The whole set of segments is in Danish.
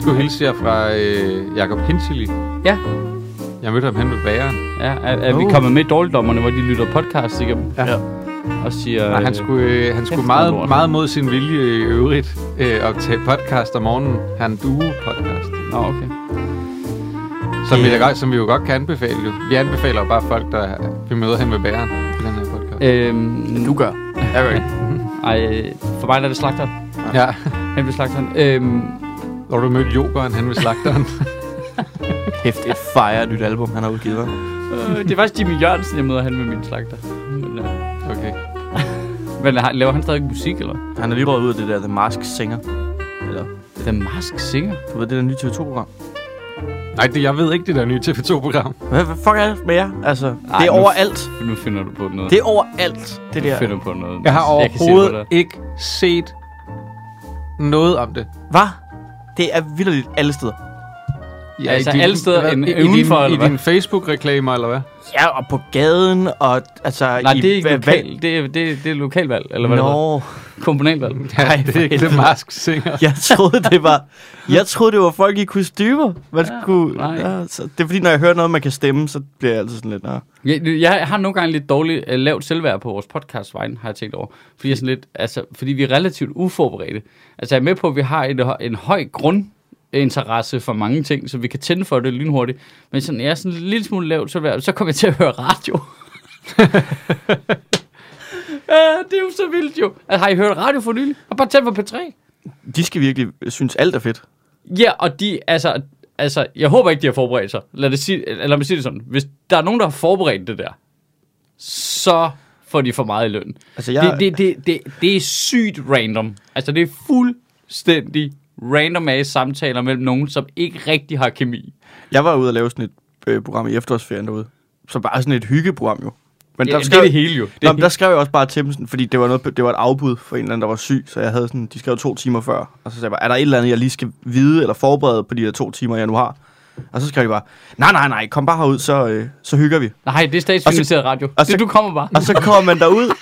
skulle hilse jer fra øh, Jakob Hensili. Ja. Jeg mødte ham hen ved bageren. Ja, er, er oh. vi Oh. kommet med i dårligdommerne, hvor de lytter podcast igennem Ja. og siger... Og han skulle, øh, han skulle kæft, meget, hvor lort. meget mod sin vilje i øvrigt øh, optage podcast om morgenen. Han duo podcast. Øh, nå, okay. Som, vi, Øh. da godt, som vi jo godt kan anbefale. Jo. Vi anbefaler jo bare folk, der vi møder hen ved bæren i den her podcast. Øhm, Du gør. Jeg gør ikke. Ej, øh, for mig er det slagteren. Ja, Han bliver slagteren. Øhm, når du mødte Jokeren hen ved slagteren. Kæft, et fire nyt album, han har udgivet. hva'? øh, det er faktisk Jimmy Jørgensen, jeg møder han med min slagter. Men, øh, Okay. men har- laver han stadig musik, eller? Han er lige røget ud af det der The Mask Singer. Eller, The Mask Singer? du ved, det der nye TV2-program. Nej, det, jeg ved ikke det der nye TV2-program. Hvad, hvad fuck er det med jer? Altså, Ej, det er nu- overalt. Nu finder du på noget. Det er overalt, det du der. finder på noget. Jeg har kan se det på overhovedet dig. ikke set noget om det. Hvad? Det er vildt alle steder. Ja, Altså, i din- alle steder hvad- end i- i udenfor, din- eller hvad? I dine Facebook-reklamer, eller hvad? Ja, og på gaden, og altså... Nej, det er ikke hva- lokal, det, er, det, er, det er lokalvalg, eller hvad det Nå, hedder. Kommunalvalg. Ja, Ej, det for er ikke det helvede. Mask Singer. jeg troede, det var... Jeg troede, det var folk i kostymer. Man Ja, ja, skulle... nej. Ja, så det er fordi, når jeg hører noget, man kan stemme, så bliver jeg altid sådan lidt... Nå. Jeg, jeg har nogle gange lidt dårligt uh, lavt selvværd på vores podcast vejen, har jeg tænkt over. Fordi, jeg er sådan lidt, altså, fordi vi er relativt uforberedte. Altså jeg er med på, at vi har et, hø- en høj grundinteresse for mange ting, så vi kan tænde for det lynhurtigt. Men sådan, jeg er sådan en lille smule lavt selvværd, så kommer jeg til at høre radio. ja, det er jo så vildt jo. Altså, har I hørt radio for nylig? Og bare tændt for P3. De skal virkelig synes, alt er fedt. Ja, og de, altså, altså, jeg håber ikke, de har forberedt sig. Lad, det sige, lad mig sige det sådan. Hvis der er nogen, der har forberedt det der, så får de for meget i løn. Altså, Ja. jeg... Det, det, det, det, det er sygt random. Altså, det er fuldstændig random af samtaler mellem nogen, som ikke rigtig har kemi. Jeg var ude og lave sådan et øh, program i efterårsferien derude. Så bare sådan et hyggeprogram jo. Men Ja, det er det hele jo. Det Nå, er men der skrev jeg også bare til dem, sådan, fordi det var, noget, det var et afbud for en eller anden, der var syg, så jeg havde sådan, de skrev to timer før, og så sagde jeg bare, er der et eller andet, jeg lige skal vide eller forberede på de her to timer, jeg nu har? Og så skrev de bare, nej, nej, nej, kom bare herud, så, øh, så hygger vi. Nej, det er statsfinansieret radio. og så- det, du kommer bare. Og så kommer man derud,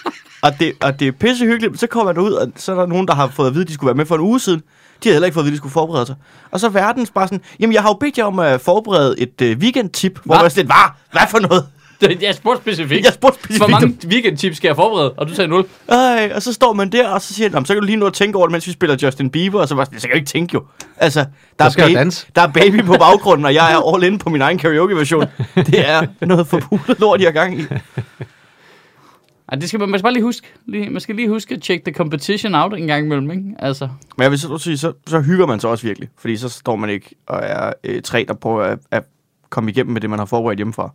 og det, og det er pissehyggeligt, men så kommer man derud, og så er der nogen, der har fået at vide, at de skulle være med for en uge siden. De havde heller ikke fået at vide, at de skulle forberede sig. Og så er verdens bare sådan, jamen jeg har jo bedt jer om at forberede et øh, weekendtip, Hva? hvor man var sådan lidt, hvad? Hvad for noget? Det- Jeg spurgte specifikt. Jeg spurgte specifikt Hvor mange weekendtips skal jeg forberede? Og du sagde 0. Ej, og så står man der, og så siger han, "Nå, men så kan du lige nå at tænke over det, mens vi spiller Justin Bieber, og så var jeg sådan, så kan jeg jo ikke tænke jo. Altså, der, er, skal jeg danse. der er baby på baggrunden, og jeg er all in på min egen karaoke-version. Det er noget forbudt lort, jeg har gang i. Ej, det skal man, man skal bare lige huske. Lige, man skal lige huske at tjekke the competition out en gang imellem, ikke? Altså. Men jeg vil så sige, så, så hygger man sig også virkelig, fordi så står man ikke og er øh, tre, der prøver at, at komme igennem med det, man har forberedt hjemmefra.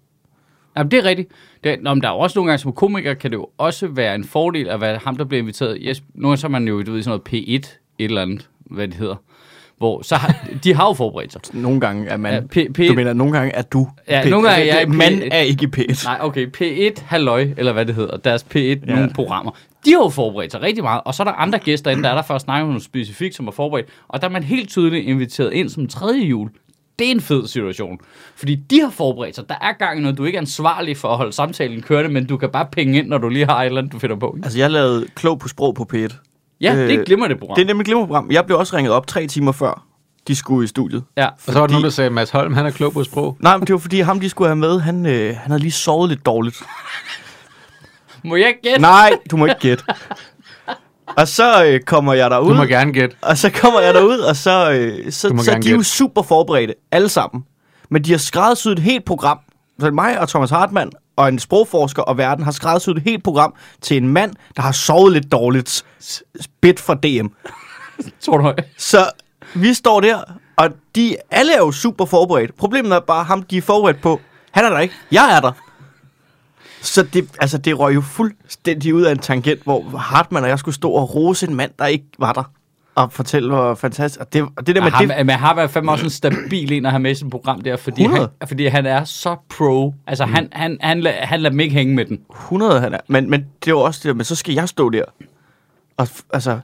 Jamen, det er rigtigt. Det, er, nå, men der er jo også nogle gange, som komiker, kan det jo også være en fordel at være ham, der bliver inviteret. Yes, nogle gange så er man jo, du ved, sådan noget P1, et eller andet, hvad det hedder. Hvor, så har, de har jo forberedt sig. Nogle gange er man... Ja, P- P- du mener, nogle gange er du Altså, Ja, nogle gange er jeg i Man P1. er ikke i P1. Nej, okay, P1 Halløj, eller hvad det hedder, deres P1, ja. Ja. nogle programmer. De har jo forberedt sig rigtig meget, og så er der andre gæster inde, der er der for at snakke om noget specifikt, som er forberedt, og der er man helt tydeligt inviteret ind som tredje jul. Det er en fed situation, fordi de har forberedt sig. Der er gang i noget, du er ikke er ansvarlig for at holde samtalen kørende, men du kan bare penge ind, når du lige har et eller andet, du finder på. ikke? Altså, jeg lavede klog på sprog på P1. Ja, øh, det er et Øh, glimrende program. Det er Det, nemlig et glimrende program. Jeg blev også ringet op tre timer før, de skulle i studiet. ja. Og så var der Fordi- nogen, der sagde, Mads Holm, han er klog på sprog. Nej, men det var fordi, ham de skulle have med, han, øh, han havde lige sovet lidt dårligt. Må jeg gætte? Nej, du må ikke gætte. Og så øh, kommer jeg derud. Du må gerne gætte. Og så kommer jeg derud, og så, øh, så, Du må så gerne de er jo gætte. super forberedte, alle sammen. Men de har skræddersyet et helt program. Så mig og Thomas Hartmann og en sprogforsker og verden har skræddersyet et helt program til en mand, der har sovet lidt dårligt. S- Bit fra DM. Tror du, Så vi står der, og de alle er jo super forberedt. Problemet er bare ham, de er forberedt på. Han er der ikke. Jeg er der. Så det, altså, det røg jo fuldstændig ud af en tangent, hvor Hartmann og jeg skulle stå og rose en mand, der ikke var der. Og fortælle, hvor fantastisk. Og det, og det der Ah, med Men ham, det, det... men ham er fandme også en stabil en at have med i sit program der, fordi, han, 100. fordi han er så pro. Altså, han, Mm. han, han, la- han lader dem ikke hænge med den. 100 han er. Men, men det var også det der, men så skal jeg stå der. Og, f- altså,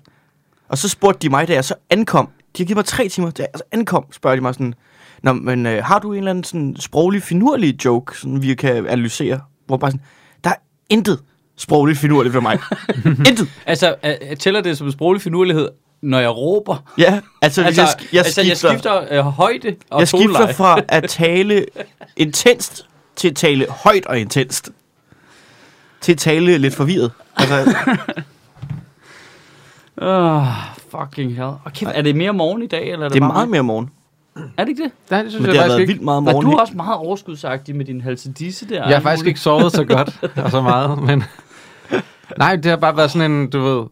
og så spurgte de mig, da jeg så ankom. De har givet mig tre timer, da jeg så ankom, spørger de mig sådan, Nå, men øh, har du en eller anden sådan sproglig, finurlig joke, sådan, vi kan analysere? Hvor bare sådan, der er intet sprogligt finurligt ved mig. intet. Altså, øh, tæller det som en sproglig finurlighed, når jeg råber. Ja, altså, altså jeg, sk- jeg, altså, jeg skifter, skifter øh, højde og jeg skifter toneleje. fra at tale intenst til at tale højt og intenst. Til at tale lidt forvirret. Altså, Oh, fucking hell. Og kæft, er det mere morgen i dag, eller er det, det er bare meget mig? mere morgen. Er det ikke det? Nej, det synes Men jeg det har faktisk været ikke. vildt meget Nej, morgen. du ikke? er også meget overskudsagtig med din halsedisse der. Jeg har faktisk ikke sovet så godt og så meget, men... Nej, det har bare været sådan en, du ved...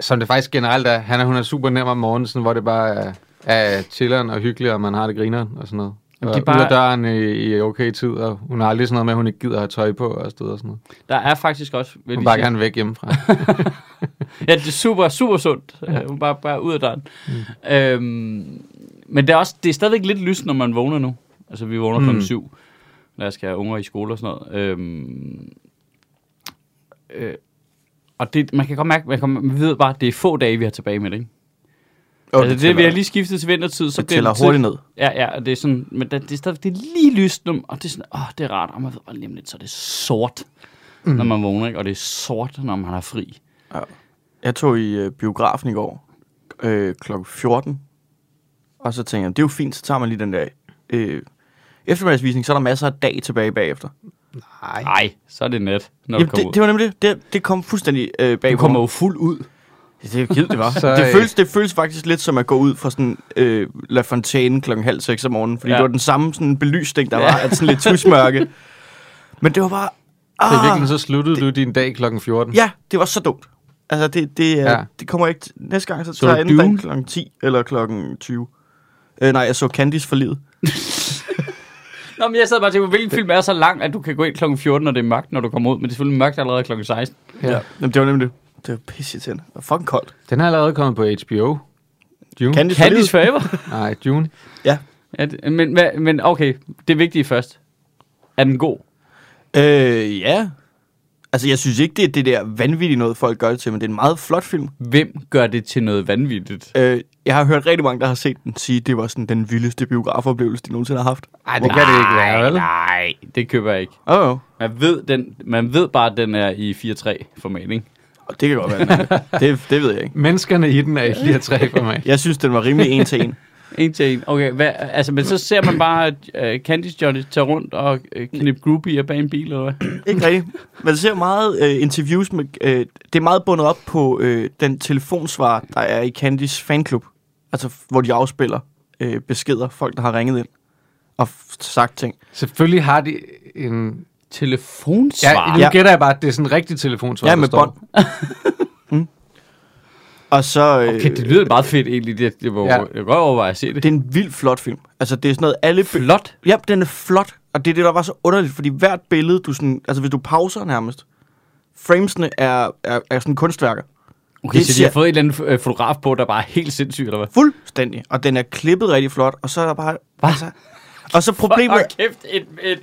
Som det faktisk generelt er. Han og hun er super nem om morgenen, sådan, hvor det bare er, er chilleren og hyggelig, og man har det grineren og sådan noget. Jamen, Og de er de bare... ud bare- af døren i, i okay tid, og hun har aldrig sådan noget med, at hun ikke gider at have tøj på og sådan noget. Der er faktisk også... Vil jeg Hun lige bare sige- gerne væk hjemmefra. Ja, det er super, super sundt. Ja. Hun bare, bare ud af døren. Mm. Øhm, men det er, også, det er stadigvæk lidt lyst, når man vågner nu. Altså, vi vågner klokken Mm. syv, når jeg skal have unger i skole og sådan noget. Øhm, øh, og det, man kan godt mærke, man, kan, man ved bare, at det er få dage, vi har tilbage med det, ikke? Jo, altså, det, tæller- vi har lige skiftet til vintertid, så det bliver tæller tid- hurtigt ned. Ja, ja, og det er sådan, men det, det er stadigvæk det er lige lyst, nu, og det er sådan, åh, det er rart, og man ved bare lige om lidt, så er det sort, mm. når man vågner, ikke? Og det er sort, når man har fri. Jeg tog i øh, biografen i går øh, kl. 14, og så tænkte jeg, det er jo fint, så tager man lige den der øh, eftermiddagsvisning, så er der masser af dag tilbage bagefter. Nej. Nej, så er det net, når Jamen, du kommer det, det var nemlig det. Det, det kom fuldstændig øh, bag Du på kommer mig. jo fuld ud. Ja, Det er givet, det var. Så, det, øh, føles, det føles faktisk lidt som at gå ud fra sådan øh, La Fontaine klokken halv seks om morgenen, fordi Ja. ja. det var den samme sådan belysning, der Ja. ja. var, at sådan lidt tusmørke. Men det var bare... Så i Ah, virkeligheden, så sluttede du din dag klokken 14. ja, det var så dumt. Altså, det, det, Ja. ja. det kommer ikke... t- Næste gang, så Så tager du jeg enten Dune? klokken 10 eller klokken 20. Øh, nej, jeg så Candice for livet. Nå, men jeg sad bare og tænkte, hvilken film er så lang, at du kan gå ind kl. 14, når det er mørkt, når du kommer ud. Men det er selvfølgelig mørkt allerede kl. 16. Ja. Mm. Jamen, det var nemlig det. Det var pisse til. Det var fucking koldt. Den er allerede kommet på HBO. June? Candice, for Candice livet. Forever. Nej, June. ja, det, men, hvad- men okay, det vigtige først. Er den god? Øh, ja. Altså, jeg synes ikke, det er det der vanvittige noget, folk gør det til, men det er en meget flot film. Hvem gør det til noget vanvittigt? Øh, jeg har hørt rigtig mange, der har set den, sige, at det var sådan den vildeste biografoplevelse, de nogensinde har haft. Nej, det kan det ikke være, vel? Nej, det køber jeg ikke. Åh, oh, oh. Man ved, den, man ved bare, at den er i 4-3-format, ikke? det kan godt være. den er. det, det ved jeg ikke. Menneskerne i den er i 4-3 for mig. Jeg synes, den var rimelig en til en. En til en. Okay, hvad, altså, men så ser man bare uh, Candice Johnny tage rundt og uh, knippe groupier bag en bil, eller hvad? ikke rigtigt. Man ser meget øh, interviews med... Øh, det er meget bundet op på øh, den telefonsvar, der er i Candys fanklub. Altså, hvor de afspiller øh, beskeder, folk, der har ringet ind og f- sagt ting. Selvfølgelig har de en... Ja, Telefonsvar? nu Ja. gætter jeg bare, at det er sådan en rigtig telefonsvar, Ja, der med står. bånd. mm. Og så... Øh, Okay, det lyder meget fedt egentlig. Det, det var, ja. Ja. Jeg kan godt overveje at se det. det er en vildt flot film. Altså, det er sådan noget, alle... be- Flot. Ja, den er flot, og det er det, der var så underligt, fordi hvert billede, du sådan, altså hvis du pauser nærmest, framesene er, er, er sådan kunstværker. Okay, Det så de siger- har fået en eller anden øh, fotograf på, der bare er helt sindssyg, eller hvad? Fuldstændig. Og den er klippet rigtig flot, og så er der bare... Hva? Altså, og så problemet... Hold kæft, et, et,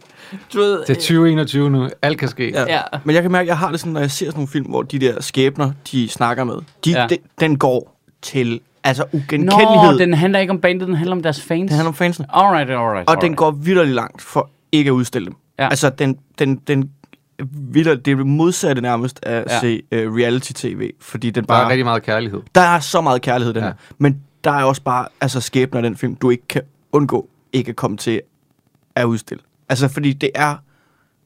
du ved, Det er 2021 nu. Alt kan ske. Ja. Ja. Ja. ja. Men jeg kan mærke, at jeg har det sådan, når jeg ser sådan nogle film, hvor de der skæbner, de snakker med, de, Ja. ja. de, den går til altså ugenkendelighed. Nå, Den... den handler ikke om bandet, den handler om deres fans. Det handler om fansene. Alright, alright, Og den går vidderligt langt for ikke at udstille dem. Ja. Ja. Altså, den, den, den vidder, det er det modsatte nærmest af at Ja. ja. se uh, reality-tv, fordi den Der er bare rigtig meget kærlighed. Der er så meget kærlighed i den Ja. ja. her. Men der er også bare altså, skæbner i den film, du ikke kan undgå ikke at komme til at udstille. Altså, fordi det er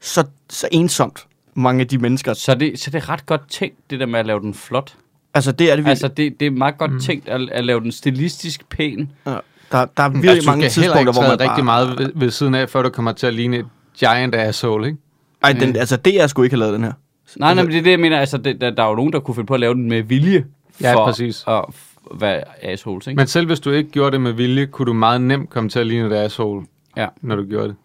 så, så ensomt, mange af de mennesker. Så det, så det er ret godt tænkt, det der med at lave den flot. Altså, det er det virkelig. Altså, det, det er meget godt mm. tænkt at, at lave den stilistisk pæn. Ja. der, der er Jeg virkelig synes, mange mange Altså, skal heller tidspunkter, ikke hvor man træde bare... rigtig meget ved, ved, siden af, før du kommer til at ligne et giant asshole, ikke? Ej, den, altså, det er sgu ikke have lavet den her. Nej, nej, men det er det, jeg mener. Altså, det, der, der er jo nogen, der kunne finde på at lave den med vilje. Ja, for præcis. At f- være assholes, ikke? Men selv hvis du ikke gjorde det med vilje, kunne du meget nemt komme til at ligne et asshole, Ja. når du gjorde det.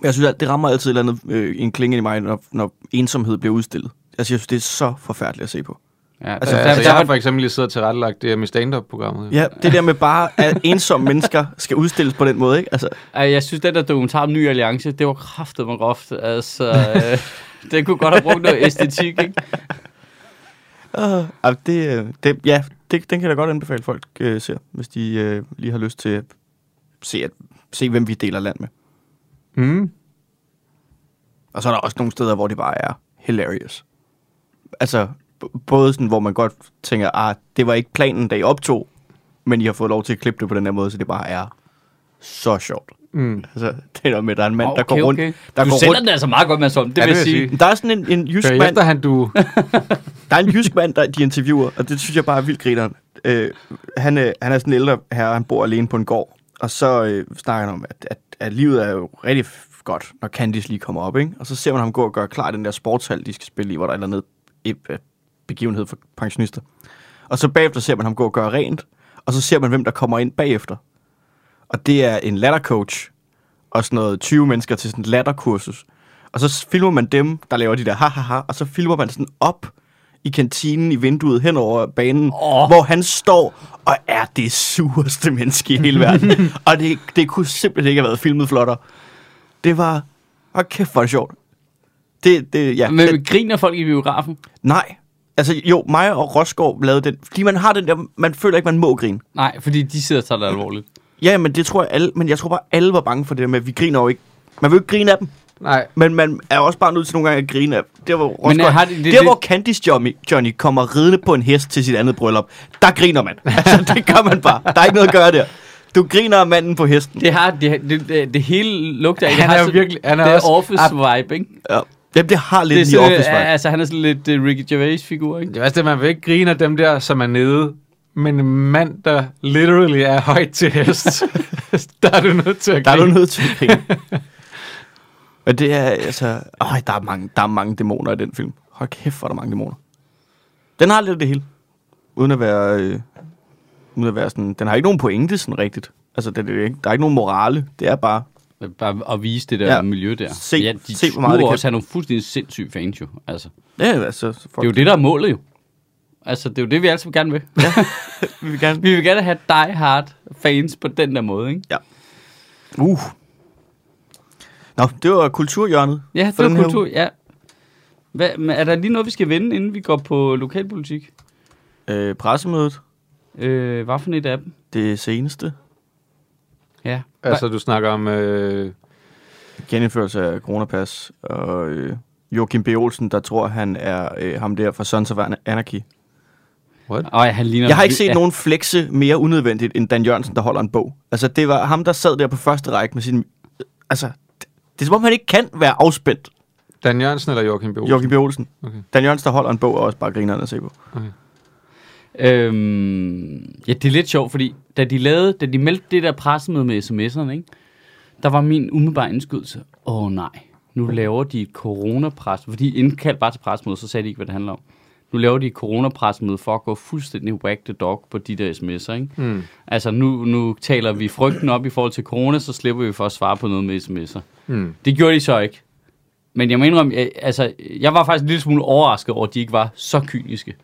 Men Jeg synes, at det rammer altid et eller andet, øh, en klinge i mig, når, når ensomhed bliver udstillet. Altså, jeg synes, det er så forfærdeligt at se på. ja Altså, Så, der- altså, der jeg var- har for eksempel lige siddet og tilrettelagt det her med stand-up-programmet. Ja, det der med bare, at ensomme mennesker skal udstilles på den måde, ikke? Altså, Ej, Jeg synes, den der dokumentar om Ny Alliance, det var kraftet med groft. Altså, øh, den kunne godt have brugt noget æstetik, ikke? Uh, altså det, øh, det, ja, det, den kan jeg da godt anbefale folk øh, ser, hvis de øh, lige har lyst til at se, at, se, hvem vi deler land med. Mm. Og så er der også nogle steder, hvor det bare er hilarious. Altså, B- Både sådan, hvor man godt tænker, ah, det var ikke planen, da I optog, men I har fået lov til at klippe det på den her måde, så det bare er så sjovt. Mm. Altså, det er noget med, at der er en mand, Åh, der går rundt. Der du går sælger rundt. den altså meget godt, Mads Holm. Det Ja, vil jeg det vil jeg sige. Der er sådan en, en jysk Kør mand, efter han, du... Der er en jysk mand, der de interviewer, og det synes jeg bare er vildt grineren. Øh, han, øh, han er sådan en ældre herre, han bor alene på en gård. Og så øh, snakker han om, at, at, at livet er jo rigtig f- godt, når Candice lige kommer op. Ikke? Og så ser man ham gå og gøre klar den der sportshal, de skal spille i, hvor der er en eller anden øh, begivenhed for pensionister. Og så bagefter ser man ham gå og gøre rent, og så ser man, hvem der kommer ind bagefter. Og det er en lattercoach og sådan noget 20 mennesker til sådan et latterkursus. Og så filmer man dem, der laver de der ha, ha, ha, og så filmer man sådan op i kantinen i vinduet hen over banen, Åh. oh. hvor han står og er det sureste menneske i hele verden. og det, det kunne simpelthen ikke have været filmet flottere. Det var... Og kæft, hvor er det sjovt. Det, det, ja. Men griner folk i biografen? Nej. Altså jo, mig og Rosgaard lavede den, fordi man har den der, man føler ikke, man må grine. Nej, fordi de sidder og tager det alvorligt. Ja, men det tror jeg alle, men jeg tror bare, alle var bange for det der med, at vi griner jo ikke. Man vil jo ikke grine af dem, Nej, men man er også bare nødt til nogle gange at grine af dem. Der, hvor, Rosgaard, øh, har har de- det, det- det, der, hvor Candice Johnny, Johnny kommer ridende på en hest til sit andet bryllup, der griner man. Altså, det gør man bare. Der er ikke noget at gøre der. Du griner af manden på hesten. Det, har, det, det, det, det hele lugter af. Han er jo virkelig- han er det også- office-vibe, ikke? Ja. Jamen, det har Det er lidt det i sådan, office øh, vibe. altså, han er sådan lidt uh, Ricky Gervais-figur, ikke? det er også det, man vil ikke grine af dem der, som er nede. Men en mand, der literally er højt til hest, der er du nødt til at Der er grine. du nødt til at grine. Men det er altså... Øj, der er, mange, der er mange dæmoner i den film. Hold kæft, hvor er der mange dæmoner. Den har lidt af det hele. Uden at være... Øh, uden at være sådan... Den har ikke nogen pointe sådan rigtigt. Altså, det, det, er ikke, der er ikke nogen morale. Det er bare... Bare at vise det der ja. Ja. miljø der. Se- ja, de se, hvor meget det skulle kan. også have nogle fuldstændig sindssyge fans, jo. Altså, Ja, altså... Fuck. det er jo det, der er målet, jo. Altså, det er jo det, vi alle sammen gerne vil. vi vil gerne... Vi vil gerne have die-hard fans på den der måde, ikke? Uh. Nå, det var kulturhjørnet. Ja, for det den er her kultur, uge. ja. Hvad, men er der lige noget, vi skal vende, inden vi går på lokalpolitik? Øh, pressemødet. Øh, hvad for et af dem? Det seneste. Ja. Altså, du snakker om... Øh, genindførelse af coronapas, og øh, Joachim B. Olsen, der tror, han er øh, ham der fra Sons of An- Anarchy. Øj, han ligner Jeg har ikke set ja. nogen flexe mere unødvendigt, end Dan Jørgensen, der holder en bog. Altså, det var ham, der sad der på første række med sin... Altså, det, det er som om, han ikke kan være afspændt, Dan Jørgensen eller Joachim B. Olsen? Joachim B. Olsen. Okay. Dan Jørgensen, der holder en bog, er også bare grineren at se på. Øhm, ja, det er lidt sjovt, fordi da de, lavede, da de meldte det der pressemøde med sms'erne, ikke, der var min umiddelbare indskydelse, åh oh, nej, nu laver de et coronapres, fordi de indkaldte bare til pressemøde, så sagde de ikke, hvad det handler om. Nu laver de et coronapressemøde for at gå fuldstændig whack the dog på de der sms'er, ikke? Mm. Altså, nu, nu taler vi frygten op i forhold til corona, så slipper vi for at svare på noget med sms'er. Mm. Det gjorde de så ikke. Men jeg må indrømme, jeg, altså, jeg var faktisk en lille smule overrasket over, at de ikke var så kyniske.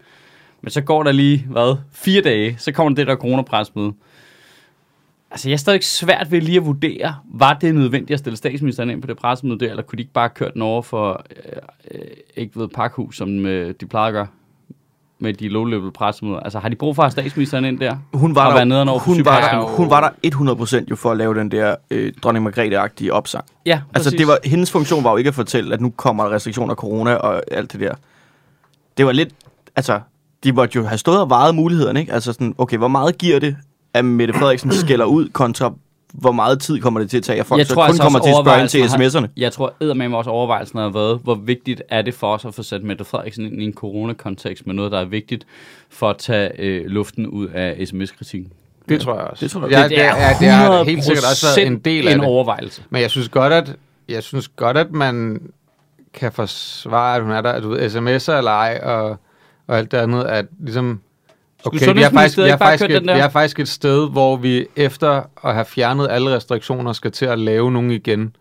Men så går der lige, hvad, fire dage, så kommer det der coronapresmøde. Altså, jeg er stadig svært ved lige at vurdere, var det nødvendigt at stille statsministeren ind på det pressemøde der, eller kunne de ikke bare have kørt den over for, øh, øh, ikke ved, pakhus, som øh, de plejer at gøre med de low-level pressemøder? Altså, har de brug for at have statsministeren ind der? Hun var, og der, være nederen over for hun, var sygeplejerskerne? der, hun var der 100% jo for at lave den der øh, dronning Margrethe-agtige opsang. Ja, Altså, præcis. det var, hendes funktion var jo ikke at fortælle, at nu kommer der restriktioner, corona og alt det der. Det var lidt, altså, de måtte jo have stået og vejet mulighederne, ikke? Altså sådan, okay, hvor meget giver det, at Mette Frederiksen skælder ud, kontra hvor meget tid kommer det til at tage, at folk jeg så tror kun altså kommer også til at spørge ind til overvejelsen sms'erne. Har, jeg tror eddermame også overvejelsen har været, hvor vigtigt er det for os at få sat Mette Frederiksen ind i en coronakontekst med noget, der er vigtigt for at tage øh, luften ud af sms-kritikken. Det tror jeg også. Det tror jeg. Ja, det, er, det, er, det er helt sikkert også været 100% en del af en det. overvejelse. Men jeg synes godt, at, jeg synes godt, at man kan forsvare, at hun er der, at du ved, sms'er eller ej, og, og alt det andet, at ligesom... Okay, vi er, faktisk, Sundhedsministeriet vi, er ikke bare faktisk kørt et, den vi der? er faktisk et sted, hvor vi efter at have fjernet alle restriktioner, skal til at lave nogen igen.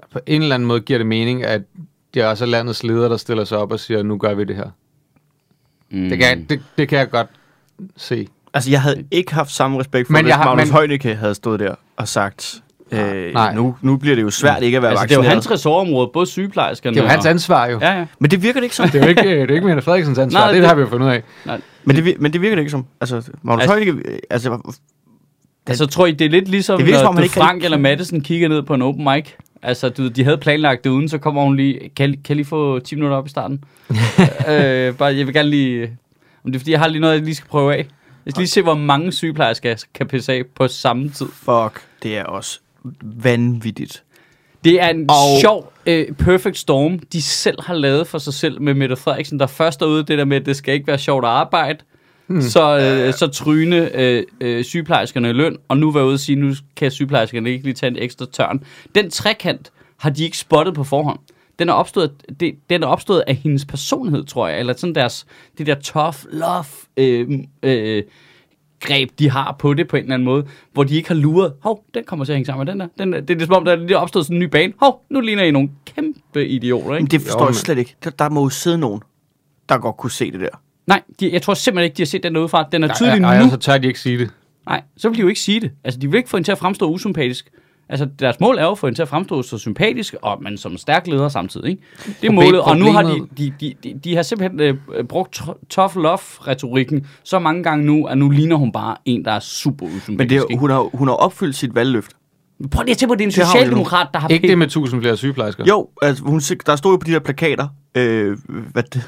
Der på en eller anden måde giver det mening, at det er også landets ledere, der stiller sig op og siger, nu gør vi det her. Mm. Det kan, jeg- det, det kan jeg godt se. Altså, jeg havde ikke haft samme respekt for, Men men hvis jeg har- Magnus men- men... Heunicke havde stået der og sagt, øh, Nej. nu, nu bliver det jo svært ikke at være altså, det er jo vaccineret. hans ressortområde, både sygeplejerskerne Det er jo hans og... ansvar jo. Ja, ja. Men det virker det ikke som. Det er jo ikke, øh, det er jo ikke Mette Frederiksens ansvar, Nej, Nej, det, det- det har vi jo fundet ud af. Men det, vir- men det virker det ikke som. Altså, Magnus Altså- altså, Heunicke, øh, altså, Altså, tror I, det er lidt ligesom, det Det virker, som når om han du ikke Frank rigtig- eller Madison kigger ned på en open mic? Altså, du, ved, de havde planlagt det uden, så kommer hun lige, kan, kan jeg lige få 10 minutter op i starten? øh, bare, jeg vil gerne lige, om det er fordi, jeg har lige noget, jeg lige skal prøve af. Jeg skal lige se, hvor mange sygeplejersker kan pisse af på samme tid. Fuck, det er også vanvittigt. Det er en Og- og... sjov øh, perfect storm, de selv har lavet for sig selv med Mette Frederiksen, der først er ude i det der med, at det skal ikke være sjovt at arbejde, hmm. så, øh, så tryne øh, øh, sygeplejerskerne i løn, og nu var jeg ude og sige, nu kan sygeplejerskerne ikke lige tage en ekstra tørn. Den trekant har de ikke spottet på forhånd. Den er, opstået, det, den er opstået af hendes personlighed, tror jeg, eller sådan deres, det der tough love øh, øh, greb, de har på det på en eller anden måde, hvor de ikke har luret, hov, den kommer til at hænge sammen med den der. Den, der. Det er det, som om, der er lige opstået sådan en ny bane. Hov, nu ligner I nogle kæmpe idioter, Men ikke? det forstår Jo, jeg men- slet ikke. Der, der må jo sidde nogen, der godt kunne se det der. Nej, de, jeg tror simpelthen ikke, de har set den udefra. Den er Ej, tydelig ej, nu. så tør de ikke sige det. Nej, så vil de jo ikke sige det. Altså, de vil ikke få hende til at fremstå usympatisk. Altså, deres mål er jo at få hende til at fremstå så sympatisk, og men som en stærk leder samtidig, ikke? Det er målet, og nu har de, de, de, de, de har simpelthen øh, øh, brugt tr- tough love-retorikken så mange gange nu, at nu ligner hun bare en, der er super usympatisk. Men det, ikke? er- hun, har, hun har opfyldt sit valgløft. Prøv lige at tænke på, det er en Det har vi nu. socialdemokrat, der har Ikke pæ- det med tusind flere sygeplejersker. Jo, altså, hun, sig- der stod jo på de der plakater, øh, hvad det,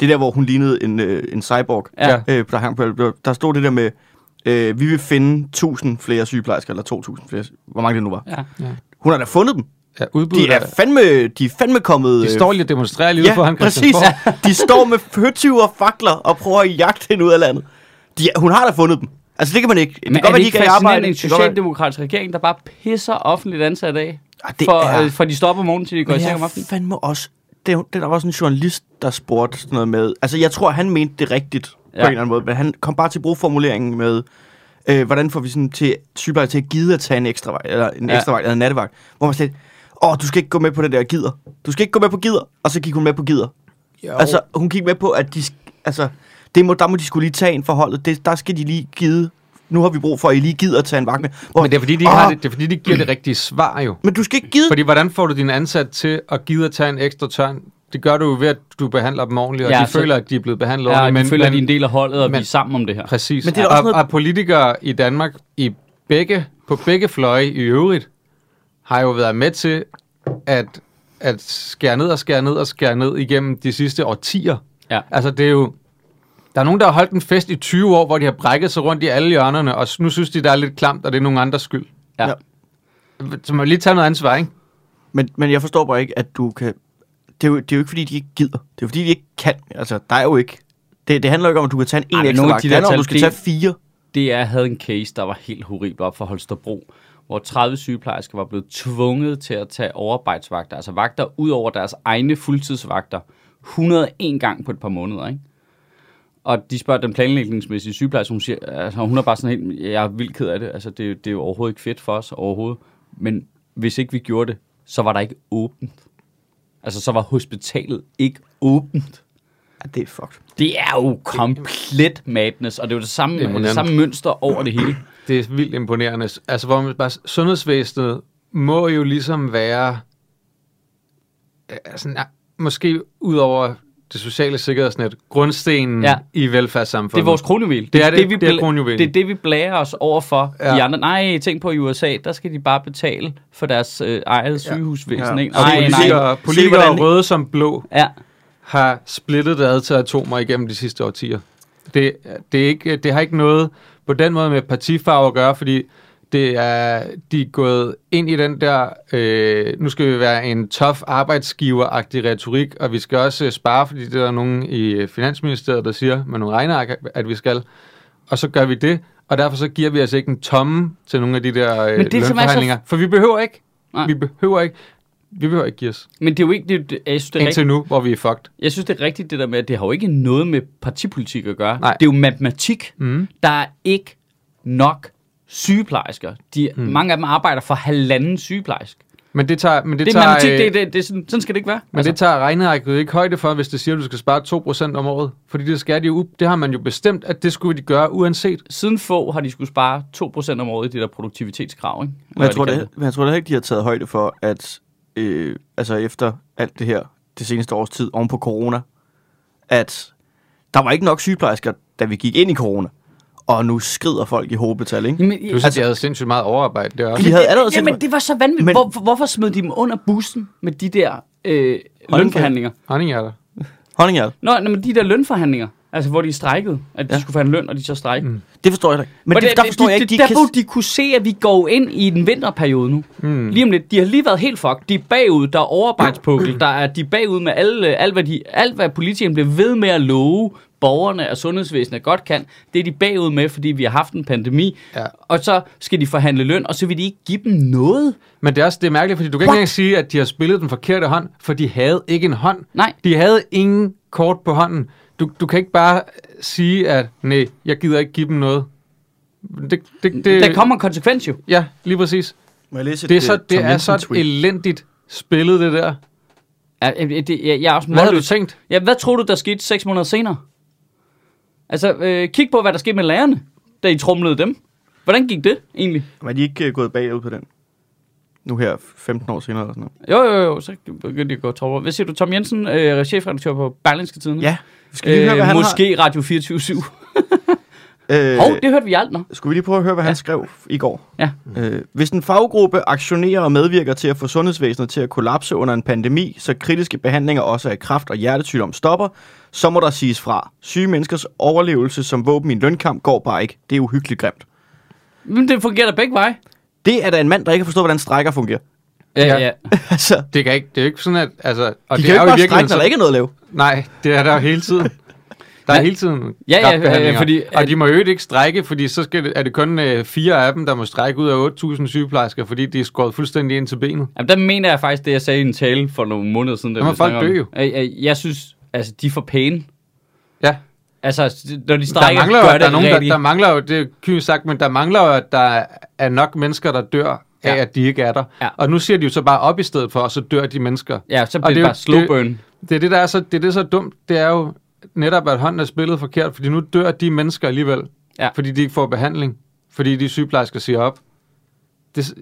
det der, hvor hun lignede en, øh, en cyborg. Ja. Øh, der, hang på, der stod det der med, øh, vi vil finde 1000 flere sygeplejersker, eller 2.000 flere, hvor mange det nu var. Ja. Hun har da fundet dem. Ja, udbuddet De er fandme, de er fandme kommet... de øh, står lige og demonstrerer lige ude Ja, foran præcis. Christiansborg. De står med føtyve og fakler og prøver at jagte hende ud af landet. De, hun har da fundet dem. Altså, det kan man ikke. Det Men kan godt er være, det de ikke ikke er i arbejde. fascinerende en Det kan godt være- socialdemokratisk regering, der bare pisser offentligt ansatte af? Ah, det for, er- øh, for de stopper om morgenen, til de går i Men seng jeg om er aftenen. fandme også... Det, det der var også en journalist, der spurgte sådan noget med... Altså, jeg tror, han mente det rigtigt ja. på en Ja. eller anden måde, men han kom bare til at bruge formuleringen med... Øh, hvordan får vi sådan til sygeplejer til at gide at tage en ekstra vagt, eller en Ja. ekstra vagt, eller en nattevagt, hvor man slet, åh, du skal ikke gå med på det der gider. Du skal ikke gå med på gider. Og så gik hun med på gider. Jo. Altså, hun gik med på, at de, sk- altså, det må, der må de skulle lige tage en forholdet. Det, der skal de lige gide. Nu har vi brug for, at I lige gider at tage en vagt med. Hvor, Men det er, fordi de ikke har "Åh, det, det er fordi, de ikke giver det rigtige svar jo. Men du skal ikke gide. Fordi hvordan får du din ansat til at gide at tage en ekstra tørn? Det gør du jo ved, at du behandler dem ordentligt, og Ja, ja, de så- føler, at de er blevet behandlet Ja, ordentligt. men, føler, at de er en men, del af holdet, og vi er men- sammen om det her. Præcis. Men Men det det er da er også og, noget- og politikere i Danmark, i begge, på begge fløje i øvrigt, har jo været med til at, at skære ned og skære ned og skære ned igennem de sidste årtier. Ja. Altså, det er jo... Der er nogen, der har holdt en fest i 20 år, hvor de har brækket sig rundt i alle hjørnerne, og nu synes de, der er lidt klamt, og det er nogen andres skyld. Ja. Ja. Ja. Så man lige tage noget ansvar, ikke? Men, men jeg forstår bare ikke, at du kan... Det er, jo, det er jo ikke, fordi de ikke gider. Det er jo, fordi de ikke kan. Altså, der er jo ikke... Det, det handler jo ikke om, at du kan tage en, Ej, en men ekstra nogle af vagt. de Det der handler om, at du skal tal, tage det- fire. DR havde en case, der var helt horribel op for Holstebro, hvor 30 sygeplejersker var blevet tvunget til at tage overarbejdsvagter, altså vagter ud over deres egne fuldtidsvagter, 101 gang på et par måneder, ikke? Og de spørger den planlægningsmæssige sygeplejerske, hun siger, altså hun er bare sådan helt, jeg er vildt ked af det, altså det, det er jo overhovedet ikke fedt for os overhovedet, men hvis ikke vi gjorde det, så var der ikke åbent. Altså så var hospitalet ikke åbent. Ja, det er fucked. Det er jo komplet madness, og det er jo det samme, det, Imponerende. det samme mønster over det hele. Det er vildt imponerende. Altså, hvor man bare, sundhedsvæsenet må jo ligesom være, øh, altså, nej, måske ud over det sociale sikkerhedsnet, grundstenen Ja. ja. i velfærdssamfundet. Det er vores kronjuvel. Det er det. vi Det er bla- kronjuvelen. det er det, vi blærer os over for ja. Ja. de andre. Nej, tænk på i USA, der skal de bare betale for deres øh, eget sygehusvæsen. Ja. Ja. Ikke? Og Nej, politikere, nej. politikere Se, hvordan- røde som blå Ja. har splittet det ad til atomer igennem de sidste årtier. Det, det, er ikke, det har ikke noget på den måde med partifarve at gøre, fordi det er, de er gået ind i den der, øh, nu skal vi være en tough arbejdsgiver-agtig retorik, og vi skal også øh, spare, fordi det er der nogen i øh, Finansministeriet, der siger med nogle regneark, at vi skal. Og så gør vi det, og derfor så giver vi altså ikke en tomme til nogle af de der øh, Men det er simpelthen lønforhandlinger. For vi behøver ikke. Nej. Vi behøver ikke. Vi behøver ikke give os. Men det er jo ikke... Det, det, jeg, synes, det er rigtigt, Indtil nu, hvor vi er fucked. jeg synes, det er rigtigt det der med, at det har jo ikke noget med partipolitik at gøre. Nej. Det er jo matematik. Mm. Der er ikke nok sygeplejersker. De, mm. Mange af dem arbejder for halvanden sygeplejerske. Men det tager... Men det, Det er tager, matematik, øh, det, det, det, er sådan, sådan skal det ikke være. Men altså. det tager regnearket ikke højde for, hvis det siger, at du skal spare 2% om året. Fordi det, skal de jo, ud- det har man jo bestemt, at det skulle de gøre uanset. Siden få har de skulle spare 2% om året i det der produktivitetskrav, ikke? Eller Men jeg, hvad tror, kalder det, men jeg tror da ikke, de har taget højde for, at øh, altså efter alt det her det seneste års tid oven på corona, at der var ikke nok sygeplejersker, da vi gik ind i corona. og nu skrider folk i hobetal, ikke? Jamen, Plus, altså, de havde sindssygt meget overarbejde deroppe. De havde allerede jamen, selv- det var så vanvittigt. Men, Men- Hvor, hvorfor smed de dem under bussen med de der øh, for- lønforhandlinger? Honninghjerter. Honninghjert. Nå, nej, men de der lønforhandlinger, altså hvor de strejkede, at de ja. skulle få en løn, og de så strejkede. Mm. Det forstår jeg da ikke. Men det, der forstår de, jeg ikke, de, de, der, kan... hvor de kunne se, at vi går ind i den vinterperiode nu. Mm. Lige om lidt. De har lige været helt fucked. De er bagud. Der er overarbejdspukkel. Der er de er bagud med alle, alt, hvad de, alt, hvad politikerne bliver ved med at love borgerne og sundhedsvæsenet godt kan. Det er de bagud med, fordi vi har haft en pandemi. Ja. Og så skal de forhandle løn, og så vil de ikke give dem noget. Men det er også det er mærkeligt, fordi du kan ikke engang sige, at de har spillet den forkerte hånd, for de havde ikke en hånd. Nej. De havde ingen kort på hånden. Du, du kan ikke bare sige, at nej, jeg gider ikke give dem noget. Det, det, det, Det, der kommer en konsekvens jo. Ja, lige præcis. Må jeg læse øh, Det er, så, det er så tweet. elendigt spillet, det der. Ja, øh, øh, det, jeg, jeg er også Hvad havde du målløs. tænkt? Ja, hvad tror du, der skete seks måneder senere? Altså, øh, kig på, hvad der skete med lærerne, da I trumlede dem. Hvordan gik det egentlig? Men er de ikke øh, gået bagud på den? Nu her 15 år senere eller sådan noget. Jo, jo, jo, så begyndte jeg at gå tropper. Hvad siger du, Tom Jensen, øh, chefredaktør på Berlingske Tidende? Øh, Ja, vi skal lige høre, hvad han Måske Radio 24-7. har. Hov, det hørte vi alt, nå. Skulle vi lige prøve at høre, hvad ja. han skrev i går? Ja. Øh, hvis en faggruppe aktionerer og medvirker til at få sundhedsvæsenet til at kollapse under en pandemi, så kritiske behandlinger også af kræft og hjertesygdom stopper, så må der siges fra. Syge menneskers overlevelse som våben i en lønkamp går bare ikke. Det er uhyggeligt grimt. Men det fungerer da begge veje. Det er da en mand, der ikke har forstået, hvordan strækker fungerer. Ja. altså, Det, kan ikke, det er jo ikke sådan, at... Altså, og de det kan jo er ikke i bare virkeligheden strække, når så- der ikke er noget at lave. Nej, det er der jo hele tiden. Der er Ja. hele tiden ja, ja, kræftbehandlinger. ja, fordi- og de må jo ikke strække, fordi så skal det, er det kun øh, fire af dem, der må strække ud af 8.000 sygeplejersker, fordi de er skåret fuldstændig ind til benet. Jamen, der mener jeg faktisk det, jeg sagde i en tale for nogle måneder siden. da Jamen, vi folk snakkede om dør det. Jeg, jeg, jeg synes, altså, de er for pæne. Ja, Altså, når de der strækker, mangler, jo, gør at det der, er nogen, der, rigtigt. der mangler jo, det er kynisk sagt, men der mangler jo, at der er nok mennesker, der dør af, Ja. at de ikke er der. Ja. Og nu siger de jo så bare op i stedet for, og så dør de mennesker. Ja, så Og bliver det, det er jo- bare slow det- burn. Det er det, der er så, det er det så dumt, det er jo netop, at hånden er spillet forkert, fordi nu dør de mennesker alligevel, Ja. fordi de ikke får behandling, fordi de sygeplejersker siger op. Det, s-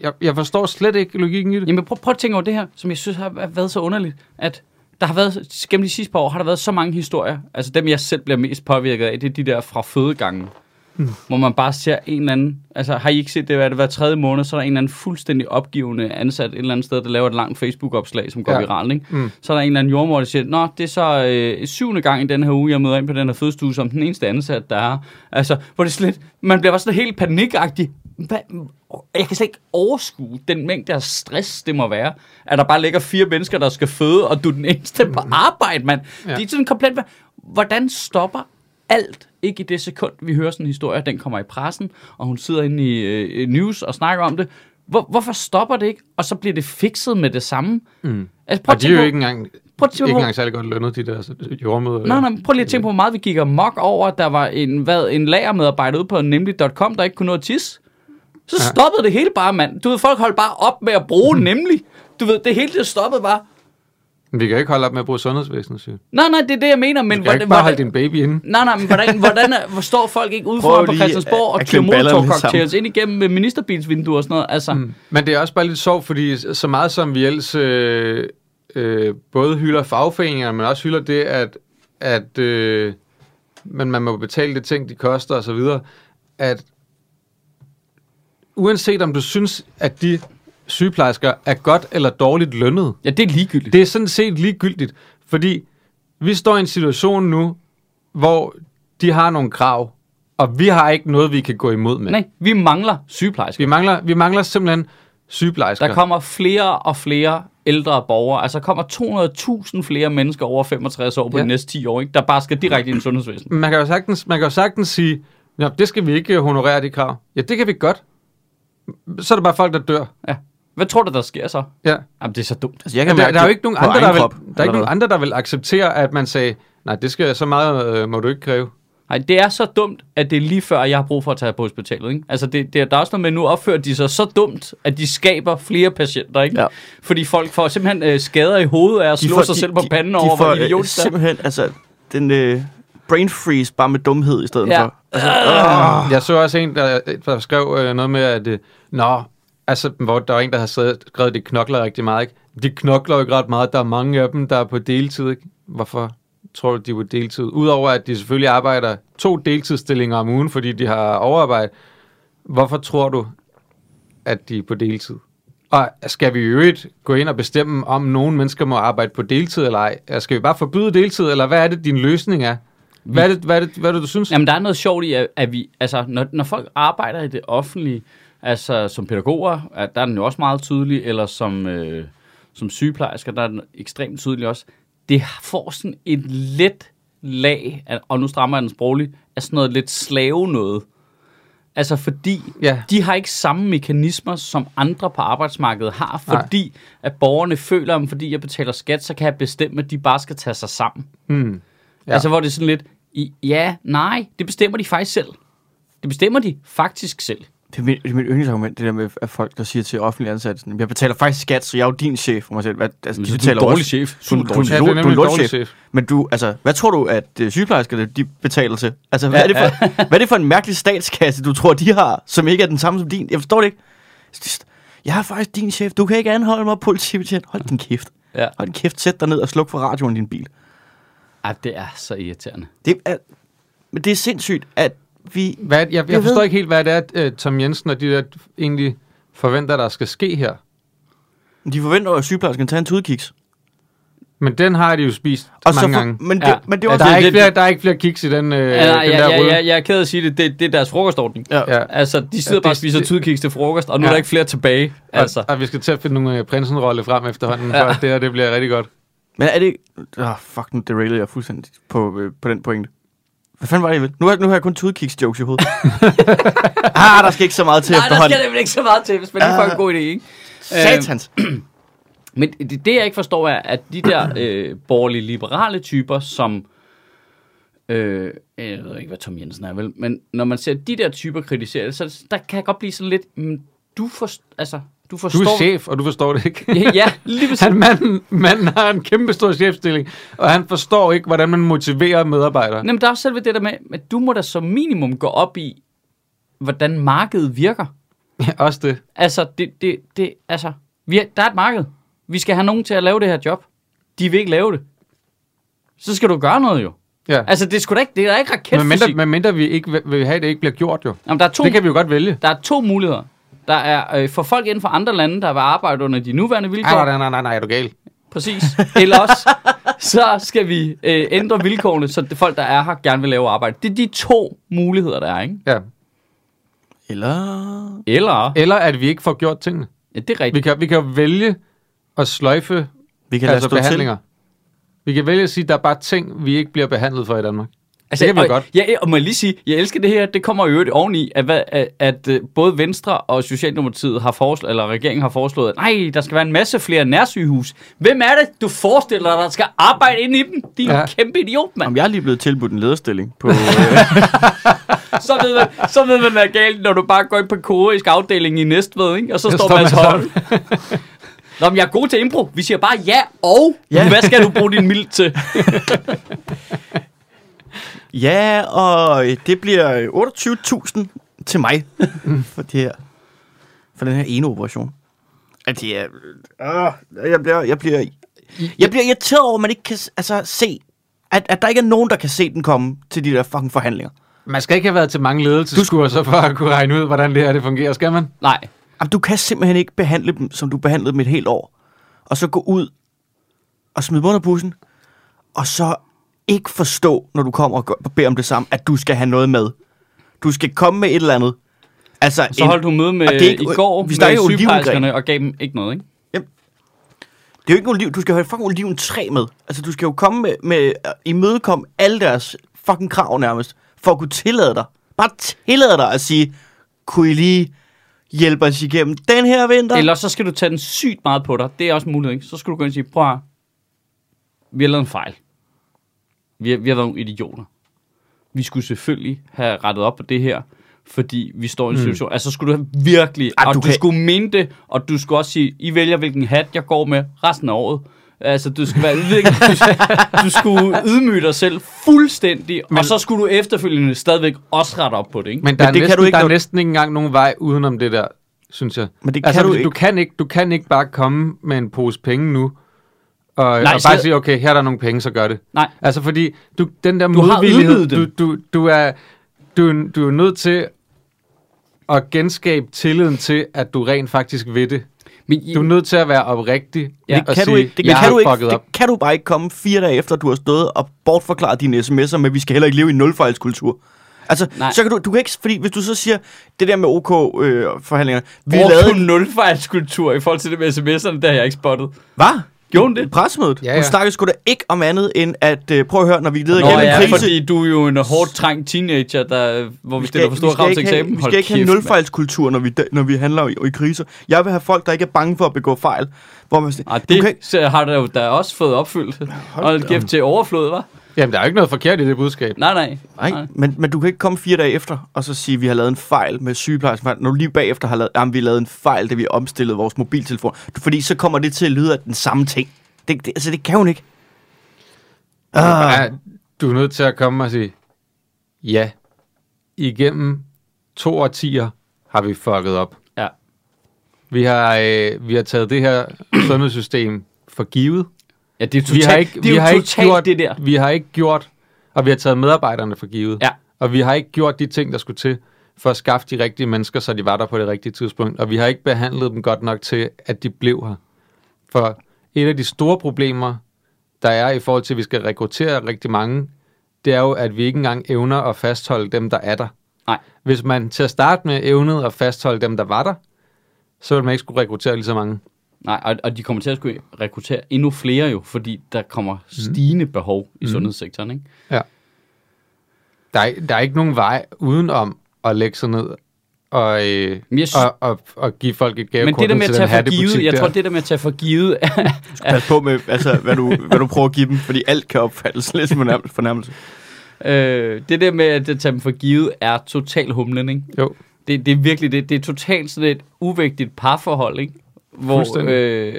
jeg, jeg forstår slet ikke logikken i det. Jamen prøv, prøv at tænke over det her, som jeg synes har har været så underligt, at der har været, gennem de sidste par år, har der været så mange historier, altså dem jeg selv bliver mest påvirket af, det er de der fra fødegangen, mm. hvor man bare ser en eller anden, altså har I ikke set det, hvad er det hver tredje måned, så er der en eller anden fuldstændig opgivende ansat et eller andet sted, der laver et langt Facebook-opslag, som går ja. Ja. viralt, ikke? Mm. Så er der en eller anden jordmor, der siger, nå, det er så øh, syvende gang i den her uge, jeg møder ind på den her fødestue, som den eneste ansat, der er. Altså, hvor det slet, man bliver bare sådan helt panikagtig. Hvad? Jeg kan slet ikke overskue den mængde af stress, det må være. At der bare ligger fire mennesker, der skal føde, og du er den eneste på arbejde, mand. Ja. Mm. Ja. Det er sådan komplet... Hvordan stopper alt ikke i det sekund, vi hører sådan en historie, den kommer i pressen, og hun sidder inde i øh, news og snakker om det. Hvor, hvorfor stopper det ikke, og så bliver det fikset med det samme? Mm. Altså, prøv at Og de er tænke jo på- ikke engang, prøv at tænke ikke på- engang særlig godt lønnet, de der altså, jordmøder. Nej, nej, men prøv lige at tænke på, hvor meget vi gik amok over, at der var en, hvad, en lagermedarbejder ude på nemlig.com, der ikke kunne nå at tisse. Så ja. stoppede det hele bare, mand. Du ved, folk holdt bare op med at bruge nemlig. Du ved, det hele det stoppede bare. Men Vi kan jo ikke holde op med at bruge sundhedsvæsenet, siger. Nej, nej, det er det, jeg mener, men... Vi kan jo ikke bare holde din baby inde. Nej, nej, men hvordan, hvordan er, hvor står folk ikke ude Prøv foran på lige Christiansborg at- og at kører klemme ballerne motorcocktails ind igennem med ministerbilsvinduer og sådan noget? Altså, mm. Men det er også bare lidt sjovt, fordi så meget som vi ellers øh, øh, både hylder fagforeningerne, men også hylder det, at, at øh, man, man må betale det ting, de koster osv., at uanset om du synes, at de sygeplejersker er godt eller dårligt lønnet, ja, det er ligegyldigt. det er sådan set ligegyldigt, fordi vi står i en situation nu, hvor de har nogle krav, og vi har ikke noget, vi kan gå imod med. Nej, vi mangler sygeplejersker. Vi mangler, vi mangler simpelthen sygeplejersker. Der kommer flere og flere ældre borgere. Altså der kommer 200.000 flere mennesker over 65 år på ja. Ja. de næste 10 år, ikke? der bare skal direkte ind i sundhedsvæsenet. man kan jo sagtens, man kan jo sagtens sige, Nå, det skal vi ikke øh, honorere, de krav. Ja, det kan vi godt. Så er der bare folk, der dør. Ja. Hvad tror du, der sker så? Ja. Jamen, det er så dumt. Altså, jeg Ja, kan der, mærke der er jo det ikke nogen på andre, egen der vil, krop, der er eller ikke nogen hvad? andre, der vil acceptere, at man sagde, nej, det skal så meget øh, må du ikke kræve. Nej, det er så dumt, at det er lige før, jeg har brug for at tage på hospitalet. Ikke? Altså, det, det, er- der er også noget med, at nu opfører de sig så dumt, at de skaber flere patienter. Ikke? Ja. Fordi folk får simpelthen øh, skader i hovedet af at slå får- sig selv på panden over, hvor de får, øh, idiotisk det er. simpelthen, altså, den øh, brain freeze bare med dumhed i stedet Ja. ja. for. Altså, Jeg så også en, der, der skrev øh, noget med, at øh, nå, altså, hvor der var en, der havde skrevet, skrevet, de knokler rigtig meget, ikke? De knokler jo ikke ret meget. Der er mange af dem, der er på deltid, ikke? Hvorfor? tror du, de var deltid? Udover at de selvfølgelig arbejder to deltidsstillinger om ugen, fordi de har overarbejde. Hvorfor tror du, at de er på deltid? Og skal vi i øvrigt gå ind og bestemme, om nogle mennesker må arbejde på deltid eller ej? Altså, Skal vi bare forbyde deltid, eller hvad er det, din løsning er? Hvad er det, hvad er det, hvad er det du synes? Jamen, der er noget sjovt i, at, at vi, altså, når, når folk arbejder i det offentlige, altså som pædagoger, at der er den jo også meget tydelig, eller som, øh, som sygeplejersker, der er den ekstremt tydelig også. Det får sådan et let lag, af, og nu strammer jeg den sproglig, af sådan noget lidt slave noget. Altså fordi, Ja. de har ikke samme mekanismer, som andre på arbejdsmarkedet har, Nej. fordi at borgerne føler, om fordi jeg betaler skat, så kan jeg bestemme, at de bare skal tage sig sammen. Hmm. Ja. Ja. Altså, hvor det er sådan lidt, i, ja, nej, det bestemmer de faktisk selv. Det bestemmer de faktisk selv. Det er mit, det er mit yndlingsargument, det der med at folk, der siger til offentlige ansatte, sådan, jeg betaler faktisk skat, så jeg er jo din chef. Og mig selv, hvad, altså, de Så betaler også- chef. Du, du, Super du, dårlig du, chef. Ja, det er du, er en nemlig en lortchef. dårlig chef. Men du, altså, hvad tror du, at øh, sygeplejerskerne, de betaler til? Altså, hvad, er det for, hvad er det for en mærkelig statskasse, du tror, de har, som ikke er den samme som din? Jeg forstår det ikke. Jeg er faktisk din chef. Du kan ikke anholde mig, politibetjent. Hold din kæft. Ja. Hold din kæft. Sæt dig ned og sluk for radioen i din bil. Ej, det er så irriterende. Det er, men det er sindssygt, at vi... Hvad, jeg, jeg, Jeg jeg forstår ved- ikke helt, hvad det er, øh, Tom Jensen og de der egentlig forventer, der skal ske her. De forventer, at sygeplejersken tager en tudekiks. Men den har de jo spist og mange så for, gange. Men det, Ja. men det Der Ja, var også... er, det- ikke det- flere, der er ikke flere kiks i den, øh, Ja, nej, den ja, der ja, røde. ja, jeg er ked af at sige det, det, det er deres frokostordning. Ja. Ja. Altså, de sidder Ja, ja, det- bare og spiser det- tudkiks til frokost, og nu ja. Ja. er der ikke flere tilbage. Altså, Altså. Og, og vi skal til at finde nogle øh, prinsenrolle frem efterhånden, ja. for det her det bliver rigtig godt. Men er det ikke... Oh, fuck, nu derailede jeg fuldstændig på, øh, på den pointe. Hvad fanden var det, jeg ville? Nu, har- nu har jeg kun tudekiks jokes i hovedet. ah, der skal ikke så meget til nej, der efterhånden. skal det vel ikke så meget til, hvis man ikke får en god idé, ikke? Satans. Men det, det jeg ikke forstår, er, at de der øh, borgerlige liberale typer, som... Øh, jeg ved ikke, hvad Tom Jensen er, vel? Men når man ser de der typer kritisere det, så der kan jeg godt blive sådan lidt... Men du, forst, altså, du Du forstår... er chef, og du forstår det ikke. Ja, ja, lige præcis. Han, manden, manden har en kæmpe stor chefstilling, og han forstår ikke, hvordan man motiverer medarbejdere. Nej, men der er også selve det der med, at du må da som minimum gå op i, hvordan markedet virker. Ja, også det. Altså, det, det, det, altså vi er, der er et marked. Vi skal have nogen til at lave det her job. De vil ikke lave det. Så skal du gøre noget jo. Ja. Altså, det er sgu da ikke, det er da ikke Men raketfysik. mindre, men mindre vi ikke vil- vil have, at det ikke bliver gjort jo. Jamen, der, er to, Det kan vi jo godt vælge. der er to muligheder. Der er øh, for folk inden for andre lande, der vil arbejde under de nuværende vilkår. Ej, nej, nej, nej, nej, er du gal? Præcis. Eller også, så skal vi øh, ændre vilkårene, så det- folk, der er her, gerne vil lave arbejde. Det er de to muligheder, der er, ikke? Ja. Eller... Eller, Eller at vi ikke får gjort tingene. ja, det er rigtigt. Vi kan, vi kan jo vælge at sløjfe Vi kan altså altså lade stå til. behandlinger. Vi kan vælge at sige, at der er bare ting, vi ikke bliver behandlet for i Danmark. Altså, det kan vi og, godt. Ja, og må jeg lige sige, jeg elsker det her, det kommer jo øvrigt oveni, at, hvad- at, at øh, både Venstre og Socialdemokratiet har foreslået, eller regeringen har foreslået, at nej, der skal være en masse flere nærsygehus. Hvem er det, du forestiller dig, der skal arbejde inde i dem? Din Ja. ja. kæmpe idiot, mand. Om jeg er lige blevet tilbudt en lederstilling på... Øh, Så ved man, så ved man hvad er galt, når du bare går ind på korisk afdeling i Næstved, ikke? og så Jeg står står man med sådan. Nå, men jeg er god til impro. Vi siger bare ja og. Ja. Ja. Hvad skal du bruge din mild til? ja, og øh, det bliver øh, 28.000 til mig for, det her, for den her ene operation. At det er... Øh, jeg, bliver, jeg, bliver, jeg bliver irriteret over, at man ikke kan s- altså, se... At, at der ikke er nogen, der kan se den komme til de der fucking forhandlinger. Man skal ikke have været til mange ledelseskurser for at kunne regne ud, hvordan det her det fungerer, skal man? Nej. Jamen, du kan simpelthen ikke behandle dem, som du behandlede dem et helt år. Og så gå ud og smide dem under bussen, og så ikke forstå, når du kommer og gør- og beder om det samme, at du skal have noget med. Du skal komme med et eller andet. Altså, Så holdt du møde med og det er ikke- i går vi snakker med jo olivengren. sygeplejerskerne og gav dem ikke noget, ikke? det er jo ikke oliv, du skal have fucking oliven træ med. Altså, du skal jo komme med, med imødekomme alle deres fucking krav nærmest, for at kunne tillade dig. Bare tillade dig at sige, kunne I lige hjælpe os igennem den her vinter? Eller så skal du tage den sygt meget på dig. Det er også en mulighed, ikke? Så skal du gå ind og sige, prøv at høre. vi har lavet en fejl. Vi har, vi har været nogle idioter. Vi skulle selvfølgelig have rettet op på det her, fordi vi står i en situation. Mm. Altså, så skulle du have virkelig, Ej, og du du, kan- skulle mene det, og du skulle også sige, I vælger, hvilken hat jeg går med resten af året. Altså, du, skal være, virkelig- du, du skulle ydmyge dig selv fuldstændig, Men, og så skulle du efterfølgende stadigvæk også rette op på det, ikke? Men der, Men er, det kan næsten, du ikke, der er når- næsten ikke engang nogen vej udenom det der, synes jeg. Men det altså, kan du hvis- ikke. Du kan ikke. Du kan ikke bare komme med en pose penge nu, og, Nej, og bare slet- sige, okay, her er der nogle penge, så gør det. Nej. Altså fordi, du, den der har modvillighed, ydmyget du, dem. du, du, er, du, du er nødt til at genskabe tilliden til, at du rent faktisk ved det. Men I, Du er nødt til at være oprigtig Ja. ja. Det og kan sige, du ikke, det, jeg kan har du ikke, fucket op. det kan du bare ikke komme fire dage efter, du har stået og bortforklaret dine sms'er med, vi skal heller ikke leve i en nulfejlskultur. Altså, Nej. Nej. så kan du, du kan ikke, fordi hvis du så siger, det der med OK-forhandlingerne, vi vi lavede lavede... en nulfejlskultur i forhold til det med sms'erne, der har jeg ikke spottet. Hvad? Gjorde hun det? Pressemødet? Ja, Ja, ja. ja. Hun snakkede sgu da ikke om andet end, at øh, prøv at høre, når vi leder Nå igennem ja, en krise... fordi du er jo en hårdt trængt teenager, der, hvor vi, vi skal- stiller for store krav til ikke have, eksamen. vi Hold skal ikke have kæft, mand. nulfejlskultur, når vi, når vi handler i, i kriser. Jeg vil have folk, der ikke er bange for at begå fejl. Hvor man, Ah, siger, du det kan okay. ikke, så har der jo der også fået opfyldt. Hold kæft til overflod, var? Jamen, der er jo ikke noget forkert i det budskab. Nej, nej. nej, men, men du kan ikke komme fire dage efter og så sige, at vi har lavet en fejl med sygeplejersken. Når du lige bagefter har lavet, jamen, vi har lavet en fejl, da vi omstillede vores mobiltelefon. Fordi så kommer det til at lyde af den samme ting. Det, det, altså, det kan hun ikke. Ah. Ja, du er nødt til at komme og sige, ja, igennem to årtier har vi fucket op. Ja. Vi har, øh, vi har taget det her sundhedssystem for givet. Ja, det er totalt, vi har ikke, det er vi jo har ikke totalt gjort, det der. Vi har ikke gjort, og vi har taget medarbejderne for givet. Ja. Og vi har ikke gjort de ting, der skulle til for at skaffe de rigtige mennesker, så de var der på det rigtige tidspunkt. Og vi har ikke behandlet dem godt nok til, at de blev her. For et af de store problemer, der er i forhold til, at vi skal rekruttere rigtig mange, det er jo, at vi ikke engang evner at fastholde dem, der er der. Nej. Hvis man til at starte med evnede at fastholde dem, der var der, så ville man ikke skulle rekruttere lige så mange. Nej, og, og de kommer til at skulle rekruttere endnu flere jo, fordi der kommer stigende behov i sundhedssektoren, ikke? Ja. Der er, der er ikke nogen vej udenom at lægge sig ned og, øh, Men jeg synes- og, og, og give folk et Men gavekort det der med til at den tage for hattebutik givet, jeg der. tror, det der med at tage for givet, Pas på med, altså, hvad, du, hvad du prøver at give dem, fordi alt kan opfattes lidt som en nærmest fornærmelse. øh, det der med at tage dem for givet, er total humlen, ikke? Jo, Det, det er virkelig, det, det er totalt sådan et uvægtigt parforhold, ikke? Hvor, Fuldstændig. øh,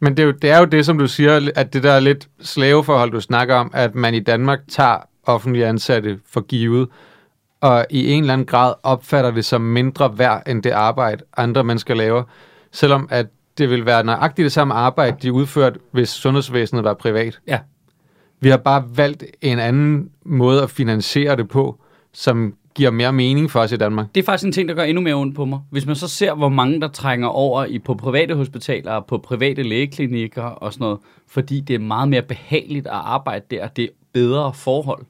men det er, jo, det er jo det, som du siger, at det der lidt slaveforhold, du snakker om, at man i Danmark tager offentlige ansatte for givet, og i en eller anden grad opfatter det som mindre værd end det arbejde, andre mennesker laver, selvom at det vil være nøjagtigt det samme arbejde, de udførte, hvis sundhedsvæsenet var privat. ja, Vi har bare valgt en anden måde at finansiere det på, som giver mere mening for os i Danmark. Det er faktisk en ting, der gør endnu mere ondt på mig. Hvis man så ser, hvor mange der trænger over i, på private hospitaler og på private lægeklinikker og sådan noget, fordi det er meget mere behageligt at arbejde der, det er bedre forhold.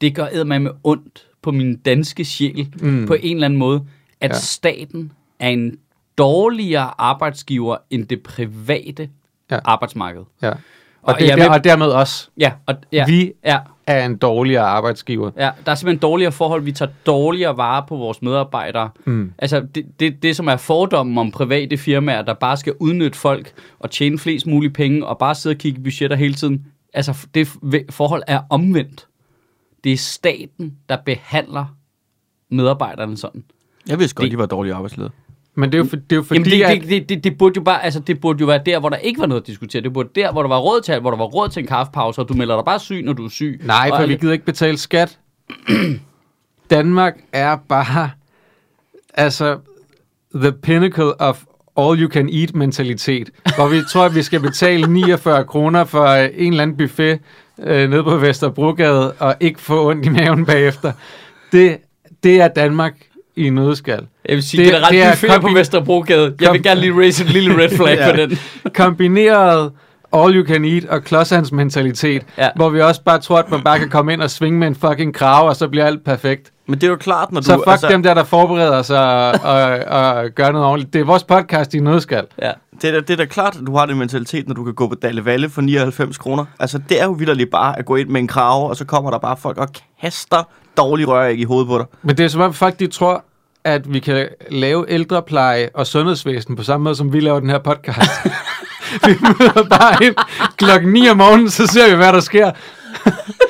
Det gør mig med ondt på min danske sjæl mm. på en eller anden måde, at ja. Ja. staten er en dårligere arbejdsgiver end det private ja. Ja. arbejdsmarked. Ja. Og, Og og, det, jeg er er der, med- og dermed os. Ja, og, ja, Vi- ja, Er en dårligere arbejdsgiver. Ja, der er simpelthen dårligere forhold. Vi tager dårligere vare på vores medarbejdere. Mm. Altså, det, det, det, som er fordommen om private firmaer, der bare skal udnytte folk og tjene flest mulige penge og bare sidde og kigge i budgetter hele tiden. Altså, f- det f- forhold er omvendt. Det er staten, der behandler medarbejderne sådan. Jeg vidste godt, Det- det... de var dårlige arbejdsledere. Men det er jo, for, det er jo fordi, Jamen, det, at... det, det, det, det, burde jo bare, altså, det burde jo være der, hvor der ikke var noget at diskutere. Det burde der, hvor der var råd til alt, hvor der var råd til en kaffepause, og du melder dig bare syg, når du er syg. Nej, og for alt- vi gider ikke betale skat. Danmark er bare... Altså, the pinnacle of all-you-can-eat-mentalitet, hvor vi tror, at vi skal betale 49 kroner for øh, en eller anden buffet øh, nede på Vesterbrogade, og ikke få ondt i maven bagefter. Det, det er Danmark i en nødskal. Jeg vil sige, det, Det- generelt, det det er buffet på kombi- Vesterbrogade. Jeg vil kom- gerne lige raise et lille red flag Ja. på den. Kombineret all-you-can-eat og klodshandsmentalitet, Ja. ja. hvor vi også bare tror, at man bare kan komme ind og svinge med en fucking krave, og så bliver alt perfekt. Men det er jo klart, når Så du... fuck altså... dem der, der forbereder sig og, og, og gør noget ordentligt. Det er vores podcast i nødskal. Ja. Det er, da, det er da klart, at du har den mentalitet, når du kan gå på Dalle Valle for 99 kroner. Altså, det er jo vildt bare at gå ind med en krave, og så kommer der bare folk og kaster dårlig røræg i hovedet på dig. Men det er som om folk, de tror, at vi kan lave ældrepleje og sundhedsvæsen på samme måde, som vi laver den her podcast. vi møder bare ind klokken 9 om morgenen, så ser vi, hvad der sker.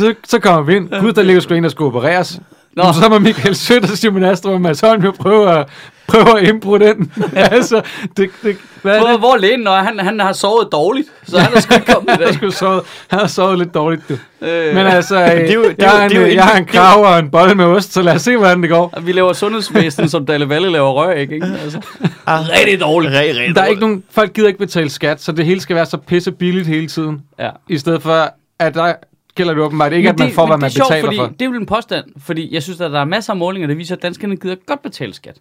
så, så kommer vi ind. Gud, der ligger sgu en, der skulle opereres. Nå. Så må Michael Sødt og Simon Astrup og Mads Holm jo prøve at, prøve at impro den. altså, det, det, hvad er Hvor, det? hvor lægen, når han, han har sovet dårligt, så han er sgu ikke kommet i dag. Jeg skulle sove, han har sovet lidt dårligt, du. Øh, Men altså, øh, det er jo- det er jeg, jo- har en, det er jo jeg har en ikke- det er krav og en bolle med ost, så lad os se, hvordan det går. vi laver sundhedsvæsen, som Dalle Valle laver rør, ikke? ikke? Altså. Rigtig dårligt. Ah, Rigtig, rigtig Der er ikke nogen, folk gider ikke betale skat, så det hele skal være så pisse billigt hele tiden. Ja. I stedet for, at der gælder det åbenbart ikke, Men at man får, men hvad man det er sjovt, betaler fordi for. Det er jo en påstand, fordi jeg synes, at der er masser af målinger, der viser, at danskerne gider godt betale skat.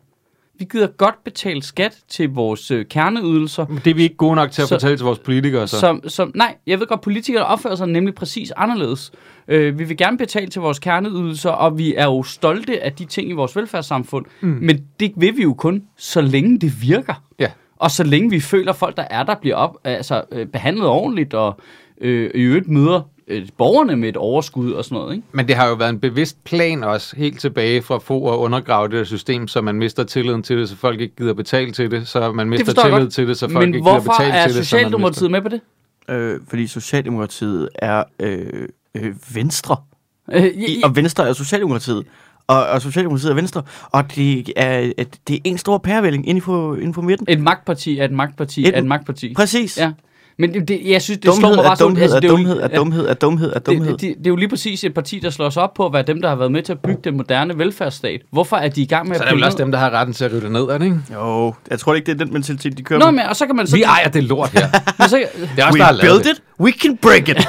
Vi gider godt betale skat til vores øh, kerneydelser, Men Det er vi ikke gode nok til at Så- så, fortælle til vores politikere, Altså. så. så som, som, nej, jeg ved godt, politikere opfører sig nemlig præcis anderledes. Øh, vi vil gerne betale til vores kerneydelser, og vi er jo stolte af de ting i vores velfærdssamfund, mm. men det vil vi jo kun, så længe det virker. ja. Og så længe vi føler, at folk, der er der, bliver op, altså, øh, behandlet ordentligt, og øh, i øvrigt møder øh, borgerne med et overskud og sådan noget. Ikke? Men det har jo været en bevidst plan også, helt tilbage fra få at undergrave det der system, så man mister tilliden til det, så folk ikke gider betale til det, så man mister forstår jeg tillid godt. til det, så folk Men ikke gider hvorfor betale er til det. så man mister- Socialdemokratiet med på det? Øh, fordi Socialdemokratiet er øh, øh, venstre. Øh, I, i- og Venstre er Socialdemokratiet. Og, og Socialdemokratiet er Venstre. Og det er, at det er en stor pærevælling inde på, inde på midten. Et magtparti er et magtparti Et- er et magtparti. Præcis. Ja. Men det, det, jeg synes, det slår Dumhed mig er bare sådan... altså, dumhed er det er jo- dumhed er ja, dumhed er dumhed er dumhed. Det, det, det er jo lige præcis et parti, der slår sig op på at være dem, der har været med til at bygge den moderne velfærdsstat. Hvorfor er de i gang med Så er at det vel pille også dem, der har retten til at rytte ned, er det ikke? Jo, jeg tror ikke, det er den mentalitet, de kører ned? Nå, men og så kan man så... Vi ejer det lort her. men så, Det er også, der har We lavet build det. it, we can break it.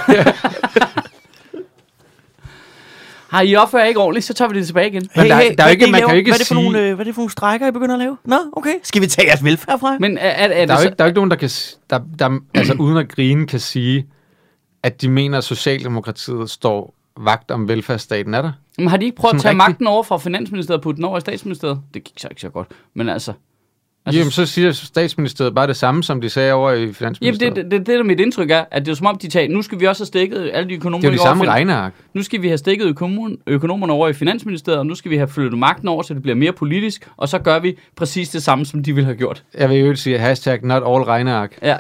har I opfører jer ikke ordentligt, så tager vi det tilbage igen. Men der, der er jo ikke, man kan jo ikke hvad er det for sige... nogle, øh, hvad er det for nogle strækker, I begynder at lave? Nå, okay. Skal vi tage jeres velfærd fra? jer? Men er, er, er Der er det jo så, ikke, der er jo ikke nogen, der kan, s- der, der, altså uden at grine, kan sige, at de mener, at Socialdemokratiet står vagt om velfærdsstaten, er der? men har de ikke prøvet at sådan tage rigtigt? magten over fra Finansministeriet og putte den over i Statsministeriet? Det gik så ikke så godt. Men altså... Altså, jamen, så siger statsministeriet bare det samme, som de sagder over i Jamen, Finansministeriet. det, det, det, det, der er mit indtryk er, at det er jo som om, de tager, nu skal vi også have stikket alle de økonomer, det er jo de over i samme fin- regneark. Nu skal vi have stikket økonomerne, økonomerne over i Finansministeriet, og nu skal vi have flyttet magten over, så det bliver mere politisk, og så gør vi præcis det samme, som de ville have gjort. Jeg vil jo ikke sige hashtag not all regneark. Ja.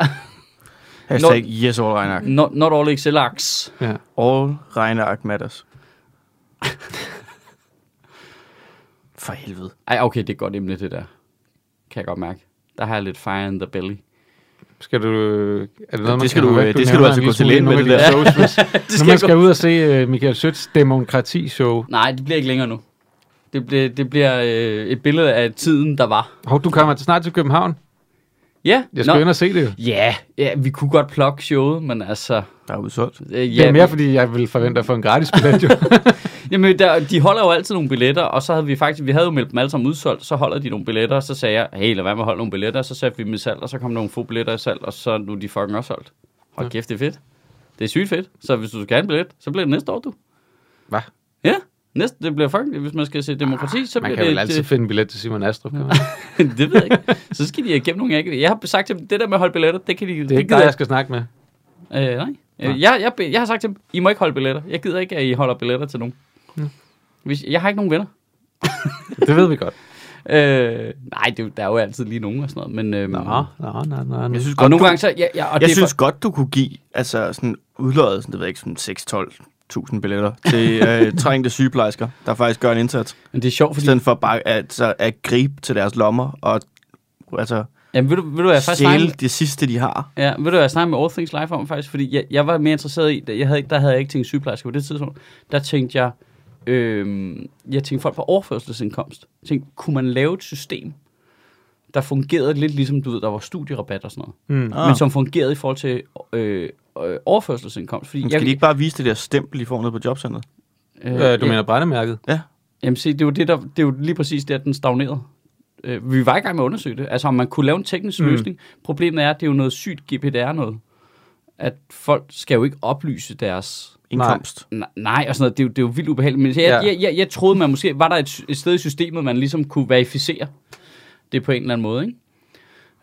Hashtag yes, all regneark. Not, not all excel arcs. Ja. All regneark matters. For helvede. Ej, okay, det er et godt emne, det der. Kan jeg godt mærke. Der har jeg lidt fire in the belly. Skal du... Er det, noget, skal du, øh, det skal du altså gå til lægen med, det der. der. Når man skal ud og se uh, Michael Sødts demokrati-show. Nej, det bliver ikke længere nu. Det bliver, det bliver øh, et billede af tiden, der var. Hov, du kommer snart til København. Ja, Jeg skal nå. ind og se det jo. Ja, ja, vi kunne godt plukke showet, men altså... Der er udsolgt. Øh, Det ja, er mere, fordi jeg vil forvente at få en gratis billet, jo. Jamen, der, de holder jo altid nogle billetter, og så havde vi faktisk, vi havde jo meldt dem alle sammen udsolgt, så holder de nogle billetter, og så sagde jeg, hey, lad være med at holde nogle billetter, og så satte vi dem i salg, og så kom nogle få billetter i salg, og så er nu er de fucking også solgt. Hold kæft, det er fedt. Det er sygt fedt. Så hvis du skal have en billet, så bliver det næste år, du. Hvad? Ja, næste, det bliver fucking, hvis man skal se demokrati, så Ah, Man bliver kan det... vel altid det, finde en billet til Simon Astrup. kan man? det, ved jeg ikke. Så skal de igennem nogle, jeg ikke Jeg har sagt til dem, det der med at holde billetter, det kan de... Det er ikke dig, jeg skal snakke med. Øh, nej. Øh, Jeg, jeg, jeg har sagt til dem, I må ikke holde billetter. Jeg gider ikke, at I holder billetter til nogen. Hvis, jeg har ikke nogen venner. Det ved vi godt. Øh, nej, det, der er jo altid lige nogen og sådan noget, men... Øhm, Nå, nå, nå, nå. nå. Jeg synes godt, og nogle du, gange så... Ja, ja, og det jeg er synes For, godt, du kunne give altså sådan udløjet, sådan, det ved jeg ikke, sådan 6-12.000 billetter til øh, trængte sygeplejersker, der faktisk gør en indsats. men det er sjovt, I fordi... stedet for bare at, at, at gribe til deres lommer og altså, Jamen, ved du, ved du, hvad jeg faktisk stjæle snakkede, det sidste, de har. ja, ved du, hvad jeg snakkede med All Things Life om, faktisk? Fordi jeg, jeg var mere interesseret i... Jeg havde ikke, der havde jeg ikke tænkt sygeplejersker på det tidspunkt. Der tænkte jeg... Øhm, jeg tænkte folk på overførselsindkomst. Jeg tænkte, kunne man lave et system, der fungerede lidt ligesom, du ved, der var studierabat og sådan noget. Mm. Ah. Ah. Men som fungerede i forhold til øh, øh, overførselsindkomst. Fordi Men skal de ikke bare vise det der stempel, de får ned på jobcentret? Øh, du mener brændemærket? Jamen se, det er jo, det, der, det er jo lige præcis det, at den stagnerede. Øh, vi var i gang med at undersøge det. Altså, om man kunne lave en teknisk mm. løsning. Problemet er, at det er jo noget sygt GPDR noget. At folk skal jo ikke oplyse deres... Indkomst. Ne- Nej, og sådan noget. Det er jo, det er jo vildt ubehageligt. Men jeg, Ja. ja. jeg, jeg, jeg troede, man måske... Var der et, sy- et sted i systemet, man ligesom kunne verificere det på en eller anden måde,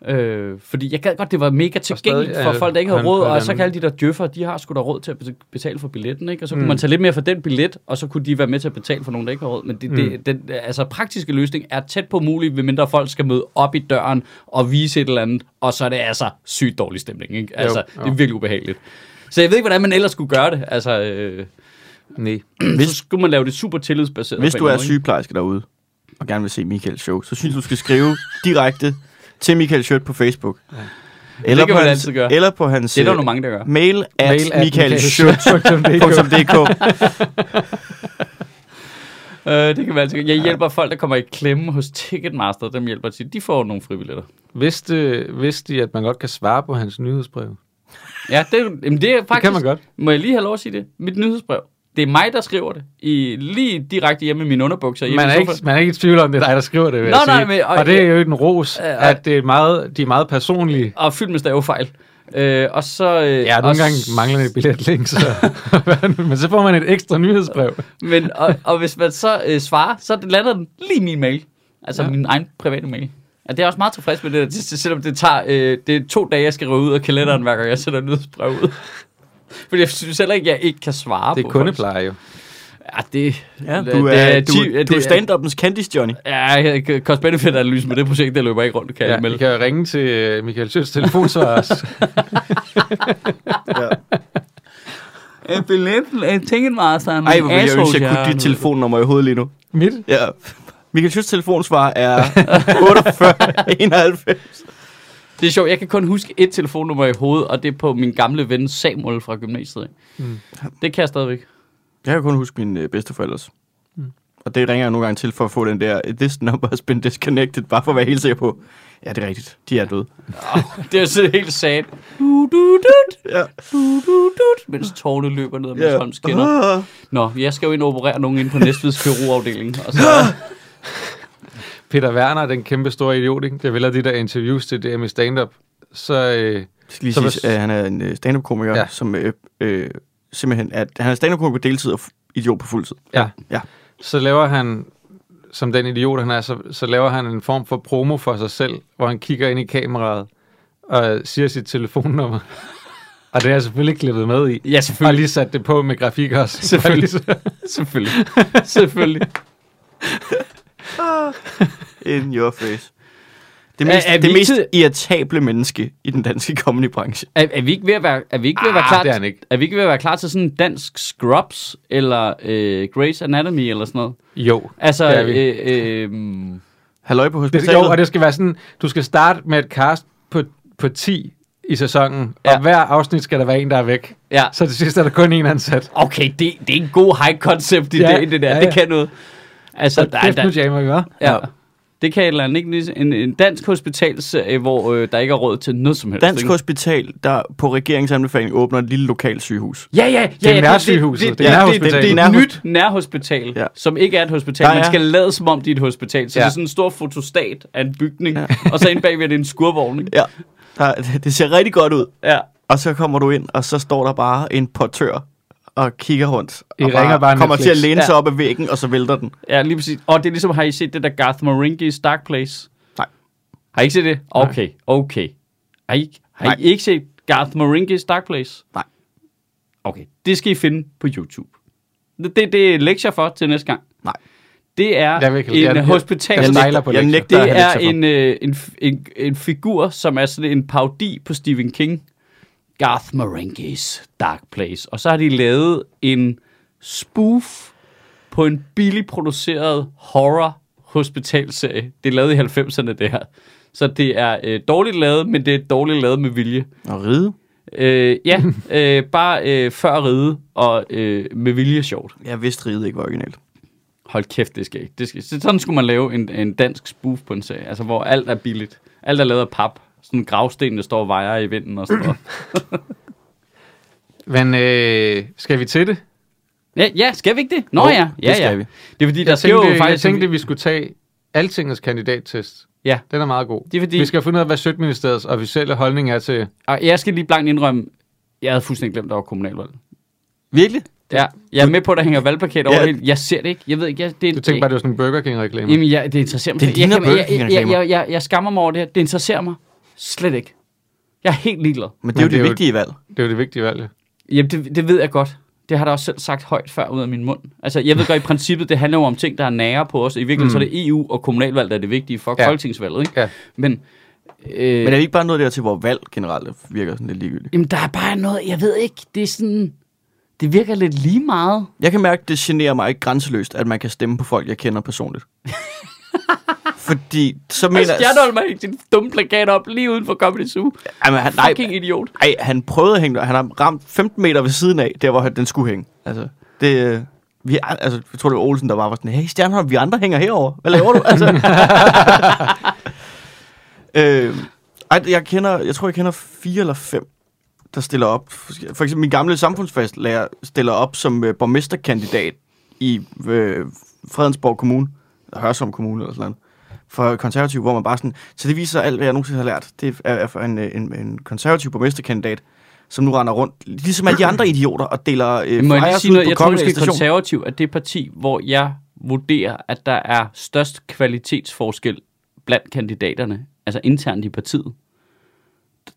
ikke? Øh, fordi jeg gad godt, det var mega tilgængeligt stadig, for øh, folk, der ikke havde på en- råd, på en og så anden- kan alle de der djøffer, de har sgu da råd til at bet- betale for billetten, ikke? Og så kunne mm. man tage lidt mere for den billet, og så kunne de være med til at betale for nogen, der ikke har råd. Men det, mm. det, den altså, praktiske løsning er tæt på mulig, ved mindre folk skal møde op i døren og vise et eller andet, og så er det altså sygt dårlig stemning, ikke? Altså, jo. det er virkelig ubehageligt. Så jeg ved ikke, hvordan man ellers skulle gøre det, altså... Øh, Nej. Hvis, så skulle man lave det super tillidsbaseret. Hvis på en du er måde, ikke? sygeplejerske derude, og gerne vil se Michaels show, så synes jeg, du skal skrive direkte til Michael Schødt på Facebook. Eller, Det kan på man hans, altid gøre. eller på hans Det er der jo øh, nogle mange, der Mm. gør. mail at Mail at michaelschødt.dk. Øh, det kan man altid gøre. Jeg hjælper folk, der kommer i klemme hos Ticketmaster. Dem hjælper jeg tit. De får nogle fribilletter. Vidste, vidste I, at man godt kan svare på hans nyhedsbrev? Ja, det, er jo- jamen det er faktisk... kan man godt. Må jeg lige have lov at sige det? Mit nyhedsbrev. Det er mig, der skriver det. I, lige direkte hjemme i mine underbukser. hjemme Man i er, ikke, sofaen. man er ikke i tvivl om, det er dig, der skriver det, vil Nå, jeg nej, sige. men- og- og, det er jo ikke en ros, Øh, og- at det er meget, de er meget personlige. Og fyldt med stavefejl. Øh, og så... Øh, Ja, og nogle gange s- mangler det billetlink, så... men så får man et ekstra nyhedsbrev. Men, og, og hvis man så øh, svarer, så lander den lige i min mail. Altså ja. min egen private mail. Ja, det er jeg også meget tilfreds med det der, til- til- selvom det tager øh, det er to dage, jeg skal rive ud af kalenderen, hver gang jeg sender et nyhedsbrev ud. Fordi jeg synes heller ikke, jeg ikke kan svare Det på er folks- kundepleje jo. Ja, det, Ja, det- du det er, du, ti- du er det- stand-upens Candice Johnny. Ja, cost benefit analyse med det projekt, der løber ikke rundt, kan ja, Ja, jeg melde. I kan jo ringe til øh, Michael Sjøs telefonsvarer. Øh, Billetten af Ticketmasteren. Ej, hvor ville jeg ønske, jeg kunne dit telefonnummer i hovedet lige nu. Mit? Ja. Michael Schødts telefonsvar er 48 91. Det er sjovt, jeg kan kun huske et telefonnummer i hovedet, og det er på min gamle ven Samuel fra gymnasiet. Mm. Mm. Det kan jeg stadigvæk. Jeg kan kun huske mine øh, bedsteforældres. Mm. Og det ringer jeg nogle gange til for at få den der, this number has been disconnected, bare for at være helt sikker på, ja, det er rigtigt, de er døde. Det er jo sådan helt sad. Du, du, du, Ja, du, du, du, mens tårne løber ned ad min yeah. skinner. Ah. Nå, jeg skal jo ind og operere nogen inde på Næstveds kirurgafdeling. Og så, Peter Werner, den kæmpe store idiot, ikke? der vælger de der interviews til DM i stand-up. Så øh, Jeg skal lige Så sige, hvis- at han er en øh, stand-up-komiker, ja. Ja. som øh, øh, simpelthen er, han er stand-up-komiker på deltid og f- idiot på fuldtid. ja, Ja. så laver han, som den idiot han er, så, så laver han en form for promo for sig selv, hvor han kigger ind i kameraet og siger sit telefonnummer. Og det er jeg selvfølgelig klippet med i. ja, Og selvfølgelig. lige sat det på med grafik også. Selvfølgelig. Så- selvfølgelig. selvfølgelig. In your face. Det Er- mest, er vi det ikke mest tid- irritable menneske i den danske comedy-branche. Er, er, vi ikke ved at være, er vi ikke ved at være Ah, klar det er han ikke. Er vi ikke ved at være klar til sådan en dansk Scrubs, eller øh, Grey's Anatomy, eller sådan noget? Jo. Altså, Det er øh, vi. øh, Halløj på Det, jo, og hospitalet. det skal være sådan, du skal starte med et cast på, på 10 i sæsonen, ja. Ja. og hver afsnit skal der være en, der er væk. ja. Så til sidst er der kun en ansat. Okay, det, det er en god high concept idé, Ja, det der. ja, Det ja. kan noget. Altså, Så der, kæft, nu der, jammer vi, hva'? ja. Det kan et eller andet, ikke? Nis? En, en dansk hospitalserie, hvor øh, der ikke er råd til noget som helst. Dansk ikke? Hospital, der på regeringsanbefaling åbner et lille lokalt sygehus. Ja, ja, ja. Det er ja, nærsygehuset. Det er det, det, nærhospitalet. det er et Nærhos- nyt nærhospital, ja. Ja. som ikke er et hospital. Der Man er- skal lade som om, det er et hospital. Så ja. Ja. det er sådan en stor fotostat af en bygning, ja. og så inde bagved er det en skurvogn. ikke? Ja, der, det ser rigtig godt ud. Ja. Og så kommer du ind, og så står der bare en portør og kigger rundt. I og ringer bare kommer Netflix. til at læne sig Ja. op ad væggen, og så vælter den. ja, lige præcis. Og det er ligesom, har I set det der Garth Marenghi's Dark Place? Nej. Har I ikke set det? Okay, okay. Har I, har Nej. I ikke set Garth Marenghi's Dark Place? Nej. Okay, det skal I finde på YouTube. Det, det, det er lektier for til næste gang. Nej. Det er Jeg vil ikke- en jeg- jeg- hospital... Jeg nægter- sejler på jeg lektier. nægter- Det Der er er lektier for. en, øh, en, f- en, en figur, som er sådan en parodi på Stephen King. Garth Marenghi's Dark Place. Og så har de lavet en spoof på en billig produceret horror hospitalserie. Det er lavet i 90'erne, det her. Så det er øh, dårligt lavet, men det er dårligt lavet med vilje. Og ride. Øh, ja, øh, bare øh, før ride og øh, med vilje sjovt. Jeg vidste, ride ikke var originalt. Hold kæft, det skal ikke. Det skal, så sådan skulle man lave en, en dansk spoof på en serie, altså hvor alt er billigt. Alt er lavet af pap. Sådan gravstenene står og vejer i vinden og sådan noget. Men øh, skal vi til det? Ja, ja, skal vi ikke det? Nå Jo, ja, ja, det skal ja. vi. Det er fordi, der Jeg skal tænkte, jo jeg, faktisk... tænkte, vi skulle tage altingets kandidattest. Ja. Den er meget god. Det er fordi- Vi skal finde ud af, hvad Sødministeriets officielle holdning er til... Og jeg skal lige blankt indrømme, jeg havde fuldstændig glemt, der var kommunalvalg. Virkelig? Ja, jeg er med på, at der hænger valgplakater Ja. over hele. Jeg ser det ikke. Jeg ved ikke. Jeg, det, er- Du tænkte bare, det var sådan en Burger King-reklame. Jamen, jeg, det interesserer mig. Det slet- ligner jeg, kan- Burger jeg, jeg, jeg, King-reklamer. jeg, jeg, jeg skammer mig over det her. Det interesserer mig slet ikke. Jeg er helt ligeglad. Men det er jo Men det er det jo- vigtige valg. Det var det vigtige valg. jo. Jamen, det, det ved jeg godt. Det har jeg da også selv sagt højt før ud af min mund. Altså, jeg ved godt, i princippet, det handler jo om ting, der er nære på os. I virkeligheden, mm. så er det EU og kommunalvalg, der er det vigtige for ja. Ja. folketingsvalget, ikke? Ja. Men, øh, Men Men er vi ikke bare nået dertil, hvor valg generelt virker sådan lidt ligegyldigt? jamen, der er bare noget, jeg ved ikke, det er sådan... Det virker lidt lige meget. Jeg kan mærke, det generer mig ikke grænseløst, at man kan stemme på folk, jeg kender personligt. Fordi, så mener Altså, jeg holdt mig ikke sin dumme plakat op lige uden for Comedy Zoo. Jamen, han, nej, Fucking idiot. nej, han prøvede at hænge der. Han har ramt 15 meter ved siden af, der hvor han- den skulle hænge. Altså, det, øh, vi, er- altså, jeg tror, det var Olsen, der bare var sådan, hey Stjernholm, vi andre hænger herover. Hvad laver du? Altså, øh, ej, jeg, kender, jeg tror, jeg kender fire eller fem, der stiller op. For eksempel min gamle samfundsfaglærer stiller op som øh, borgmesterkandidat i øh, Fredensborg Kommune, eller Hørsholm Kommune eller sådan noget for konservativ, hvor man bare sådan... Så det viser alt, hvad jeg nogensinde har lært. Det er, er for en, øh, en, en konservativ borgmesterkandidat, som nu render rundt, ligesom alle de andre idioter, og deler øh, Må jeg lige flyers sige ud noget? på Jeg tror Comedy måske Station. konservativ, at det er parti, hvor jeg vurderer, at der er størst kvalitetsforskel blandt kandidaterne, altså internt i partiet.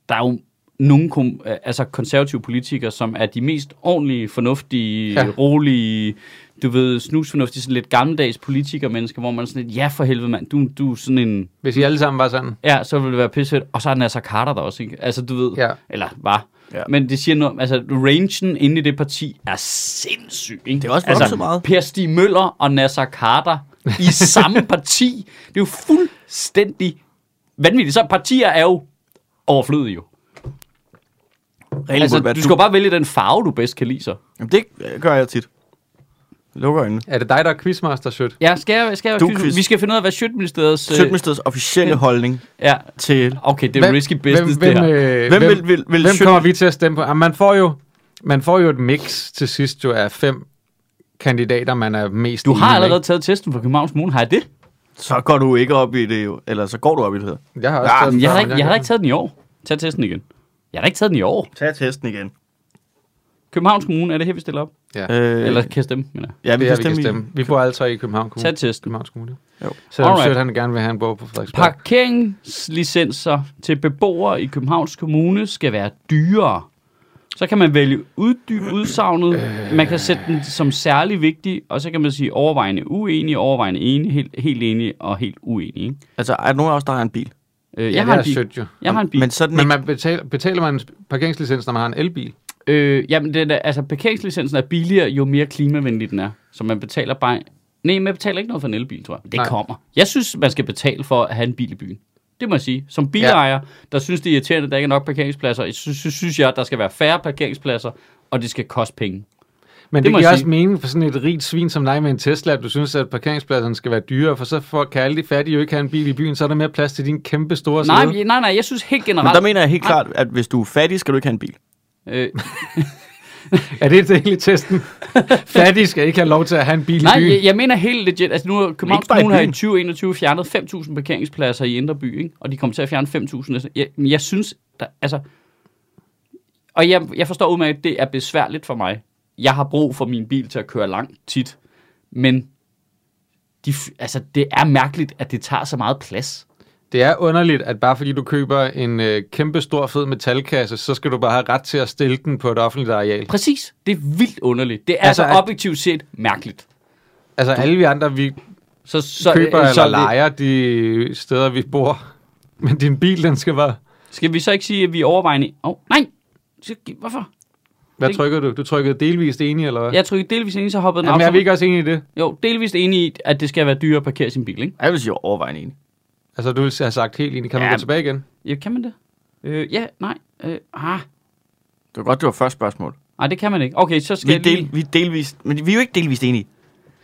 Der er jo nogle kom, altså konservative politikere, som er de mest ordentlige, fornuftige, Ja. ja. rolige, du ved, snusfornuftige, sådan lidt gammeldags politikere mennesker, hvor man er sådan lidt, ja for helvede mand, du, du er sådan en, Hvis I alle sammen var sådan. ja, så ville det være pissefedt. Og så er Nasser Carter der også, ikke? Altså, du ved, Ja. eller var. Ja. Ja. Men det siger noget om, altså, rangen inde i det parti er sindssyg, ikke? Det er også altså, vokset meget. Per Stig Møller og Nasser Carter i samme parti. Det er jo fuldstændig vanvittigt. Så partier er jo overflødige jo. Reglen Altså, burde være, du skal jo bare vælge den farve, du bedst kan lide så. Jamen, det øh, gør jeg tit. Jeg Lukker øjnene. Er det dig, der er quizmaster, Sødt? Ja, skal jeg, skal jeg, Du du, quiz. vi skal finde ud af, hvad Sjøtministeriets... øh, Sjøtministeriets officielle holdning Ja, til... okay, det er risky business, hvem, det her. øh, Hvem vil- vil- vil hvem Sjøt- kommer vi til at stemme på? Jamen, man, får jo, man får jo et mix til sidst jo af fem kandidater, man er mest Du har enig med. allerede taget testen for Københavns Kommune, har jeg det? Så går du ikke op i det jo. Eller så går du op i det her. Jeg har også Ja, taget den Jeg har, da før, ikke, men jeg har da ikke taget den i år. Tag testen igen. Jeg har da ikke taget den i år. Tag testen igen. Københavns Kommune, er det her, vi stiller op? Ja, Øh, Eller kan jeg stemme, mener jeg. ja, det vi, er, kan vi kan stemme. i- stemme. Vi bor alle tre i København Kommune. Tag testen. Københavns Kommune. Jo. Så Alright. Alright. Sødt, han gerne vil have en bog på Frederiksberg. Parkeringslicenser til beboere i Københavns Kommune skal være dyrere. Så kan man vælge uddyb udsagnet. Man kan sætte den som særlig vigtig, og så kan man sige overvejende uenig, overvejende enig, helt, helt enig og helt uenig. ikke? Altså, er der nogen af os, der har en bil? Øh, Ja, jeg, det har er en bil. sødt jo. jeg har en bil. Men så er den Men ikke... man betaler, betaler man en sp- parkeringslicens, når man har en elbil? Øh, jamen, den er, altså, parkeringslicensen er billigere, jo mere klimavenlig den er. Så man betaler bare... Nej, man betaler ikke noget for en elbil, tror jeg. Det Nej. Nej. kommer. Jeg synes, man skal betale for at have en bil i byen. Det må jeg sige. Som bilejer, ja. der synes det er irriterende, at der ikke er nok parkeringspladser, så synes, synes jeg, at der skal være færre parkeringspladser, og det skal koste penge. Men Det det, må det giver jeg også sige. mening for sådan et rigt svin som dig med en Tesla, at du synes, at parkeringspladserne skal være dyre, for så får, kan alle de fattige jo ikke have en bil i byen, så er der mere plads til din kæmpe store Nej, sæde. men- nej, nej, jeg synes helt Men der generelt... mener jeg helt klart, at hvis du er fattig, skal du ikke have en bil. Øh, Er det egentlig testen? Fattige skal ikke have lov til at have en bil nej, i byen. jeg, jeg mener helt legit... Altså, nu har Københavns bare i Kommune har i byen. 2021 fjernet 5.000 parkeringspladser i Indre By, ikke? og de kommer til at fjerne 5.000. næste- Jeg, men jeg synes, der, altså... Og jeg, jeg forstår udmærket, at det er besværligt for mig. Jeg har brug for min bil til at køre langt tit, men de, f- altså, det er mærkeligt, at det tager så meget plads. Det er underligt, at bare fordi du køber en øh, kæmpe stor fed metalkasse, så skal du bare have ret til at stille den på et offentligt areal. Præcis, det er vildt underligt. Det Altså, er altså, at- altså objektivt set mærkeligt. Altså alle vi andre, vi Så, så, køber øh, eller det- lejer de steder, vi bor. Men din bil, den skal bare... Skal vi så ikke sige, at vi er overvejende... Åh, oh, nej! Så- Hvorfor? Hvad Det- trykker du? Du trykkede delvist enig, eller hvad? Jeg trykkede delvis enig, så hoppede den Jamen, op. er så- vi ikke også enige i det? Jo, delvist enig i, at det skal være dyrere at parkere sin bil, ikke? Jeg vil sige overvejende enig. Altså, du ville have sagt helt enig. Kan man Ja. gå tilbage igen? Ja, kan man det? Øh, ja, nej. Øh, ah, Det var godt, det var første spørgsmål. nej, det kan man ikke. Okay, så skal Vi er, jeg lige... del, vi er delvist, men vi er jo ikke delvist enige.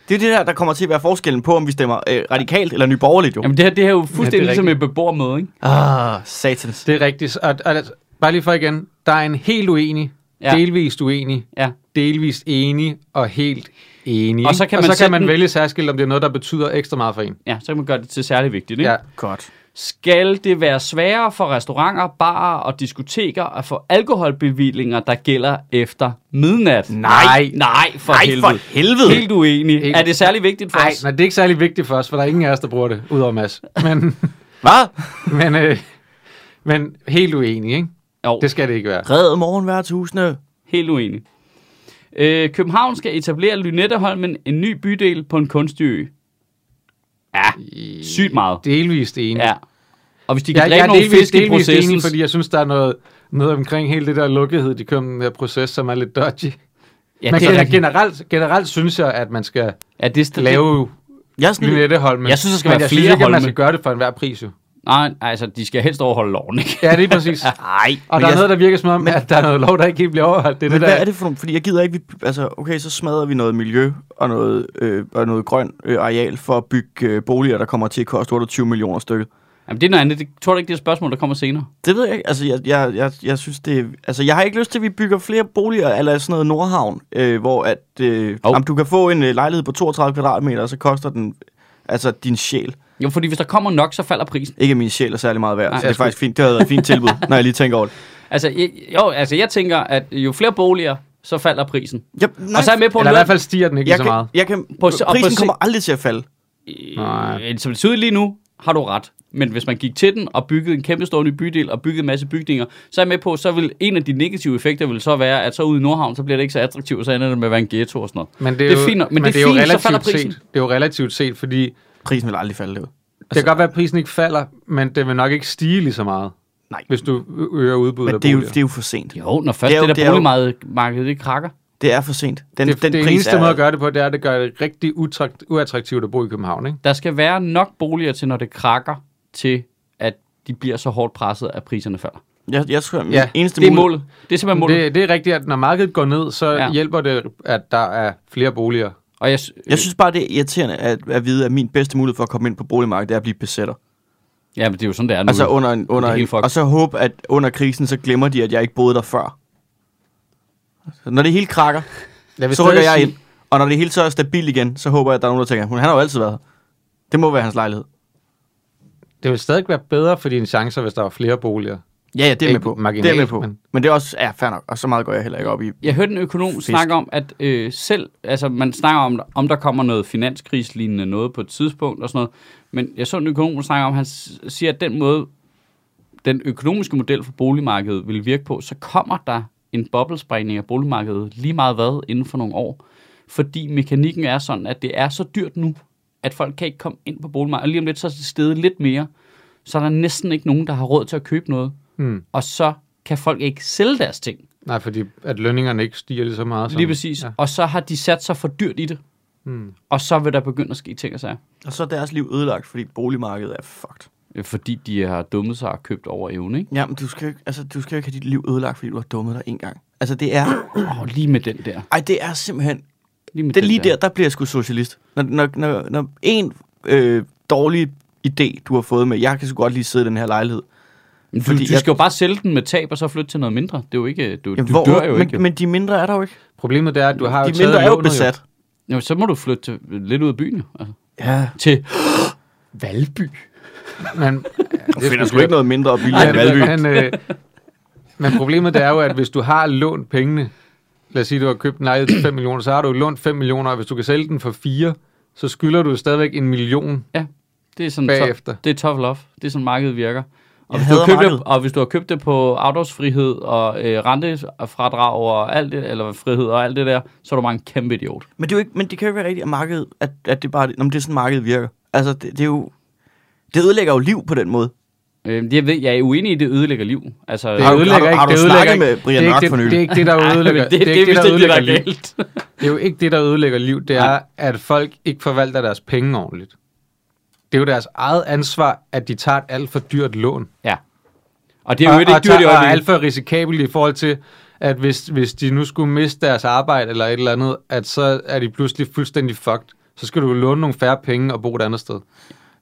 Det er det der, der kommer til at være forskellen på, om vi stemmer øh, radikalt eller nyborgerligt, jo. Jamen, det her, det her er jo fuldstændig Ja, ja, det er ligesom et beboermøde, ikke? Ah, satans. Det er rigtigt. Og, og, altså, bare lige for igen. Der er en helt uenig, Ja. ja. delvist uenig, Ja. delvist enig og helt enig. Og så ikke? kan og man så sætte kan man den- vælge særskilt, om det er noget, der betyder ekstra meget for en. ja, så kan man gøre det til særlig vigtigt, ikke? Ja. Godt. Skal det være sværere for restauranter, barer og diskoteker at få alkoholbevillinger, der gælder efter midnat? Nej. Nej, for Nej, helvede. for helvede. Helt uenig. Helt- Er det særlig vigtigt for Nej, os? nej, det er ikke særlig vigtigt for os, for der er ingen af os, der bruger det, udover Mads. Men, Hvad? men, øh, men helt uenig, ikke? Jo, Det skal det ikke være. Red morgen hver tusinde. Helt uenig. Øh, København skal etablere Lynetteholmen, en ny bydel på en kunstig ø. Ja, sygt meget. Delvist enig. Ja. Og hvis de kan Jeg, dræbe jeg er nogle delvist, fisk i delvist processen, enig, fordi jeg synes, der er noget, noget omkring hele det der lukkethed, de kører med den her proces, som er lidt dodgy. Ja, Men det er gen- rigtigt. generelt, generelt synes jeg, at man skal Ja, det er stadig... lave Jeg er sådan, lidt- Lynetteholmen. Jeg synes, der skal Men være jeg synes flere ikke, at man holme. skal gøre det for enhver pris, jo. Nej, altså, de skal helst overholde loven, ikke? Ja, det er præcis. Nej. Og der er noget, der virker som om, men, at der er noget lov, der ikke helt bliver overholdt. Det er Men det, hvad er der, det for nogle? Fordi jeg gider ikke, vi, altså okay, så smadrer vi noget miljø og noget, øh, og noget grøn øh, areal for at bygge øh, boliger, der kommer til at koste 28 millioner stykket. Jamen, det er noget andet. Det, tror du ikke, det er et spørgsmål, der kommer senere? Det ved jeg ikke. Altså, jeg, jeg, jeg, jeg synes, det er- Altså, jeg har ikke lyst til, at vi bygger flere boliger, eller sådan noget Nordhavn, øh, hvor at... Øh, Jo. oh. om du kan få en øh, lejlighed på 32 kvadratmeter, og så koster den... Altså, din sjæl. Jo, fordi hvis der kommer nok, så falder prisen. Ikke at min sjæl er særlig meget værd, Nej, så jeg det er faktisk fint. Det har været et fint tilbud, når jeg lige tænker over det. Altså, jeg- jo, altså, jeg tænker, at jo flere boliger, så falder prisen. Jeg, nej, Og så er jeg med på, eller i hvert at fald stiger den ikke jeg lige så kan, meget. jeg kan, På se- og på prisen se- kommer aldrig til at falde. Nej. Øh, som det ser ud lige nu, har du ret. Men hvis man gik til den og byggede en kæmpe stor ny bydel og byggede en masse bygninger, så er jeg med på, så vil en af de negative effekter vil så være, at så ude i Nordhavn, så bliver det ikke så attraktivt, og så ender det med at være en ghetto og sådan noget. Men det er, Det er jo, fint nok, men det er jo fint, så falder relativt prisen. set. Det er jo relativt set, fordi det Prisen vil aldrig falde, det kan godt være, at prisen ikke falder, men det vil nok ikke stige lige så meget, Nej. hvis du ø- øger udbuddet Men af det er, jo, boliger. det er jo for sent. Jo, når først Det er jo- det, det det der er jo- boligmarked det krakker. Det er for sent. Den, det, den det pris eneste er, måde at gøre det på, det er, at det gør det rigtig utrakt- uattraktivt at bo i København. Ikke? Der skal være nok boliger til, når det krakker, til at de bliver så hårdt presset, at priserne falder. Jeg, jeg tror, Ja, ja, eneste Det er mulighed- målet. Det er simpelthen målet. Det, det er rigtigt, at når markedet går ned, så Ja. ja. hjælper det, at der er flere boliger. Og jeg, s- Jeg synes bare, det er irriterende at, at vide, at min bedste mulighed for at komme ind på boligmarkedet, det er at blive besætter. ja, men det er jo sådan, det er nu. Altså under en, under Det er en, helt fucked. og så håbe, at under krisen, så glemmer de, at jeg ikke boede der før. Så når det hele krakker, Jeg så rykker jeg ind. Og når det hele så er stabilt igen, så håber jeg, at der er nogen, der tænker, hun han har jo altid været her. Det må være hans lejlighed. Det vil stadig være bedre for dine chancer, hvis der var flere boliger. Ja, ja, det er Ikke med på. Det er marginalt, med på. Men, men- men det er også, ja, fair nok. Og så meget går jeg heller ikke op i. Jeg hørte en økonom Fisk. snakke om, at øh, selv, altså man snakker om, om der kommer noget finanskrislignende noget på et tidspunkt og sådan noget, men jeg så en økonom snakke om, han s- siger, at den måde, den økonomiske model for boligmarkedet vil virke på, så kommer der en boblesprængning af boligmarkedet lige meget hvad inden for nogle år. Fordi mekanikken er sådan, at det er så dyrt nu, at folk kan ikke komme ind på boligmarkedet. Og lige om lidt, så er det steget lidt mere. Så er der næsten ikke nogen, der har råd til at købe noget. Mm. Og så kan folk ikke sælge deres ting. Nej, fordi at lønningerne ikke stiger lige så meget. som- Lige præcis. Ja. Hmm. Ja. Og så har de sat sig for dyrt i det. Mm. Og så vil der begynde at ske ting og sager. Og så er deres liv ødelagt, fordi boligmarkedet er fucked. Øh, Fordi de har dummet sig og købt over evne, ikke? Jamen, du skal, jo ikke- altså, du skal jo ikke have dit liv ødelagt, fordi du har dummet dig en gang. Altså, det er... Oh, lige med den der. Ej, det er simpelthen... Lige med Det er lige der, der bliver jeg sgu socialist. Når, når, når, når en øh, dårlig idé, du har fået med, jeg kan sgu godt lige sidde i den her lejlighed. Men du, fordi du jeg- skal jo bare sælge den med tab, og så flytte til noget mindre. Det er jo ikke... øh, Du, Jamen, du hvor- dør jo men, ikke. Men, Men de mindre er der jo ikke. Problemet det er, at du har jo de taget mindre er jo lånet, besat. Jamen, så må du flytte til, lidt ud af byen, jo. altså. Ja. Til Valby. Men, Du finder sgu ikke noget mindre og billigere Nej, end det ved Valby. jeg godt. men, øh, men problemet det er jo, at hvis du har lånt pengene, lad os sige, du har købt en lejlighed til 5 millioner, så har du jo lånt 5 millioner, og hvis du kan sælge den for 4, så skylder du stadigvæk en million. Ja, det er sådan... Bagefter. To, det er tough love. Det er sådan, markedet virker. Og Jeg hvis, du har hader købt det, markedet. og hvis du har købt det på afdragsfrihed og øh, rentefradrag og alt det, eller frihed og alt det der, så er du bare en kæmpe idiot. Men det, er jo ikke, men det kan jo ikke være rigtigt, at, markedet, at, at det bare når det er sådan, markedet virker. Altså, det, det er jo... Det ødelægger jo liv på den måde. Øh, jeg, ved, jeg er uenig i, det ødelægger liv. Altså, Det Har du- ødelægger har du- ikke, har du det ødelægger snakket ikke. med Brian det, er Mørk ikke for det, nylig? det er ikke det, der Ej, men ødelægger. det, det, det, er ikke det, der ødelægger det, der er liv. galt. Det er jo ikke det, der ødelægger liv. Det er, at folk ikke forvalter deres penge ordentligt. Det er jo deres eget ansvar, at de tager et alt for dyrt lån. Ja. Og det er jo ikke og, dyrt i og, og alt øjeblikket. for risikabelt i forhold til, at hvis, hvis de nu skulle miste deres arbejde eller et eller andet, at så er de pludselig fuldstændig fucked. Så skal du låne nogle færre penge og bo et andet sted.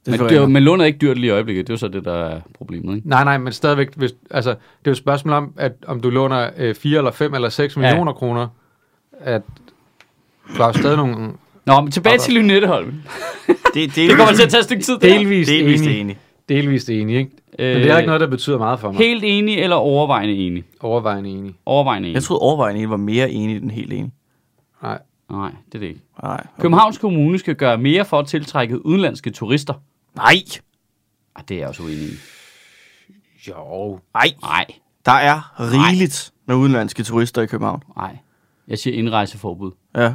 Men, det er jo, men lånet er ikke dyrt lige i øjeblikket. Det er jo så det, der er problemet. Ikke? Nej, nej, men stadigvæk, hvis, altså, det er jo et spørgsmål om, at om du låner øh, 4 eller 5 eller 6 millioner kroner, at du har jo stadig nogle Nå, men tilbage til Lynetteholm. det, Det kommer til at tage et stykke tid. Det her. delvist, Delvist enige. enig. Delvist enige, ikke? Men det er Øh, ikke noget, der betyder meget for mig. Helt Helt enig eller overvejende enig? overvejende enige. Overvejende Jeg enig. troede overvejende, at I var mere enige end helt enige. Nej. Nej, det er det ikke. Nej. Københavns Kommune skal gøre mere for at tiltrække udenlandske turister. Nej. Ah, det er jeg også uenig i. Jo. Nej. Nej, Der er rigeligt med udenlandske turister i København. nej. Jeg siger indrejseforbud. Ja.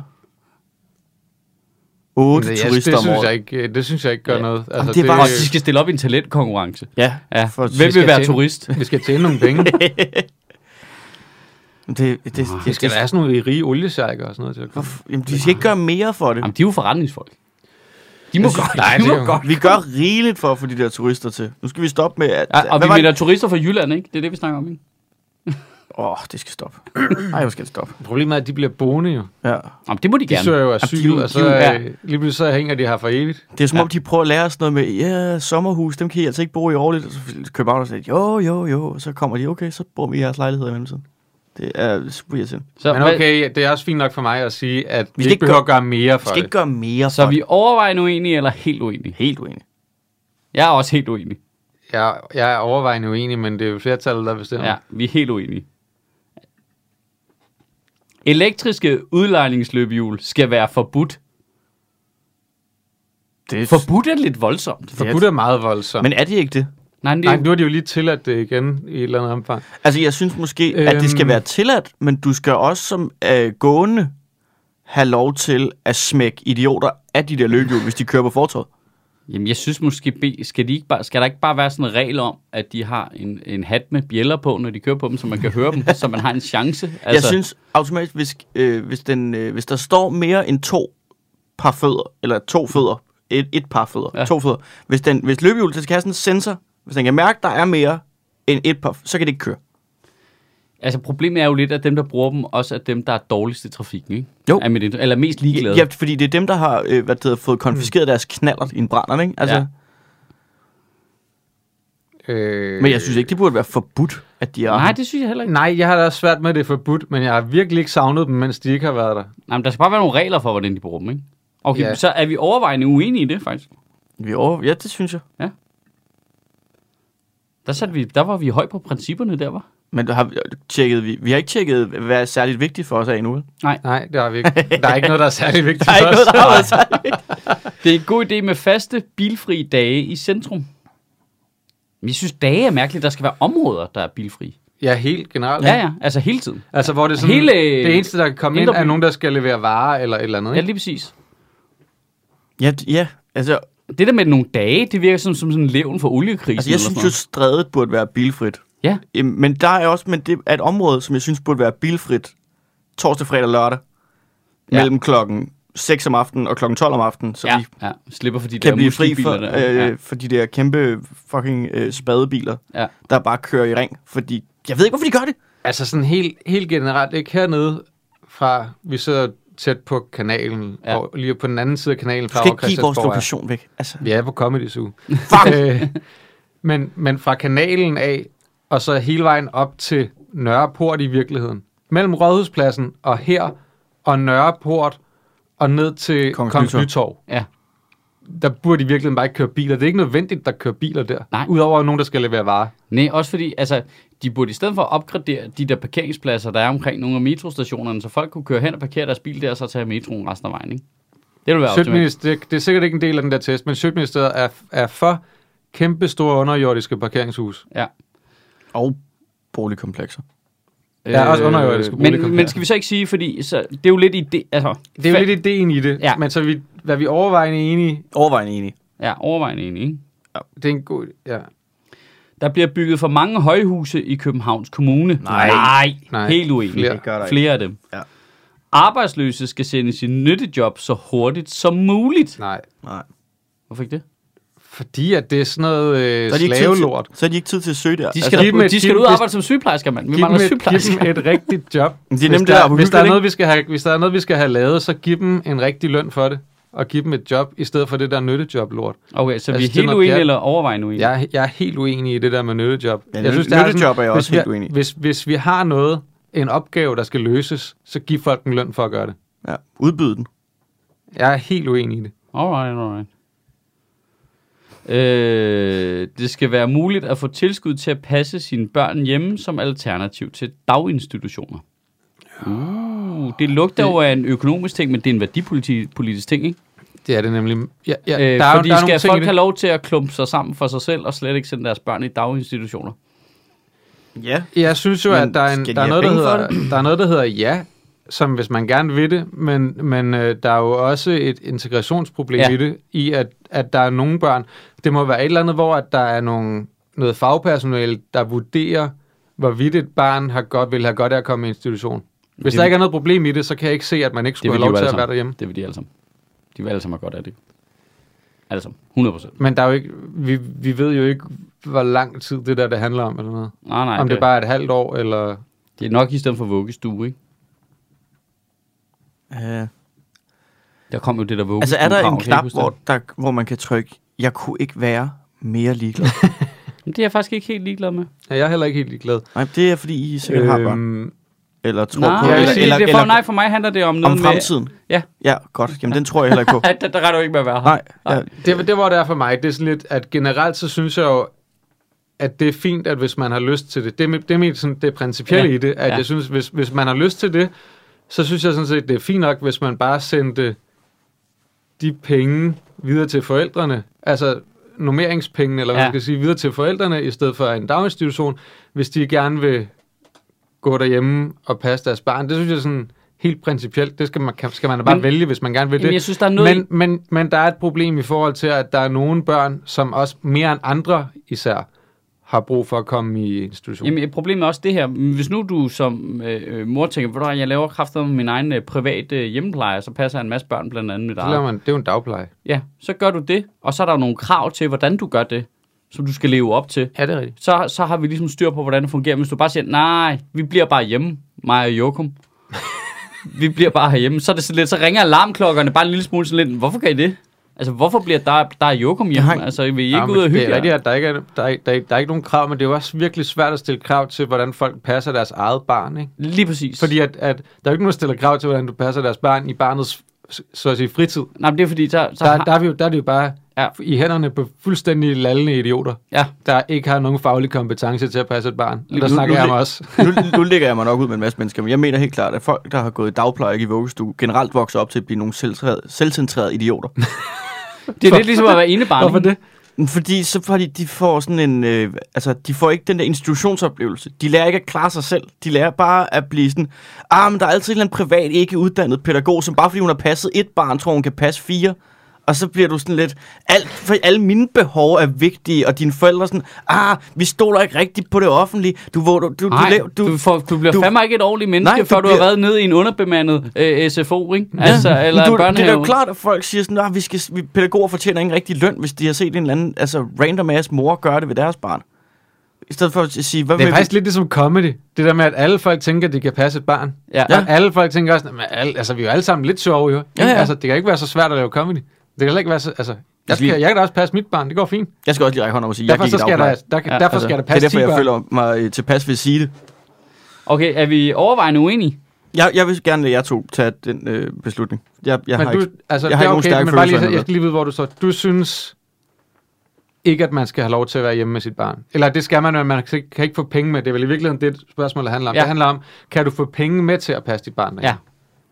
8 Det, jeg, det, turister om synes året. jeg ikke, det synes jeg ikke gør Ja. noget. Altså, Jamen, det er Og bare- de skal stille op i en talentkonkurrence. Ja. Ja, For- hvem skal vil være tjene- turist? Vi skal tjene nogle penge. Det, det, det, det, Det skal være sådan nogle rige oliesejker og sådan noget til at komme. Hvorfor? Jamen, de skal ikke gøre mere for det. Jamen, de er jo forretningsfolk. De må godt. Altså, Nej, de det må er jo- godt. Vi gør rigeligt for at få de der turister til. Nu skal vi stoppe med at... Ja, og Hvad vi var det? mener turister fra Jylland, ikke? Det er det, vi snakker om, ikke? Åh, oh, det skal stoppe. Nej, hvor skal det stoppe? Problemet er, at de bliver boende jo. Ja. Jamen, det må de De gerne. søger jo de er asyl, jo- og så de er jo- øh, ja. lige pludselig så hænger de her for evigt. Det er som om, de prøver at lære os noget med, ja, sommerhus, dem kan I altså ikke bo i årligt. Og så København og lidt, jo, jo, jo. Og så kommer de, okay, så bor vi i jeres lejlighed i mellemtiden. Det er super irriterende. Så, Men hvad- okay, det er også fint nok for mig at sige, at vi, skal vi ikke ikke behøver gøre- at gøre mere Vi for skal det. ikke gøre mere så for er vi overvejende uenige eller helt uenige? det. Helt uenig. Jeg er også helt uenig. Jeg, jeg er overvejende uenig, men det er jo flertallet, der bestemmer. Ja, vi er helt uenige. Elektriske udlejningsløbehjul skal være forbudt. Det er Forbudt er lidt voldsomt. For Gud er meget voldsomt. Men, Men er det ikke det? Nej, men det, Nej, Nej, nu har de jo lige tilladt det igen i et eller andet omfang. Altså, jeg synes måske, øhm... at det skal Øhm. være tilladt, men du skal også som øh, gående have lov til at smække idioter af de der løbehjul, hvis de kører på fortovet. jamen, jeg synes måske, B, skal, de ikke bare, skal der ikke bare være sådan en regel om, at de har en, en hat med bjæller på, når de kører på dem, så man kan høre dem, så man har en chance? Altså, Altså... Jeg synes automatisk, hvis, øh, hvis, den, øh, hvis der står mere end to par fødder, eller to fødder, et, et par fødder, ja. Ja. to fødder. Hvis, den, hvis løbehjulet det skal have sådan en sensor, hvis den kan mærke, der er mere end et par, så kan det ikke køre. altså, problemet er jo lidt, at dem, der bruger dem, også er dem, der er dårligst i trafikken, ikke? Jo. Er med det, eller mest ligeglade. Mm. Ja, fordi det er dem, der har øh, hvad det hedder, fået konfiskeret deres knaller i en brænder, ikke? Altså, ja. Ja. Øh, Men jeg synes ikke, det burde være forbudt, at de er Nej, det synes jeg heller ikke. Nej, jeg har da også svært med, at det er forbudt, men jeg har virkelig ikke savnet dem, mens de ikke har været der. Nej, men der skal bare være nogle regler for, hvordan de bruger dem, ikke? Okay, Ja. ja. så er vi overvejende uenige i det, faktisk. Vi over... Ja, det synes jeg. Der, satte vi, der var vi højt på principperne, der var. Men har vi, øh, tjekket, vi, vi har ikke tjekket, hvad er særligt vigtigt for os af endnu. vel? Nej, det har vi ikke. Der er ikke noget, der er særlig vigtigt Der er ikke for os. noget, der har været særligt Det er en god idé med faste, bilfri dage i centrum. Men jeg synes, dage er mærkeligt. Der skal være områder, der er bilfri. Ja, helt generelt. Ja, ja. Altså hele tiden. Altså, hvor det er sådan, Hele- det eneste, der kan komme ind, Indre er by. nogen, der skal levere varer eller et eller andet. Ja, Ikke? lige præcis. Ja, d- ja altså, Det der med nogle dage, det virker som, som sådan en levn for oliekrisen. altså jeg eller synes jo, sådan strædet burde være bilfrit. noget. Em, Men der er også men det er et område, som jeg synes burde være bilfrit torsdag, fredag og lørdag. Ja. Ja. Mellem klokken 6 om aftenen og klokken 12 om aftenen, så ja. Ja, vi ja, ja. Slipper for de kan der blive fri for, muskelbiler der. øh, ja. for de der kæmpe fucking øh, spadebiler, Ja. der bare kører i ring. Fordi, jeg ved ikke, hvorfor de gør det. Altså sådan helt, helt generelt, ikke hernede fra, vi sidder tæt på kanalen, ja. Ja. og lige på den anden side af kanalen Du fra skal hvor ikke give vores Christiansborg er. lokation væk. Altså, Vi er på Comedy Zoo. fuck! øh, men, men fra kanalen af, og så hele vejen op til Nørreport i virkeligheden. Mellem Rådhuspladsen og her, og Nørreport, og ned til Kongens Kongens Nytorv. Nytorv. Ja. Der burde i virkeligheden bare ikke køre biler. Det er ikke nødvendigt, der kører biler der. Nej. Udover nogen, der skal levere varer. Nej, også fordi, altså, de burde i stedet for at opgradere de der parkeringspladser, der er omkring nogle af metrostationerne, så folk kunne køre hen og parkere deres bil der, og så tage metroen resten af vejen, ikke? Det ville være optimalt. Sjøtministeriet, det er sikkert ikke en del af den der test, men Sjøtministeriet er, er for kæmpe store underjordiske parkeringshus. Ja. Og boligkomplekser. Ja, også underjordiske Øh, men, boligkomplekser. men skal vi så ikke sige, fordi så, det er jo lidt i det, altså... Det er jo lidt ideen i det, Ja. men så er vi, hvad vi overvejende enige, Overvejende enig. Ja, overvejende egentlig, ikke? det er en god... Ja. Der bliver bygget for mange højhuse i Københavns Kommune. Nej. Nej, Nej. helt uenig. Flere. Det gør der Flere af dem. Ja. Arbejdsløse skal sendes i nyttejob så hurtigt som muligt. Nej. Nej. Hvorfor ikke det? Fordi at det er sådan noget øh, Så er de ikke tid slavelort. Til, så er de ikke tid til at søge der. De skal, giv dem altså, et- de giv skal ud dem- og arbejde som sygeplejersker, mand. Vi Giv dem, mangler et, sygeplejersker. giv dem et rigtigt job. det er hvis, nemt, det der der, på hvis, der er hyggeligt, noget, vi skal have, hvis der er noget, vi skal have lavet, så giv dem en rigtig løn for det. Og giv dem et job, i stedet for det der nyttejob-lort. Okay, Altså, så vi det er er helt noget uenige pjat. eller overvejende uenige? Jeg, er- jeg er helt uenig i det der med nyttejob. Ja, jeg nytte- nyttejob er jeg hvis også helt vi- uenig i. Hvis, hvis vi har noget, en opgave, der skal løses, så giv folk en løn for at gøre det. Altså, Ja, udbyde den. Jeg er helt uenig i det. Alright, alright. Øh, det skal være muligt at få tilskud til at passe sine børn hjemme som alternativ til daginstitutioner. Uh, det lugter jo af en økonomisk ting, men det er en værdipolitisk ting, ikke? Det er det nemlig. Ja, ja, Øh, der der er, jo- fordi der er nogle skal folk ting i have det. lov til at klumpe sig sammen for sig selv og slet ikke sende deres børn i daginstitutioner? Ja. Jeg synes jo, Men at der er, en, skal de der, er have noget, der, penge for hedder, der er noget, der hedder ja, som hvis man gerne vil det, men, men øh, der er jo også et integrationsproblem ja. Ja. i det, i at, at der er nogle børn. Det må være et eller andet, hvor at der er nogle, noget fagpersonale, der vurderer, hvorvidt et barn har godt, vil have godt af at komme i institution. Hvis der ikke er noget problem i det, så kan jeg ikke se, at man ikke skulle vil have de jo lov til alle at være sammen. derhjemme. Det vil de alle sammen. De vil alle sammen have godt af det. Alle sammen. 100 procent. Men der er jo ikke, vi, vi ved jo ikke, hvor lang tid det der det handler om, eller noget. Nej, nej. Ej, om det, det bare er et halvt år, eller... det er nok i stedet for vuggestue, ikke? Uh, Der kom jo det der vuggestue. altså, er der en knap, hvor, der, hvor man kan trykke, jeg kunne ikke være mere ligeglad? Det er jeg faktisk ikke helt ligeglad med. Ja, jeg er heller ikke helt ligeglad. Nej, det er fordi, I sikkert har Øhm, børn. Eller tror Nej, på, jeg vil eller, sige, eller, det er for, eller nej, for mig handler det om noget om fremtiden. Ja. Ja, godt. Jamen, den tror jeg heller ikke på. med... Der, der retter jo ikke med at være her. Nej, ja, Det, det, hvor det er for mig, det er sådan lidt, at generelt så synes jeg jo, at det er fint, at hvis man har lyst til det. Det er, mit- det er mit, sådan, det principielle Ja. ja. i det, at Ja. ja. jeg synes, hvis, hvis man har lyst til det, så synes jeg sådan set, det er fint nok, hvis man bare sendte de penge videre til forældrene. Altså normeringspengene, eller hvad Ja. ja. man skal sige, videre til forældrene, i stedet for en daginstitution, hvis de gerne vil gå derhjemme og passe deres barn. Det synes jeg sådan helt principielt, det skal man, kan- skal man da bare Men- men, vælge, hvis man gerne vil Jamen, det. jeg synes, der er noget Men, men, men der er et problem i forhold til, at der er nogle børn, som også mere end andre især har brug for at komme i institution. Jamen, Jamen, øh, problemet er også det her. Hvis nu du som øh, øh, mor tænker, hvor jeg laver kræfter med min egen øh, private øh, hjemmepleje, og så passer jeg en masse børn, blandt andet mit så laver eget. man, det er jo en dagpleje. Ja, så gør du det, og så er der jo nogle krav til, hvordan du gør det, som du skal leve op til. Ja, det er rigtigt. Så, så har vi ligesom styr på, hvordan det fungerer. Men Hvis du bare siger, nej, vi bliver bare hjemme, mig og Jokum. vi bliver bare herhjemme. Så, er det sådan lidt, så ringer alarmklokkerne bare en lille smule sådan lidt, hvorfor kan I det? Altså, hvorfor bliver der, der er Jokum hjemme? har- Altså, vil I Ja, ikke men ud og hygge Det er jer? rigtigt, at der ikke er, der, er, der, er, der er ikke nogen krav, men det er jo også virkelig svært at stille krav til, hvordan folk passer deres eget barn. Ikke? Lige præcis. Fordi at, at der er jo ikke nogen, der stiller krav til, hvordan du passer deres barn i barnets så at sige, fritid. Nej, men det er fordi, så, så Der, har- der, er vi jo, der er det jo bare Ja. ja. i hænderne på fuldstændig lallende idioter, Ja, der ikke har nogen faglig kompetence til at passe et barn. Og nu- der snakker nu- jeg om også. nu, nu ligger jeg mig nok ud med en masse mennesker, men jeg mener helt klart, at folk, der har gået i dagpleje og ikke i vuggestue, generelt vokser op til at blive nogle selvcentrerede, selvcentrerede idioter. det er lidt ligesom at være enebarn. Hvorfor ikke? det? Men Fordi så fordi de får sådan en, øh, altså de får ikke den der institutionsoplevelse. De lærer ikke at klare sig selv. De lærer bare at blive sådan, ah, men der er altid en eller anden privat, ikke uddannet pædagog, som bare fordi hun har passet et barn, tror hun kan passe fire. Og så bliver du sådan lidt, alt, for alle mine behov er vigtige, og dine forældre er sådan, ah, vi stoler ikke rigtigt på det offentlige. Du, hvor du, du, Nej, laver- du, du, får, du bliver du- du, fandme ikke et ordentligt menneske, Nej, Nej, du før du bliver- har været nede i en underbemandet øh, SFO, ikke? Altså, eller Men du, du, det er da jo børnehave. klart, at folk siger sådan, at vi skal, vi, pædagoger fortjener ingen rigtig løn, hvis de har set en eller anden altså, random ass mor gøre det ved deres barn. I stedet for at sige, hvad Det vil er vi- faktisk lidt ligesom comedy. Det der med, at alle folk tænker, at de kan passe et barn. Ja. Ja. Og alle folk tænker også, at alle, altså, vi er jo alle sammen lidt sjove, jo. Ja, ja. Altså, det kan ikke være så svært at lave comedy. Det kan heller ikke være så... Altså, jeg, skal, lige- jeg kan da også passe mit barn, det går fint. Jeg skal også lige række hånden om at sige, Derfor, jeg så gik i skal, jeg da, dagpleje. der, Ja, ja, derfor skal jeg da altså, det er passe derfor, jeg børn. føler mig øh, tilpas ved at sige det. Okay, er vi overvejende uenige? Jeg, jeg vil gerne lade jer to tage den øh, beslutning. Jeg, jeg har men du, ikke, altså, jeg jeg det har ikke er nogen okay, stærke men bare lige, følelser så- jeg hernede. skal lige vide, hvor du står. Du synes ikke, at man skal have lov til at være hjemme med sit barn. Eller det skal man, men man kan ikke- kan ikke få penge med. Det er vel i virkeligheden det, spørgsmålet handler om. Ja. Ja. Det handler om, kan du få penge med til at passe dit barn? Ja.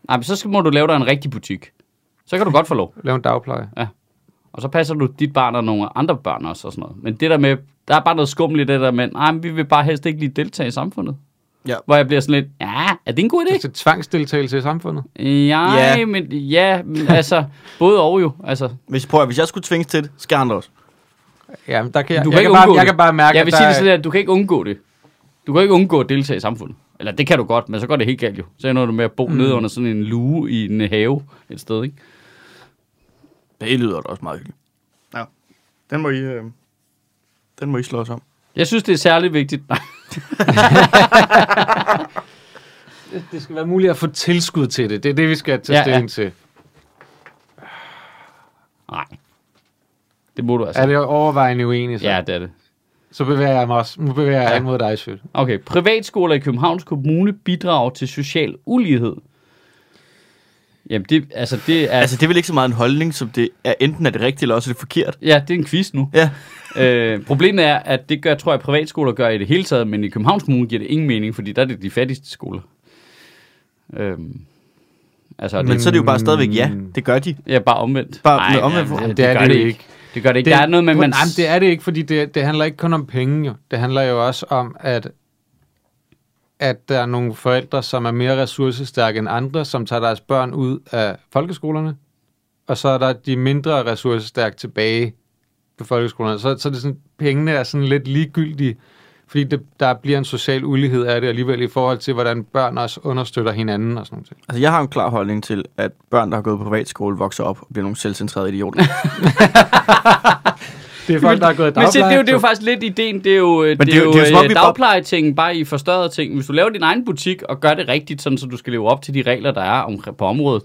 Nej, men så skal, må du lave dig en rigtig butik. Så kan du godt få lov. Lave en dagpleje. Og så passer du dit barn og nogle andre børn også og sådan noget. Men det der med, der er bare noget skummelt i det der med, nej, men vi vil bare helst ikke lige deltage i samfundet. Ja. Hvor jeg bliver sådan lidt, ja, er det en god idé? Altså tvangsdeltagelse i samfundet. Ja, Ja. ja. men ja, men, altså, både og jo. Altså, hvis, prøv, at- hvis jeg skulle tvinges til det, skal andre også. Ja, men der kan jeg, du Du kan jeg, ikke kan bare, undgå jeg det. kan bare mærke, Jeg vil at sige der, det sådan, at du kan ikke undgå det. Du kan ikke undgå at deltage i samfundet. Eller det kan du godt, men så går det helt galt jo. Så ender du med at bo mm. nede under sådan en lue i en have et sted, ikke? Det lyder da også meget hyggeligt. Ja. Den må I, øh, den må I slå os om. Jeg synes, det er særlig vigtigt. Nej, det, det skal være muligt at få tilskud til det. Det er det, vi skal tage Ja, ja, ja. stilling ja. til. nej. det må du altså. Er det overvejende uenig, så? Ja, det er det. Så bevæger jeg mig også. Nu bevæger jeg ja. mod dig, Sjøt. Okay, privatskoler i Københavns Kommune bidrager til social ulighed. Jamen, det, altså, det er... Altså, det er vel ikke så meget en holdning, som det er enten er det rigtigt, eller også er det forkert. Ja, det er en quiz nu. Ja. Øh, problemet er, at det gør, tror jeg, privatskoler gør i det hele taget, men i Københavns Kommune giver det ingen mening, fordi der er det de fattigste skoler. Øhm, altså, Men det, så er det jo bare stadigvæk ja. Mm. Det gør de. ja, bare omvendt. Bare Nej, omvendt. nej, Jamen, det er gør det ikke. Det gør det ikke. Det, der er noget med, man... Nej, men det er det ikke, fordi det, det handler ikke kun om penge. Jo. Det handler jo også om, at at der er nogle forældre, som er mere ressourcestærke end andre, som tager deres børn ud af folkeskolerne, og så er der de mindre ressourcestærke tilbage på folkeskolerne. Så, så er det sådan, pengene er sådan lidt ligegyldige, fordi det, der bliver en social ulighed af det alligevel i forhold til, hvordan børn også understøtter hinanden og sådan noget. Altså, jeg har en klar holdning til, at børn, der har gået på privatskole, vokser op og bliver nogle selvcentrerede idioter. Det er folk, der har gået i Men se, det, er jo, dagpleje. det er jo faktisk lidt ideen, det er jo, det det er er jo- jo, det er jo som om, vi øh, bare- dagplejeting, bare i forstørret ting. Hvis du laver din egen butik og gør det rigtigt, sådan, så du skal leve op til de regler, der er om, på området,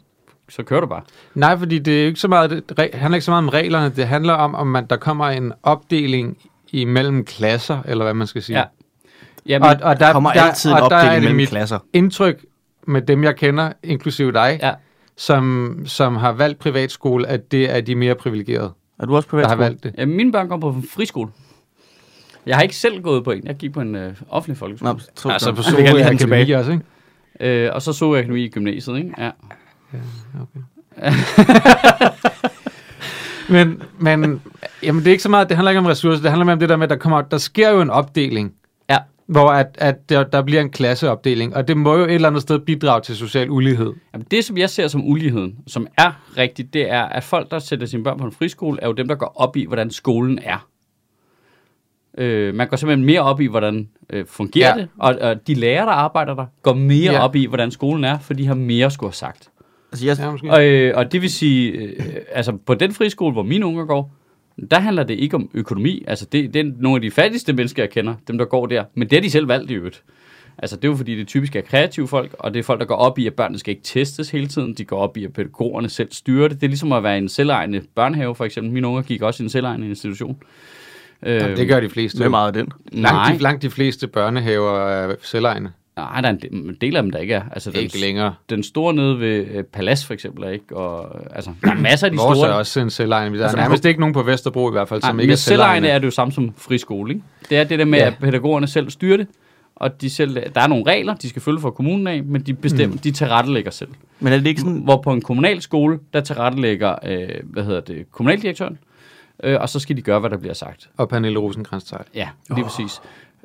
så kører du bare. Nej, fordi det er jo ikke så meget, det re- handler ikke så meget om reglerne. Det handler om, om man, der kommer en opdeling imellem klasser, eller hvad man skal sige. Ja. Jamen, Og, og der, Der kommer der, altid en og der er opdeling det mellem mit klasser. indtryk med dem, jeg kender, inklusive dig, ja. som, som har valgt privatskole, at det er de mere privilegerede, Er du også der har privatskole? valgt det. Ja, mine børn kommer på en friskole. Jeg har ikke selv gået på en. Jeg gik på en øh, offentlig folkeskole. Nå, så, Altså på Vi kan lige have Sorø den Akademi tilbage. også, ikke? Øh, og så så jeg økonomi i gymnasiet, ikke? Ja. Men, men jamen, det er ikke så meget, det handler ikke om ressourcer, det handler mere om det der med, at der, kommer, der sker jo en opdeling, Ja. hvor at, at der, der bliver en klasseopdeling, og det må jo et eller andet sted bidrage til social ulighed. Jamen, det, som jeg ser som uligheden, som er rigtigt, det er, at folk, der sætter sine børn på en friskole, er jo dem, der går op i, hvordan skolen er. Øh, man går simpelthen mere op i, hvordan øh, fungerer Ja. ja. det, og, og de lærere, der arbejder der, går mere Ja. ja. op i, hvordan skolen er, for de har mere at skulle have sagt. Altså, jeg, Ja, måske. Og, øh, og det vil sige, øh, altså på den friskole, hvor mine unger går, der handler det ikke om økonomi. Altså det, det er nogle af de fattigste mennesker, jeg kender, dem der går der. Men det har de selv valgt i øvrigt. Altså det er jo fordi, det typisk er kreative folk, og det er folk, der går op i, at børnene skal ikke testes hele tiden. De går op i, at pædagogerne selv styrer det. Det er ligesom at være i en selvejende børnehave, for eksempel. Mine unger gik også i en selvejende institution. Øh, Det gør de fleste. det er meget af den. Langt, nej. de, langt de fleste børnehaver er selvegne. Nej, der er en del- en del af dem, der ikke er. Altså, den, Ikke længere. den store nede ved øh, Palas for eksempel, er ikke? Og, øh, altså, der er masser af de Vores store. er også en selvejende. Der er Altså, nærmest ikke nogen på Vesterbro i hvert fald, som Nej, ikke er men selvejende selvejende. er det jo samme som friskole, ikke? Det er det der med, Ja. ja. at pædagogerne selv styrer det, og de selv, der er nogle regler, de skal følge fra kommunen af, men de bestemmer, mm. de tilrettelægger selv. Men er det ikke sådan... Hvor på en kommunal skole, der tilrettelægger, øh, hvad hedder det, kommunaldirektøren, øh, og så skal de gøre, hvad der bliver sagt. Og Pernille rosenkrantz -Teil. Ja, lige oh. præcis.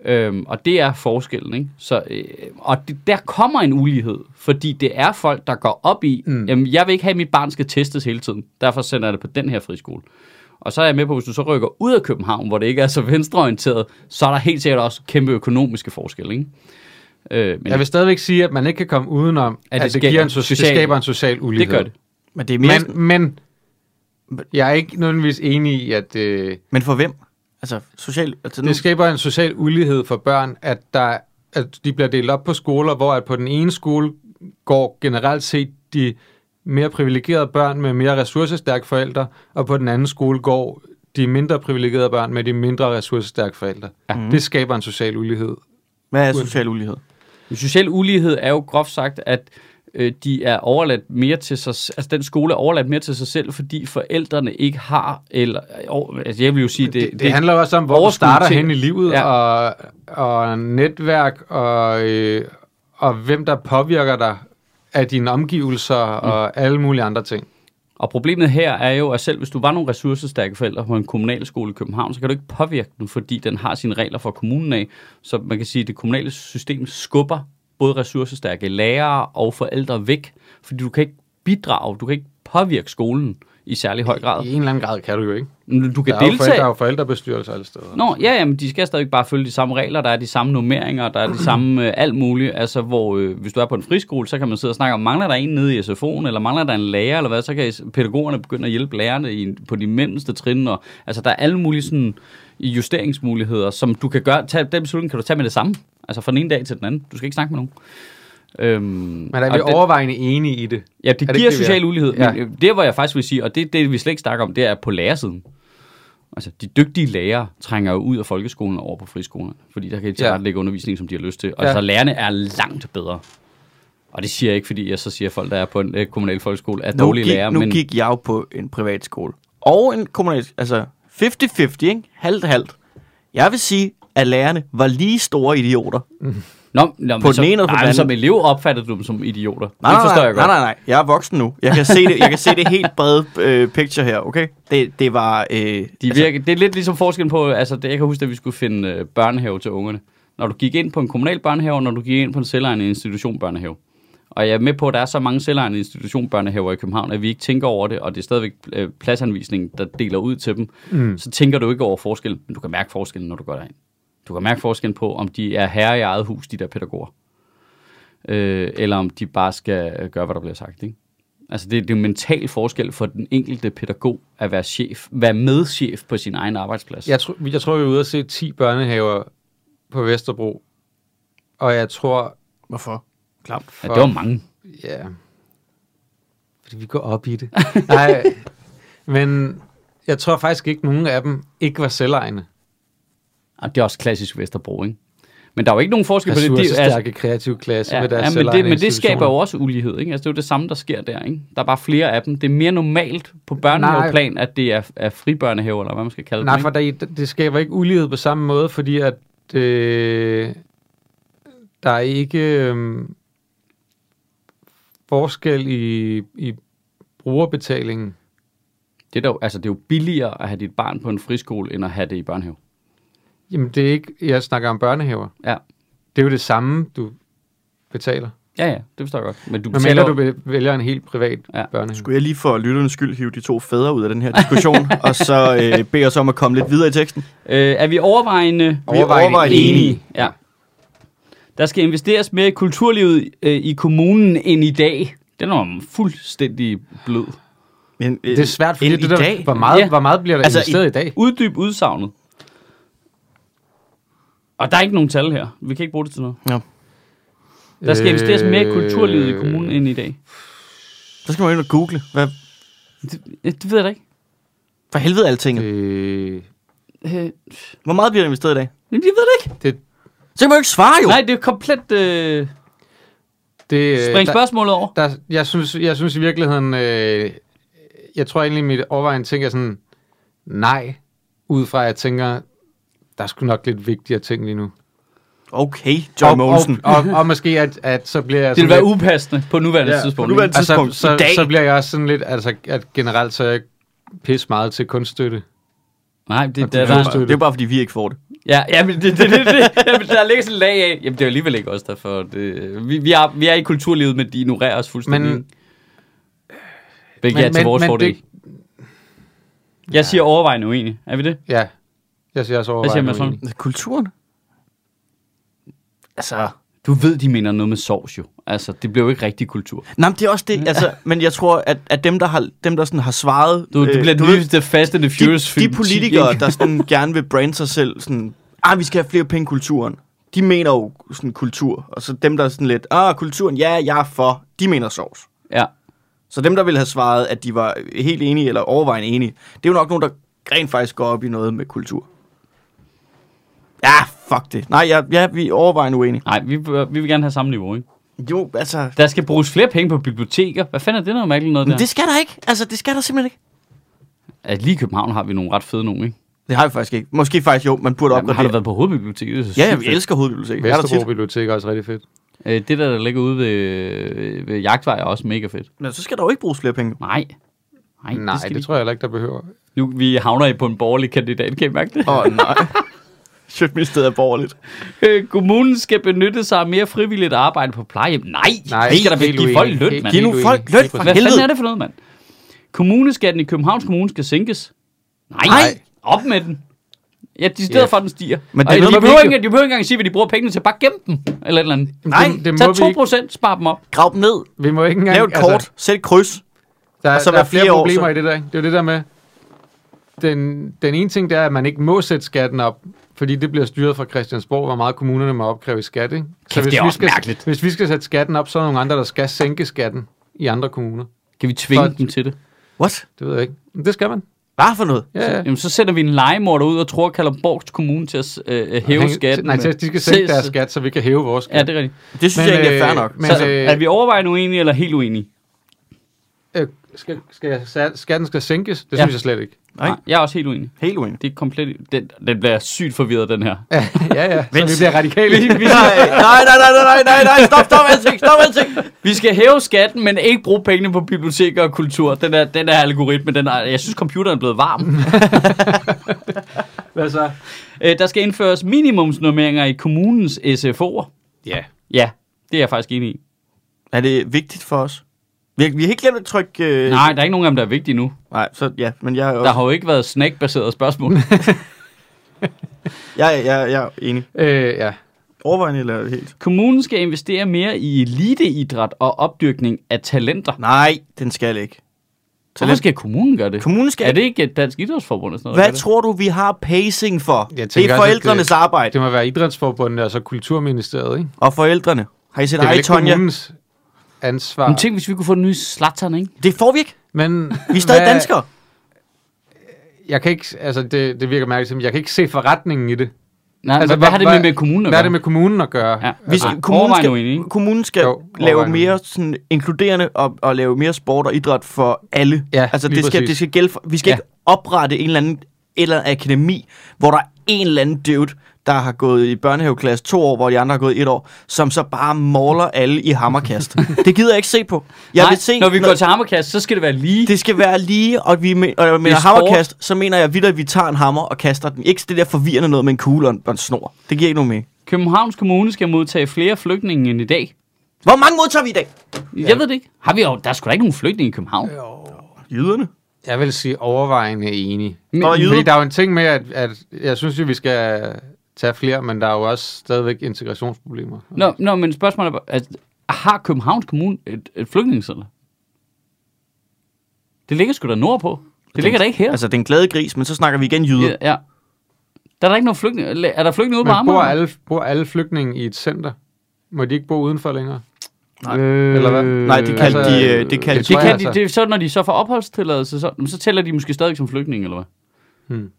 Øhm, og det er forskellen, ikke? Så, øh, og det, der kommer en ulighed, fordi det er folk, der går op i, mm. jamen, jeg vil ikke have, at mit barn skal testes hele tiden, derfor sender jeg det på den her friskole. Og så er jeg med på, hvis du så rykker ud af København, hvor det ikke er så venstreorienteret, så er der helt sikkert også kæmpe økonomiske forskelle, ikke? Øh, men Jeg vil stadigvæk sige, at man ikke kan komme udenom, at, det, det det, giver skaber en so- social, social- det skaber en social ulighed. det gør det. Men det er mere men, sådan, Men, men jeg er ikke nødvendigvis enig i, at øh, men for hvem? Altså, social... Altså, nu, det skaber en social ulighed for børn, at, der, at de bliver delt op på skoler, hvor at på den ene skole går generelt set de mere privilegerede børn med mere ressourcestærke forældre, og på den anden skole går de mindre privilegerede børn med de mindre ressourcestærke forældre. Mm. Det skaber en social ulighed. hvad er social ulighed? Men Social ulighed er jo groft sagt, at øh, de er overladt mere til sig, altså den skole er overladt mere til sig selv, fordi forældrene ikke har, eller, og- altså jeg vil jo sige, det, Det, det handler også om, hvor du overskud starter til- hen i livet, ja. Ja. og, og netværk, og, øh, og hvem der påvirker dig af dine omgivelser, mm. og alle mulige andre ting. Og problemet her er jo, at selv hvis du var nogle ressourcestærke forældre på en kommunal skole i København, så kan du ikke påvirke den, fordi den har sine regler fra kommunen af. Så man kan sige, at det kommunale system skubber både ressourcestærke lærere og forældre væk, fordi du kan ikke bidrage, du kan ikke påvirke skolen i særlig høj grad. I en eller anden grad kan du jo ikke. Du kan Der er jo, forældre, deltage. der er jo forældrebestyrelser alle steder. Nå, ja, ja, men de skal stadig bare følge de samme regler, der er de samme nummeringer, der er de samme øh, alt muligt. Altså, hvor øh, hvis du er på en friskole, så kan man sidde og snakke om, mangler der en nede i SFO'en, eller mangler der en lærer, eller hvad, så kan pædagogerne begynde at hjælpe lærerne i, på de mindste trin. Og, altså, der er alle mulige sådan, justeringsmuligheder, som du kan gøre. Tage, den beslutning kan du tage med det samme. Altså, fra den ene dag til den anden. Du skal ikke snakke med nogen. Øhm, Men er og vi den- overvejende enige i det? Ja, Er det, det det giver ikke det, vi social er? ulighed. Ja. Ja. Men øh, det, hvor jeg faktisk vil sige, og det, det vi slet ikke snakker om, det er på lærersiden. Altså, de dygtige lærere trænger jo ud af folkeskolen og over på friskolerne, fordi der kan de tilrettelægge undervisning, som de har lyst til. Og Ja. ja. så lærerne er langt bedre. Og det siger jeg ikke, fordi jeg så siger, at folk, der er på en øh, kommunal folkeskole, er Nu, dårlige gik, lærere. nu men gik jeg jo på en privatskole. Og en kommunal... Altså, 50-50, ikke? Halvt-halvt. Jeg vil sige, at lærerne var lige store idioter. nå, nå, på den ene og på den anden. Som elev opfattede du dem som idioter. Nej, det nej, forstår nej, jeg godt. Nej, nej, nej. Jeg er voksen nu. Jeg kan se det, jeg kan se det helt brede øh, picture her, okay? Det, det var... Øh, de De virker, altså, det er lidt ligesom forskellen på, altså det, jeg kan huske, at vi skulle finde øh, børnehave til ungerne. Når du gik ind på en kommunal børnehave, og når du gik ind på en selvejende institution børnehave. Og jeg er med på, at der er så mange selvejende institution børnehaver i København, at vi ikke tænker over det, og det er stadigvæk øh, pladsanvisningen, der deler ud til dem. Mm. Så tænker du ikke over forskellen, men du kan mærke forskellen, når du går derind. Du kan mærke forskellen på, om de er herre i eget hus, de der pædagoger. Øh, eller om de bare skal øh, gøre, hvad der bliver sagt. Ikke? Altså det, det er jo en mental forskel for den enkelte pædagog at være chef, være medchef på sin egen arbejdsplads. Jeg, tr- jeg tror, vi er ude at se 10 børnehaver på Vesterbro. Og jeg tror... Hvorfor? Klamt. ja, det var mange. Ja. Fordi vi går op i det. Nej, men jeg tror faktisk ikke, nogen af dem ikke var selvejende. Og det er også klassisk Vesterbro, ikke? Men der er jo ikke nogen forskel på det. De, altså, Ressourcestærke kreative klasse ja, med deres ja, men, det, selvejende men det institutioner. skaber jo også ulighed, ikke? Altså, det er jo det samme, der sker der, ikke? Der er bare flere af dem. Det er mere normalt på børnehaveplan, at det er, er fribørnehaver, eller hvad man skal kalde Nej, dem, for ikke? der, det skaber ikke ulighed på samme måde, fordi at øh, der er ikke øh, forskel i, i brugerbetalingen. Det er, jo, altså, det er jo billigere at have dit barn på en friskole, end at have det i børnehave. Jamen, det er ikke... Jeg snakker om børnehaver. Ja, Det er jo det samme, du betaler. ja, ja det forstår jeg godt. Men du Når betaler... du be- vælger en helt privat Ja. ja. børnehave. Skulle jeg lige for lytternes skyld hive de to fædre ud af den her diskussion, og så øh, bede os om at komme lidt videre i teksten? Øh, er vi overvejende... Overvejende enige. Ja. Der skal investeres mere i kulturlivet øh, i kommunen end i dag. Den er fuldstændig blød. Men, øh, Det er svært, fordi end det i der, dag? Hvor, meget, Ja. ja. hvor meget bliver der Altså, altså, investeret i, i dag? Uddyb udsagnet. Og der er ikke nogen tal her. Vi kan ikke bruge det til noget. Der Øh, skal investeres mere i kulturlivet i kommunen end i dag. Så skal man jo ind og google. Hvad Det, det ved jeg da ikke. for helvede er alting? Øh, Øh, Hvor meget bliver der investeret i dag? men jeg ved det ikke. det, Så kan man jo ikke svare jo! Nej, det er komplet... Øh, det, øh, spring der- spørgsmålet over. der, jeg, synes, jeg synes i virkeligheden, øh, jeg tror egentlig, mit overvejende ting er sådan, nej, ud fra at jeg tænker, der er sgu nok lidt vigtigere ting lige nu. Okay, John og, Mogensen. og, og, og måske, at, at så bliver jeg Det vil sådan være lidt, upassende på nuværende Ja, på tidspunkt. nuværende ikke? altså, tidspunkt i så, dag. så bliver jeg også sådan lidt, altså at generelt så er jeg pis meget til kunststøtte. Nej, det, det, det det, er der, bare- Det er bare, fordi vi ikke får det. Ja, ja, men det, det, det, det jamen, der ligger sådan et lag af. Jamen, det er jo alligevel ikke os, der får det. Vi, vi, er, vi er i kulturlivet, men de ignorerer os fuldstændig. Men- Hvilket men- er til men- vores men fordel. det- Jeg siger overvejende uenig. Er vi det? Ja, jeg siger også Hvad overvejende. siger man sådan? uenig. Kulturen? Altså... Du ved, de mener noget med sovs jo. Altså, det blev jo ikke rigtig kultur. Nej, men det er også Mm. det, altså, men jeg tror, at, at dem, der har, dem, der sådan har svaret... Du, øh, det øh, bliver du den ved, nyeste Fast and the Furious de, film. de politikere, ikke? der sådan gerne vil brande sig selv, sådan, ah, vi skal have flere penge i kulturen, de mener jo sådan kultur, og så dem, der er sådan lidt, ah, kulturen, ja, jeg er for, de mener sovs. Ja. Så dem, der ville have svaret, at de var helt enige eller overvejende enige, det er jo nok nogen, der rent faktisk går op i noget med kultur. Ja, fuck det. Nej, ja, ja vi er overvejende uenige. Nej, vi, bør- vi vil gerne have samme niveau, ikke? Jo, altså... Der skal bruges flere penge på biblioteker. Hvad fanden er det noget mærkeligt noget der? Men det skal der ikke. Altså, det skal der simpelthen ikke. At lige i København har vi nogle ret fede nogen, ikke? Det har vi faktisk ikke. Måske faktisk jo, man burde Jamen, har opgradere. du været på hovedbiblioteket? Det er så Ja, sygt jeg fedt. elsker hovedbiblioteket. Jeg er der Vesterbro tit. Bibliotek er også rigtig fedt. Øh, Det der, der ligger ude ved, ved Jagtvej, er også mega fedt. Men så skal der jo ikke bruges flere penge. Nej. Nej, Nej, det, skal det vi... tror jeg heller ikke, der behøver. Nu vi havner I på en borgerlig kandidat, kan I mærke det? Åh, oh, nej. Shit, mit sted er borgerligt. Øh, kommunen skal benytte sig af mere frivilligt arbejde på plejehjem. Nej, Nej, det skal der helt vel give uenig. folk løn, Helt- mand. Giv nu uenig. folk løn for Hvad fanden er helvede. det for noget, mand? Kommuneskatten i Københavns Kommune skal sænkes. Nej, Nej. op med den. Ja, de steder Ja. yeah. for, at den stiger. Men Men det er det, noget, de, man behøver virkelig- ikke, de behøver ikke engang sige, hvad de bruger pengene til. Bare gem dem, eller et eller andet. Nej, det, det må Tag vi 2 ikke. procent, spar dem op. Grav dem ned. Vi må ikke engang... altså, Lav et kort. Sæt kryds. Der, Og så så der er hver flere fire år, problemer så- i det der. ikke? Det er jo det der med, den, den ene ting, det er, at man ikke må sætte skatten op, fordi det bliver styret fra Christiansborg, hvor meget kommunerne må opkræve i skat. Ikke? Kæft, det er vi også skal, mærkeligt. hvis vi skal sætte skatten op, så er der nogle andre, der skal sænke skatten i andre kommuner. Kan vi tvinge For- dem til det? What? Det ved jeg ikke. Men det skal man. Hvad for noget? Ja, ja. Jamen, så sender vi en legemorder ud og tror, at Kalderborgs Kommune til at øh, hæve Hæng- skatten. Nej, med- til, de skal sænke Se- deres skat, så vi kan hæve vores skat. Ja, det er rigtigt. Det synes Men, jeg egentlig er fair øh, nok. men- Men, så, øh, er vi overvejende uenige eller helt uenige? Øh, skal, skal jeg, sa- skatten skal sænkes? Det Ja. ja. synes jeg slet ikke. Nej. Nej, jeg er også helt uenig. Helt uenig. Det er komplet... Den, den bliver sygt forvirret, den her. ja, ja. Så vi bliver radikale. Nej, nej, nej, nej, nej, nej, nej, stop, stop alting, stop alting. Vi skal hæve skatten, men ikke bruge pengene på biblioteker og kultur. Den er, den er algoritme. Den er, jeg synes, computeren er blevet varm. Hvad så? Øh, der skal indføres minimumsnormeringer i kommunens SFO'er. Ja. Ja, det er jeg faktisk enig i. Er det vigtigt for os? Vi har, vi har helt glemt at trykke... Øh... Nej, der er ikke nogen af dem, der er vigtige nu. Nej, så ja, men jeg er Der også... har jo ikke været snackbaserede spørgsmål. Jeg, jeg, jeg er enig. Øh, ja. Overvejende eller helt? Kommunen skal investere mere i eliteidræt og opdyrkning af talenter. Nej, den skal ikke. Så Hvorfor skal kommunen gøre det? Kommunen skal Er det ikke et dansk idrætsforbund eller sådan noget? der Hvad gør tror du, vi har pacing for? Jeg Det tænker er også, at forældrenes det- arbejde. Det må være Idrætsforbundet og så Kulturministeriet, ikke? Og forældrene. Har I set Det er vel ej, ikke Tonja? kommunens ansvar. det? Men tænk, hvis vi kunne få den nye Zlatan, ikke? Det får vi ikke. Men Vi er stadig hvad- danskere. Jeg kan ikke, altså det, det virker mærkeligt, men jeg kan ikke se forretningen i det. Nej, Altså, altså, hvad, hvad har det med, med kommunen at Hvad er det gøre? med kommunen at gøre? Ja. Altså, Vi skal, kommunen overvej skal, nu egentlig, ikke? kommunen skal Jo, lave overvej nu. mere sådan, inkluderende og, og lave mere sport og idræt for alle. Ja, altså, lige det skal, præcis. det skal gælde for, vi skal Ja. ja. ikke oprette en eller anden eller anden akademi, hvor der er en eller anden dude, der har gået i børnehaveklasse to år, hvor de andre har gået et år, som så bare måler alle i hammerkast. det gider jeg ikke se på. Jeg Nej, vil se, når vi går til Hammerkast, så skal det være lige. Det skal være lige, og vi men, og jeg mener sport. hammerkast, så mener jeg vidt, at vi tager en hammer og kaster den. Ikke det der forvirrende noget med en kugle og en, og en snor. Det giver ikke nogen mening. Københavns Kommune skal modtage flere flygtninge end i dag. Hvor mange modtager vi i dag? Jeg ved det ikke. Har vi jo, der er sgu da ikke nogen flygtninge i København. Jyderne. Jeg vil sige overvejende enig. Men- Nå, jyder. Fordi der er jo en ting med, at, at jeg synes jo, vi skal tage flere, men der er jo også stadigvæk integrationsproblemer. Nå, nå men spørgsmålet er, bare, altså, har Københavns Kommune et, et flygtningecenter? Det ligger sgu da nordpå. Det ligger da ikke her. Altså, den glade gris, men så snakker vi igen jyder. ja, ja. Der er der ikke nogen flygtninge. Er der flygtninge ude på Men bor Amager? alle, bor alle flygtninge i et center? Må de ikke bo udenfor længere? Øh, Eller hvad? Nej, det kaldte altså, de, øh, det kaldte det Det tror kan jeg de, altså. det, er så når de så får opholdstilladelse, så, jamen, så tæller de måske stadig som flygtninge, eller hvad? Hmm.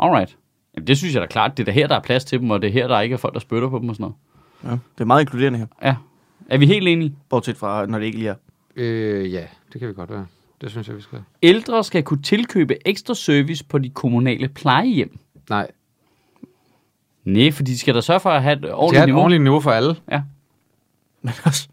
Alright. Jamen, det synes jeg da klart. Det er da her, der er plads til dem, og det er her, der ikke er folk, der spytter på dem og sådan noget. Ja. Det er meget inkluderende her. Ja. Er vi helt enige? Bortset fra, når det ikke lige er. Øh, ja, det kan vi godt være. Det synes jeg, vi skal. Ældre skal kunne tilkøbe ekstra service på de kommunale plejehjem. Nej, Nej, for de skal da sørge for at have et det er ordentligt et niveau. ordentligt niveau for alle. Men også...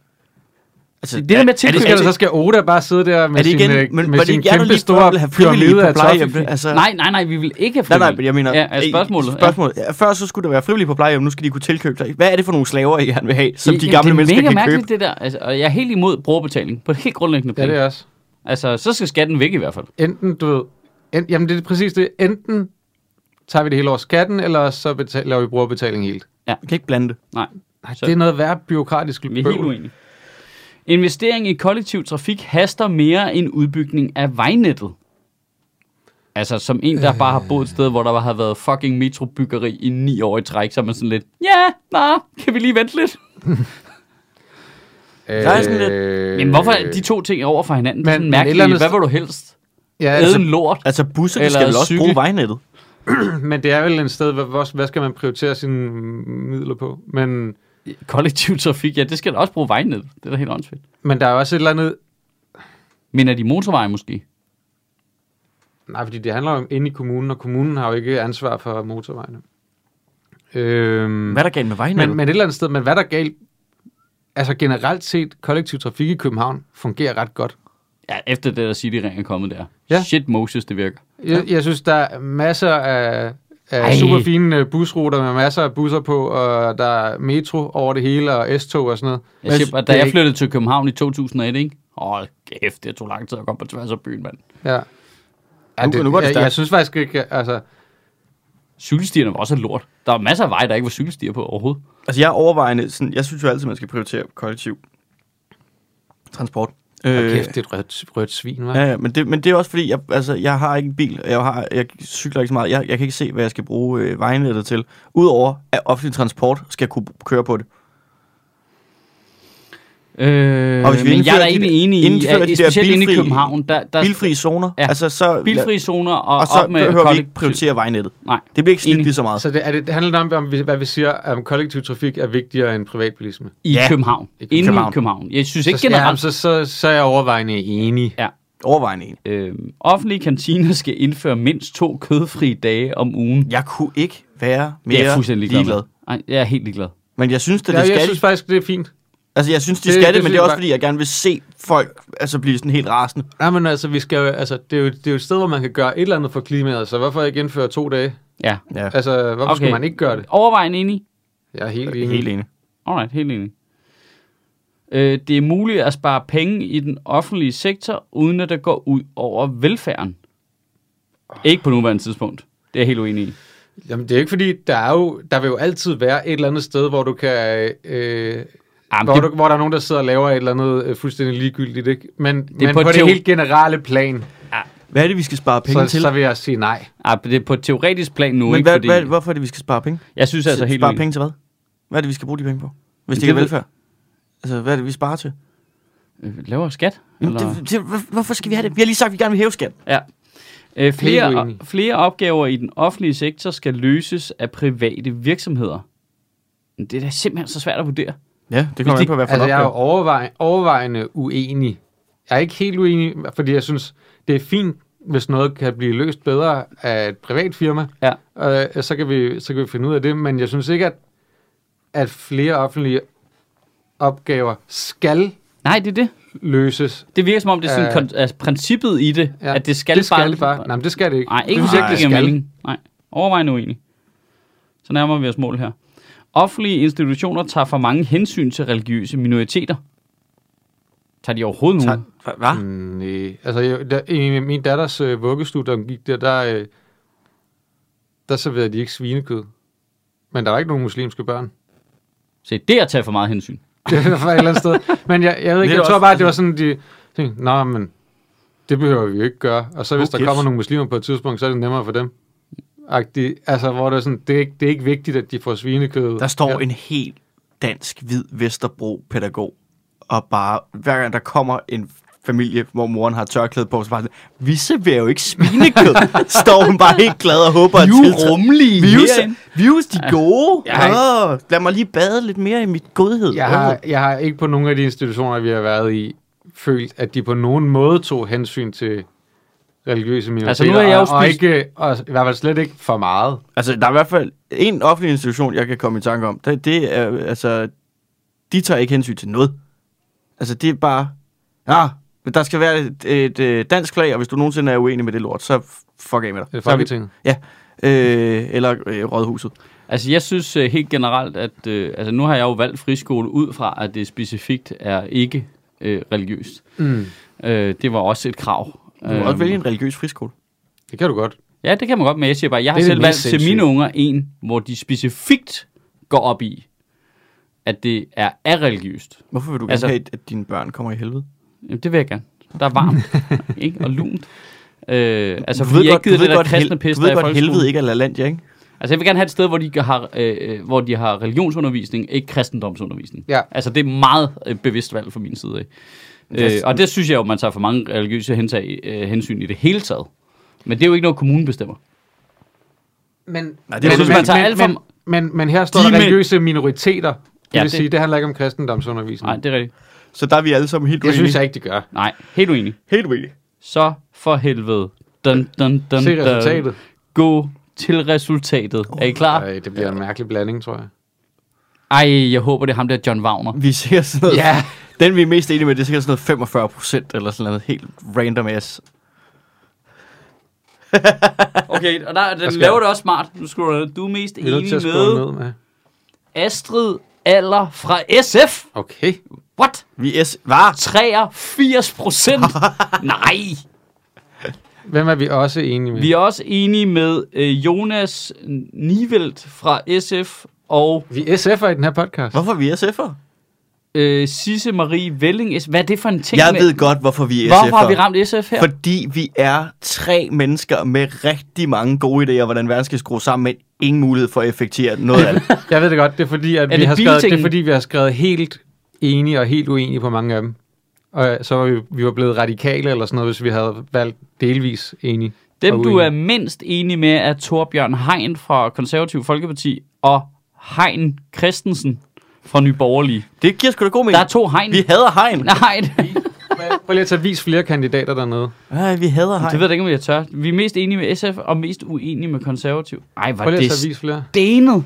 Altså, Det der med at Er det, skal, tilkøbe... så skal Oda bare sidde der er med det sin, igen? øh, men med var det sin ikke jer, der kæmpe lige før store ville have frivillige pyramide på af plejehjem? toffee. Altså, Nej, nej, nej, vi vil ikke have nej, nej, frivillige. men jeg mener... Ja, ja, øh, spørgsmålet. spørgsmålet. Ja. Før så skulle der være frivillige på plejehjem, nu skal de kunne tilkøbe sig. Hvad er det for nogle slaver, I gerne vil have, som de gamle det er mennesker mega kan mærkeligt, købe? det der. Altså, og jeg er helt imod brugerbetaling på et helt grundlæggende Ja, plan. det er også. Altså, så skal skatten væk i hvert fald. Enten, du ved, en, jamen det er præcis det. Enten tager vi det hele over skatten, eller så betal, laver vi brugerbetaling helt. Vi kan ikke blande det. Nej, Nej, Så- det er noget værre byråkratisk vi er helt bøvl. uenige. Investering i kollektiv trafik haster mere end udbygning af vejnettet. Altså, som en, der bare har boet et sted, hvor der har været fucking metrobyggeri i ni år i træk, så er man sådan lidt, ja, nej, kan vi lige vente lidt? Øh, Der er sådan lidt- Men hvorfor er de to ting over for hinanden? Men, det er Men- sådan men mærkeligt. ellers- Hvad vil du helst? Ja, Æde altså, en lort? Altså, busser de Eller skal vel også cykel. bruge vejnettet. men det er vel et sted, hvor, hvor, hvad skal man prioritere sine midler på? Men, Kollektiv trafik, ja, det skal da også bruge vejnettet. Det er da helt åndssvagt. men der er også et eller andet... Men er de motorveje måske? Nej, fordi det handler om inde i kommunen, og kommunen har jo ikke ansvar for motorvejene. Øhm, Hvad er der galt med vejnettet? Men, men et eller andet sted, men hvad der er galt... Altså generelt set, kollektiv trafik i København fungerer ret godt. Ja, efter det der City-ring er kommet der. Ja. Shit Moses, det virker. Jeg, jeg synes, der er masser af, Ej. af super fine busruter med masser af busser på, og der er metro over det hele, og S-tog og sådan noget. Jeg Men siger, bare, det da er jeg ikke- flyttede til København i 2001, ikke? Åh, kæft, det tog lang tid at komme på tværs af byen, mand. Ja. Ja, Nu- det, nu går det jeg, stærkt. jeg synes faktisk ikke, altså... Cykelstierne var også lort. Der var masser af veje, der ikke var cykelstier på overhovedet. Altså, jeg er overvejende... Sådan, jeg synes jo altid, man skal prioritere kollektiv transport. Øh. Kæft, det er et rødt, rødt svin, hva'? Ja, ja, men det, men det er også fordi, jeg, altså, jeg har ikke en bil, og jeg, har, jeg cykler ikke så meget. Jeg, jeg kan ikke se, hvad jeg skal bruge øh, vejnettet til, udover at offentlig transport skal kunne køre på det. Øh, Og hvis vi men jeg er da indfører de egentlig der- enig i, indfører at, de der specielt inde i bilfri- København, der, der Bilfrie zoner, Ja. ja. altså så... bilfrie zoner og, og så op med behøver vi ikke kollektiv- prioritere vejnettet. Nej, Det bliver ikke slidt Enig. lige så meget. Så det, er det, det handler om, om, vi- hvad vi siger, om kollektiv trafik er vigtigere end privatbilisme. i Ja. København. I Inde i København. København. Jeg synes ikke så, ja, generelt, så, så, så er jeg overvejende enig. Overvejende en. Øh, offentlige kantiner skal indføre mindst to kødfrie dage om ugen. Jeg kunne ikke være mere Det er jeg fuldstændig ligeglad. ligeglad. med. Ej, jeg er helt ligeglad. Men jeg synes, at det Ja, jeg skal synes synes, faktisk, det er fint. Altså, jeg synes, de Det- skal det, det men synes det jeg er også bare- fordi, jeg gerne vil se folk altså, blive sådan helt rasende. Nej, men altså, vi skal jo, altså, det, er jo, det er jo et sted, hvor man kan gøre et eller andet for klimaet, så hvorfor ikke indføre to dage? Ja. Ja, altså, Altså, hvorfor okay. skulle man ikke gøre det? Overvejende enig. Jeg er helt enig. helt Helt enig. Alright, helt enig. Øh, det er muligt at spare penge i den offentlige sektor, uden at det går ud over velfærden. Ikke på nuværende tidspunkt. Det er jeg helt uenig i. Jamen, det er jo ikke fordi, der, er jo, der vil jo altid være et eller andet sted, hvor du kan... Øh, Jamen, hvor, det- det... du, hvor der er nogen, der sidder og laver et eller andet øh, fuldstændig ligegyldigt, ikke? Men, det men på på, et på det teo- helt generelle plan, Hvad er det, vi skal spare penge så, til? så vil jeg sige nej. Ah, det er på et teoretisk plan nu, Men ikke? hvad, Fordi, hvad, hvorfor er det, vi skal spare penge? jeg synes altså helt spare vildt- penge til hvad? Hvad er det, vi skal bruge de penge på? Hvis det, Det ikke er ved- velfærd. Altså, hvad er det, vi sparer til? Øh, Lavere skat? Jamen, eller? det, det, hvor- hvorfor skal vi have det? Vi har lige sagt, at vi gerne vil hæve skat. Ja. Øh, flere, uenig. flere opgaver i den offentlige sektor skal løses af private virksomheder. Men det er da simpelthen så svært at vurdere. Ja, det kommer de- an på, hvad for Altså, en jeg er jo opgave. overvej, overvejende uenig. Jeg er ikke helt uenig, fordi jeg synes, det er fint, hvis noget kan blive løst bedre af et privat firma, Ja. øh, så, kan vi, så kan vi finde ud af det, men jeg synes ikke, at, at flere offentlige opgaver skal Nej, det er det. løses. Det virker som om, det er sådan Øh. kon- altså, princippet i det, ja. at det skal, det skal det bare. Nej, men det skal det ikke. Nej, ikke Det hvis synes ikke jeg det det giver skal. mening. Nej, overvejende uenig. Så nærmer vi os mål her. Offentlige institutioner tager for mange hensyn til religiøse minoriteter. Tager de overhovedet nogen? Tak. Hvad? Mm, nej. Altså, jeg, der, i min datters øh, vuggestue, der hun gik der, der, øh, der serverede de ikke svinekød. Men der var ikke nogen muslimske børn. Se, det er at tage for meget hensyn. Det var fra et eller andet sted. Men jeg, jeg ved Det ikke, er jeg også- altså- tror bare, det var sådan, de tænkte, nå, men det behøver vi jo ikke gøre. Og så hvis Who der kommer gives? nogle muslimer på et tidspunkt, så er det nemmere for dem. Agtig, altså, hvor det er sådan, det er, ikke, det er ikke vigtigt, at de får svinekød. Der står ja. en helt dansk hvid Vesterbro-pædagog, og bare hver gang der kommer en familie, hvor moren har tørklæde på, så bare sådan, vi serverer jo ikke svinekød, står hun bare helt glad og håber, at tiltræde- rummelige Vi er jo herinde. så- vi er jo de gode. Ja. Åh, lad mig lige bade lidt mere i mit godhed. Jeg har, jeg har ikke på nogen af de institutioner, vi har været i, følt, at de på nogen måde tog hensyn til religiøse minoriteter. Altså, nu har jeg jo og- og, spist- ikke, og i hvert fald slet ikke for meget. Altså, der er i hvert fald en offentlig institution, jeg kan komme i tanke om. Det, det er, altså, de tager ikke hensyn til noget. Altså, det er bare, ja, men der skal være et, et, et dansk flag, og hvis du nogensinde er uenig med det lort, så fuck af med dig. Det er Så er vi- Folketinget. Ja, øh, eller øh, Rådhuset. Altså, jeg synes øh, helt generelt, at øh, altså, nu har jeg jo valgt friskole ud fra, at det specifikt er ikke øh, religiøst. Mm. Øh, det var også et krav. Du kan Øhm. også vælge en religiøs friskole. Det kan du godt. Ja, det kan man godt, men jeg siger bare, jeg har Det er det selv mest valgt til sindssyge. mine unger en, hvor de specifikt går op i, at det er religiøst. Hvorfor vil du gerne Altså- altså, have, at dine børn kommer i helvede? Jamen, det vil jeg gerne. Der er varmt, ikke? Og lunt. Øh, altså, Du fordi jeg ikke gider du ved det der godt, hel- kristne pis, du der er ved i godt helvede folkeskolen. ikke er LaLandia, ikke? Altså, jeg vil gerne have et sted, hvor de har, øh, øh, hvor de har religionsundervisning, ikke kristendomsundervisning. Ja. Altså, det er meget øh, bevidst valg fra min side af. Øh, Yes. og det synes jeg jo, man tager for mange religiøse hensyn, øh, hensyn i det hele taget. Men det er jo ikke noget, kommunen bestemmer. Men, Nej, det er jo sådan, man tager alt for- men, men, men her står De der med- religiøse minoriteter. Det Ja, ja, vil det- det... sige, det handler ikke om kristendomsundervisning. Nej, det er rigtigt. Så der er vi alle sammen helt det uenige. synes jeg ikke, de gør. Nej, helt uenig. Helt uenige. Så for helvede. Dun, dun, dun, Se dun. resultatet. øh, Gå til resultatet. Oh, er I klar? Ej, det bliver en mærkelig blanding, tror jeg. Ej, jeg håber, det er ham der John Wagner. Vi er sikkert sådan noget... Ja. Den, vi er mest enige med, det er sikkert sådan noget 45 procent, eller sådan noget helt random ass. Okay, og der, den skal laver jeg? det også smart. Nu skriver du, ned. du er mest Vi er nødt enig til at med, skrive med ned med. Astrid Aller fra SF. Okay. What? Vi er... s- Hvad? 83 procent? Nej. Hvem er vi også enige med? Vi er også enige med øh, Jonas Niveldt fra SF og vi er SF'er i den her podcast. Hvorfor er vi SF'er? øh, Sisse Marie Velling. S- Hvad er det for en ting? Jeg med- ved godt, hvorfor vi er SF'er. Hvorfor har vi ramt SF her? Fordi vi er tre mennesker med rigtig mange gode idéer, hvordan verden skal skrues sammen, men ingen mulighed for at effektere noget af det. Jeg ved det godt. Det er fordi, at vi det har skrevet, det er biltingen? fordi, vi har skrevet helt enige og helt uenige på mange af dem. Og øh, så var vi, vi var blevet radikale eller sådan noget, hvis vi havde valgt delvis enige. Dem, og du uenige. er mindst enig med, er Torbjørn Hein fra Konservativ Folkeparti og Hein Christensen fra Nye Borgerlige. Det giver sgu da god Der mening. er to Hein. Vi hader hegn. Nej, Prøv lige at tage vis flere kandidater dernede. Nej, vi hader det hegn. ved jeg ikke, om jeg tør. Vi er mest enige med SF og mest uenige med Konservativ. Ej, var Prøv lige at det tage vis flere. stenet.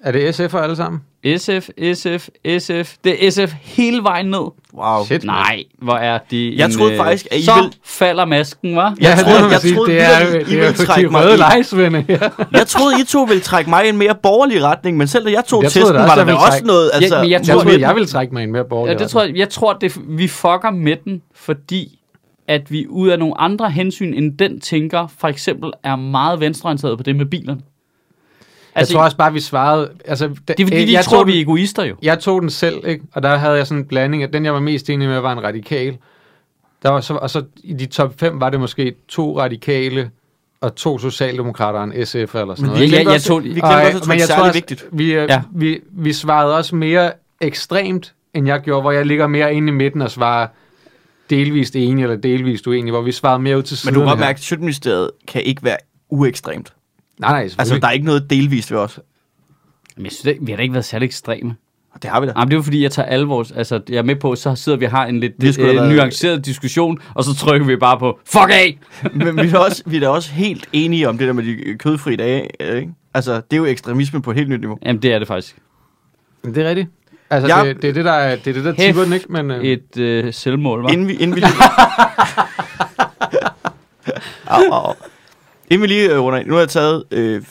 Er det SF'er alle sammen? SF, SF, SF. Det er SF hele vejen ned. Wow. Shit. mand. Nej, hvor er det Jeg en, troede øh, faktisk, at I Så ville- falder masken, var? Ja, Jeg jeg troede- troede, det, jeg jeg sige, troede det er, vitterligt, I det er ville jo trække de mig røde i. lejsvende. Ja. Jeg troede, I to ville trække mig i en mere borgerlig retning, men selv da jeg tog Jeg troede testen, da også, var der jeg da ville også trække- noget... Altså, men jeg Jeg troede- troede, jeg ville trække mig en mere borgerlig. Ja, det tror jeg, jeg tror, det, vi fucker med den, fordi at vi ud af nogle andre hensyn end den tænker, for eksempel er meget venstreorienteret på det med bilerne. Altså, Altså, jeg tror også bare, vi svarede... Altså, det er fordi, de jeg tror, tog vi er den, egoister jo. Jeg tog den selv, ikke? og der havde jeg sådan en blanding, at den, jeg var mest enig med, var en radikal. Der var så, og så i de top 5 var det måske to radikale og to socialdemokrater og en SF eller sådan Men noget. vi jeg- glemte jeg også, tog- vi glemte også at trykke særlig også, vigtigt. Vi, ja. Ja. vi, vi svarede også mere ekstremt, end jeg gjorde, hvor jeg ligger mere inde i midten og svarer delvist enig eller delvist uenig, hvor vi svarede mere ud til Men siden. du kan godt mærke, at Sjøtministeriet kan ikke være uekstremt. Nej, nej, selvfølgelig. Altså, der er ikke noget delvist ved os. Men jeg synes, da ikke- vi har da ikke været særlig ekstreme. Og Det har vi da. Nej, men det er jo fordi, jeg tager alvor. Altså, jeg er med på, så sidder vi og har en lidt Vi skulle øh, have været- nuanceret diskussion, og så trykker vi bare på, fuck af! Men vi er, da også, vi er da også helt enige om det der med de kødfri dage, ikke? Altså, det er jo ekstremisme på et helt nyt niveau. Jamen, det er det faktisk. Men Det er rigtigt. Altså, Jeg- det, det, er det, der, er- det er det, der Hæft tipper den, ikke? Men, øh, Et øh, selvmål, var. Inden vi, inden vi lige... au, au. au. Inden vi lige øh, runder ind. Nu har jeg taget øh,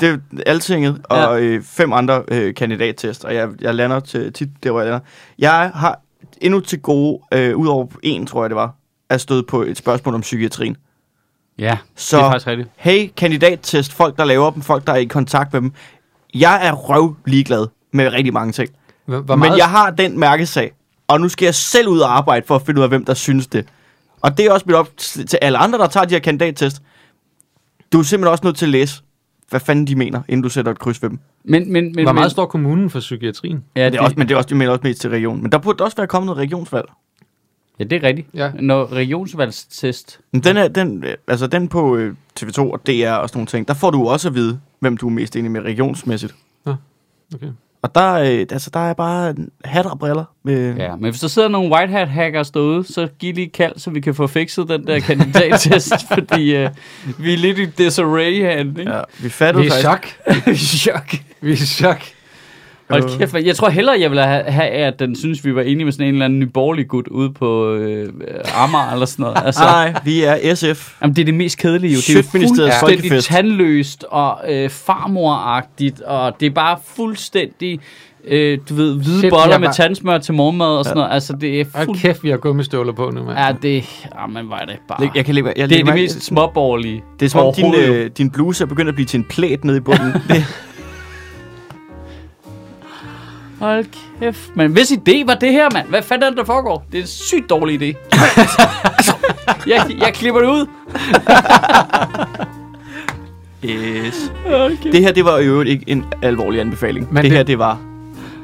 det er altinget og øh, fem andre øh, kandidattester, og jeg, jeg lander til, tit der, hvor jeg lander. Jeg har endnu til gode, øh, udover en, tror jeg det var, at støde på et spørgsmål om psykiatrien. Ja, Så- så... det er faktisk rigtigt. Hey, kandidattest, folk der laver dem, folk der er i kontakt med dem. Jeg er røv ligeglad med rigtig mange ting. hvor, hvor Hvor meget, Men jeg har den mærkesag, og nu skal jeg selv ud og arbejde for at finde ud af, hvem der synes det. Og det er også mit op til alle andre, der tager de her kandidattest. Du er simpelthen også nødt til at læse, hvad fanden de mener, inden du sætter et kryds ved dem. Men, men, men, hvor men, meget står kommunen for psykiatrien? ja, Det er også, men det er også, de mener også mest til regionen. Men der burde også være kommet noget regionsvalg. ja, det er rigtigt. Ja. Når regionsvalgstest... Men den, her, den, øh, altså den på øh, TV2 og DR og sådan nogle ting, der får du også at vide, hvem du er mest enig med regionsmæssigt. Okay. Og der, øh, altså, der er bare hat og briller. øh, Med, Ja, men hvis der sidder nogle white hat hackers derude, så giv lige et kald, så vi kan få fikset den der kandidattest, fordi øh, vi er lidt i disarray herinde, ikke? ja vi fattede Vi er i faktisk. chok. Chok. Vi er i chok. Hold kæft, man. jeg tror hellere, jeg ville have, have, at den synes, vi var enige med sådan en eller anden nyborgerlig gut ude på øh, Amager eller sådan noget. Altså, Nej, vi er SF. Jamen, det er det mest kedelige jo. Det er jo Sjøtministeriets fuldstændig folkefest. tandløst og øh, farmoragtigt, og det er bare fuldstændig, øh, du ved, hvide Shit, Shit, jeg boller med var- tandsmør til morgenmad og sådan noget. Altså, det er Hold fuldt... kæft, vi har gummistøvler på nu, mand. Ja, det... Jamen, var det bare... Jeg kan lægge, jeg det er lægger det mærke- mest småborgerlige Det er som om, din, overhovedet. øh, din bluse er begyndt at blive til en plæt nede i bunden. det, Hold kæft, men hvis idé var det her, mand? Hvad fanden er det, der foregår? Det er en sygt dårlig idé. jeg, jeg klipper det ud. yes. Okay. det her, det var jo ikke en alvorlig anbefaling. Men Men det, det- her, det var...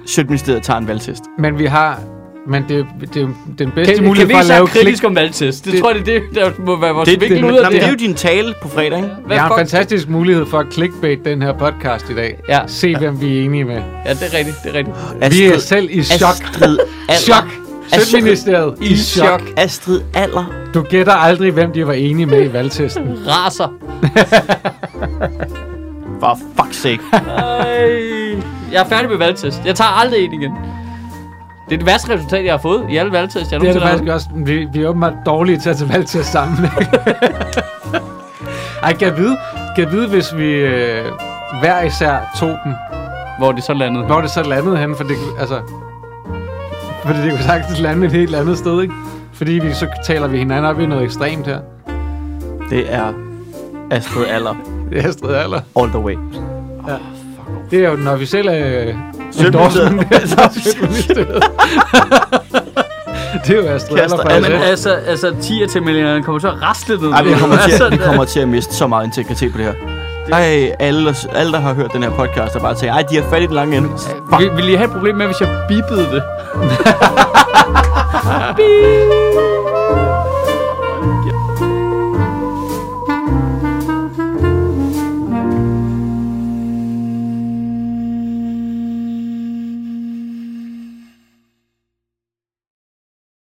Sjøtministeriet tager en valgtest. Men vi har... Men det, det, det er den bedste Kan, kan vi mulighed ikke for at snakke lave klik. kritisk om valgtest? Det, Det- det, tror jeg, det er det, der må være vores Det- det, det- vinkel ud Nå, af Jamen, det det er her. jo din tale på fredag, ikke? Hvad Vi har en fuck- fantastisk mulighed for at clickbait den her podcast i dag. Ja. Se, hvem vi er enige med. Ja, det er rigtigt, det er rigtigt. Vi er selv i chok. Astrid Chok. Aller. Sødministeriet i chok. Astrid Aller. Du gætter aldrig, hvem de var enige med i valgtesten. Raser. For fuck's sake. Ej. Jeg er færdig med valgtest. Jeg tager aldrig en igen. Det er det værste resultat, jeg har fået i alle valgtest, jeg Det er det nogensinde har faktisk også. Vi, vi er åbenbart dårlige til at tage valgtest sammen. Ej, kan jeg vide, kan jeg vide hvis vi øh, hver især tog dem, haft. Hvor det så landede. hvor det så landede hen, for det, altså, fordi det kunne sagtens lande et helt andet sted, ikke? Fordi vi, så taler vi hinanden op i noget ekstremt her. Det er Astrid Aller. Det er Astrid Aller. All the way. Det er jo den officielle øh, Sødministeriet. endorsement af Sødministeriet. det er jo Astrid Aller Astrid faktisk. Men ikke? altså, altså 10 til millionerne kommer til at rasle ned. Ej, vi, nu. kommer til Altså, at, vi kommer til at miste så meget integritet på det her. Ej, alle, alle der har hørt den her podcast, har bare tænkt, ej, de har fat i den lange ende. Fuck. Vil, vil I have et problem med, hvis jeg bippede det? Bip.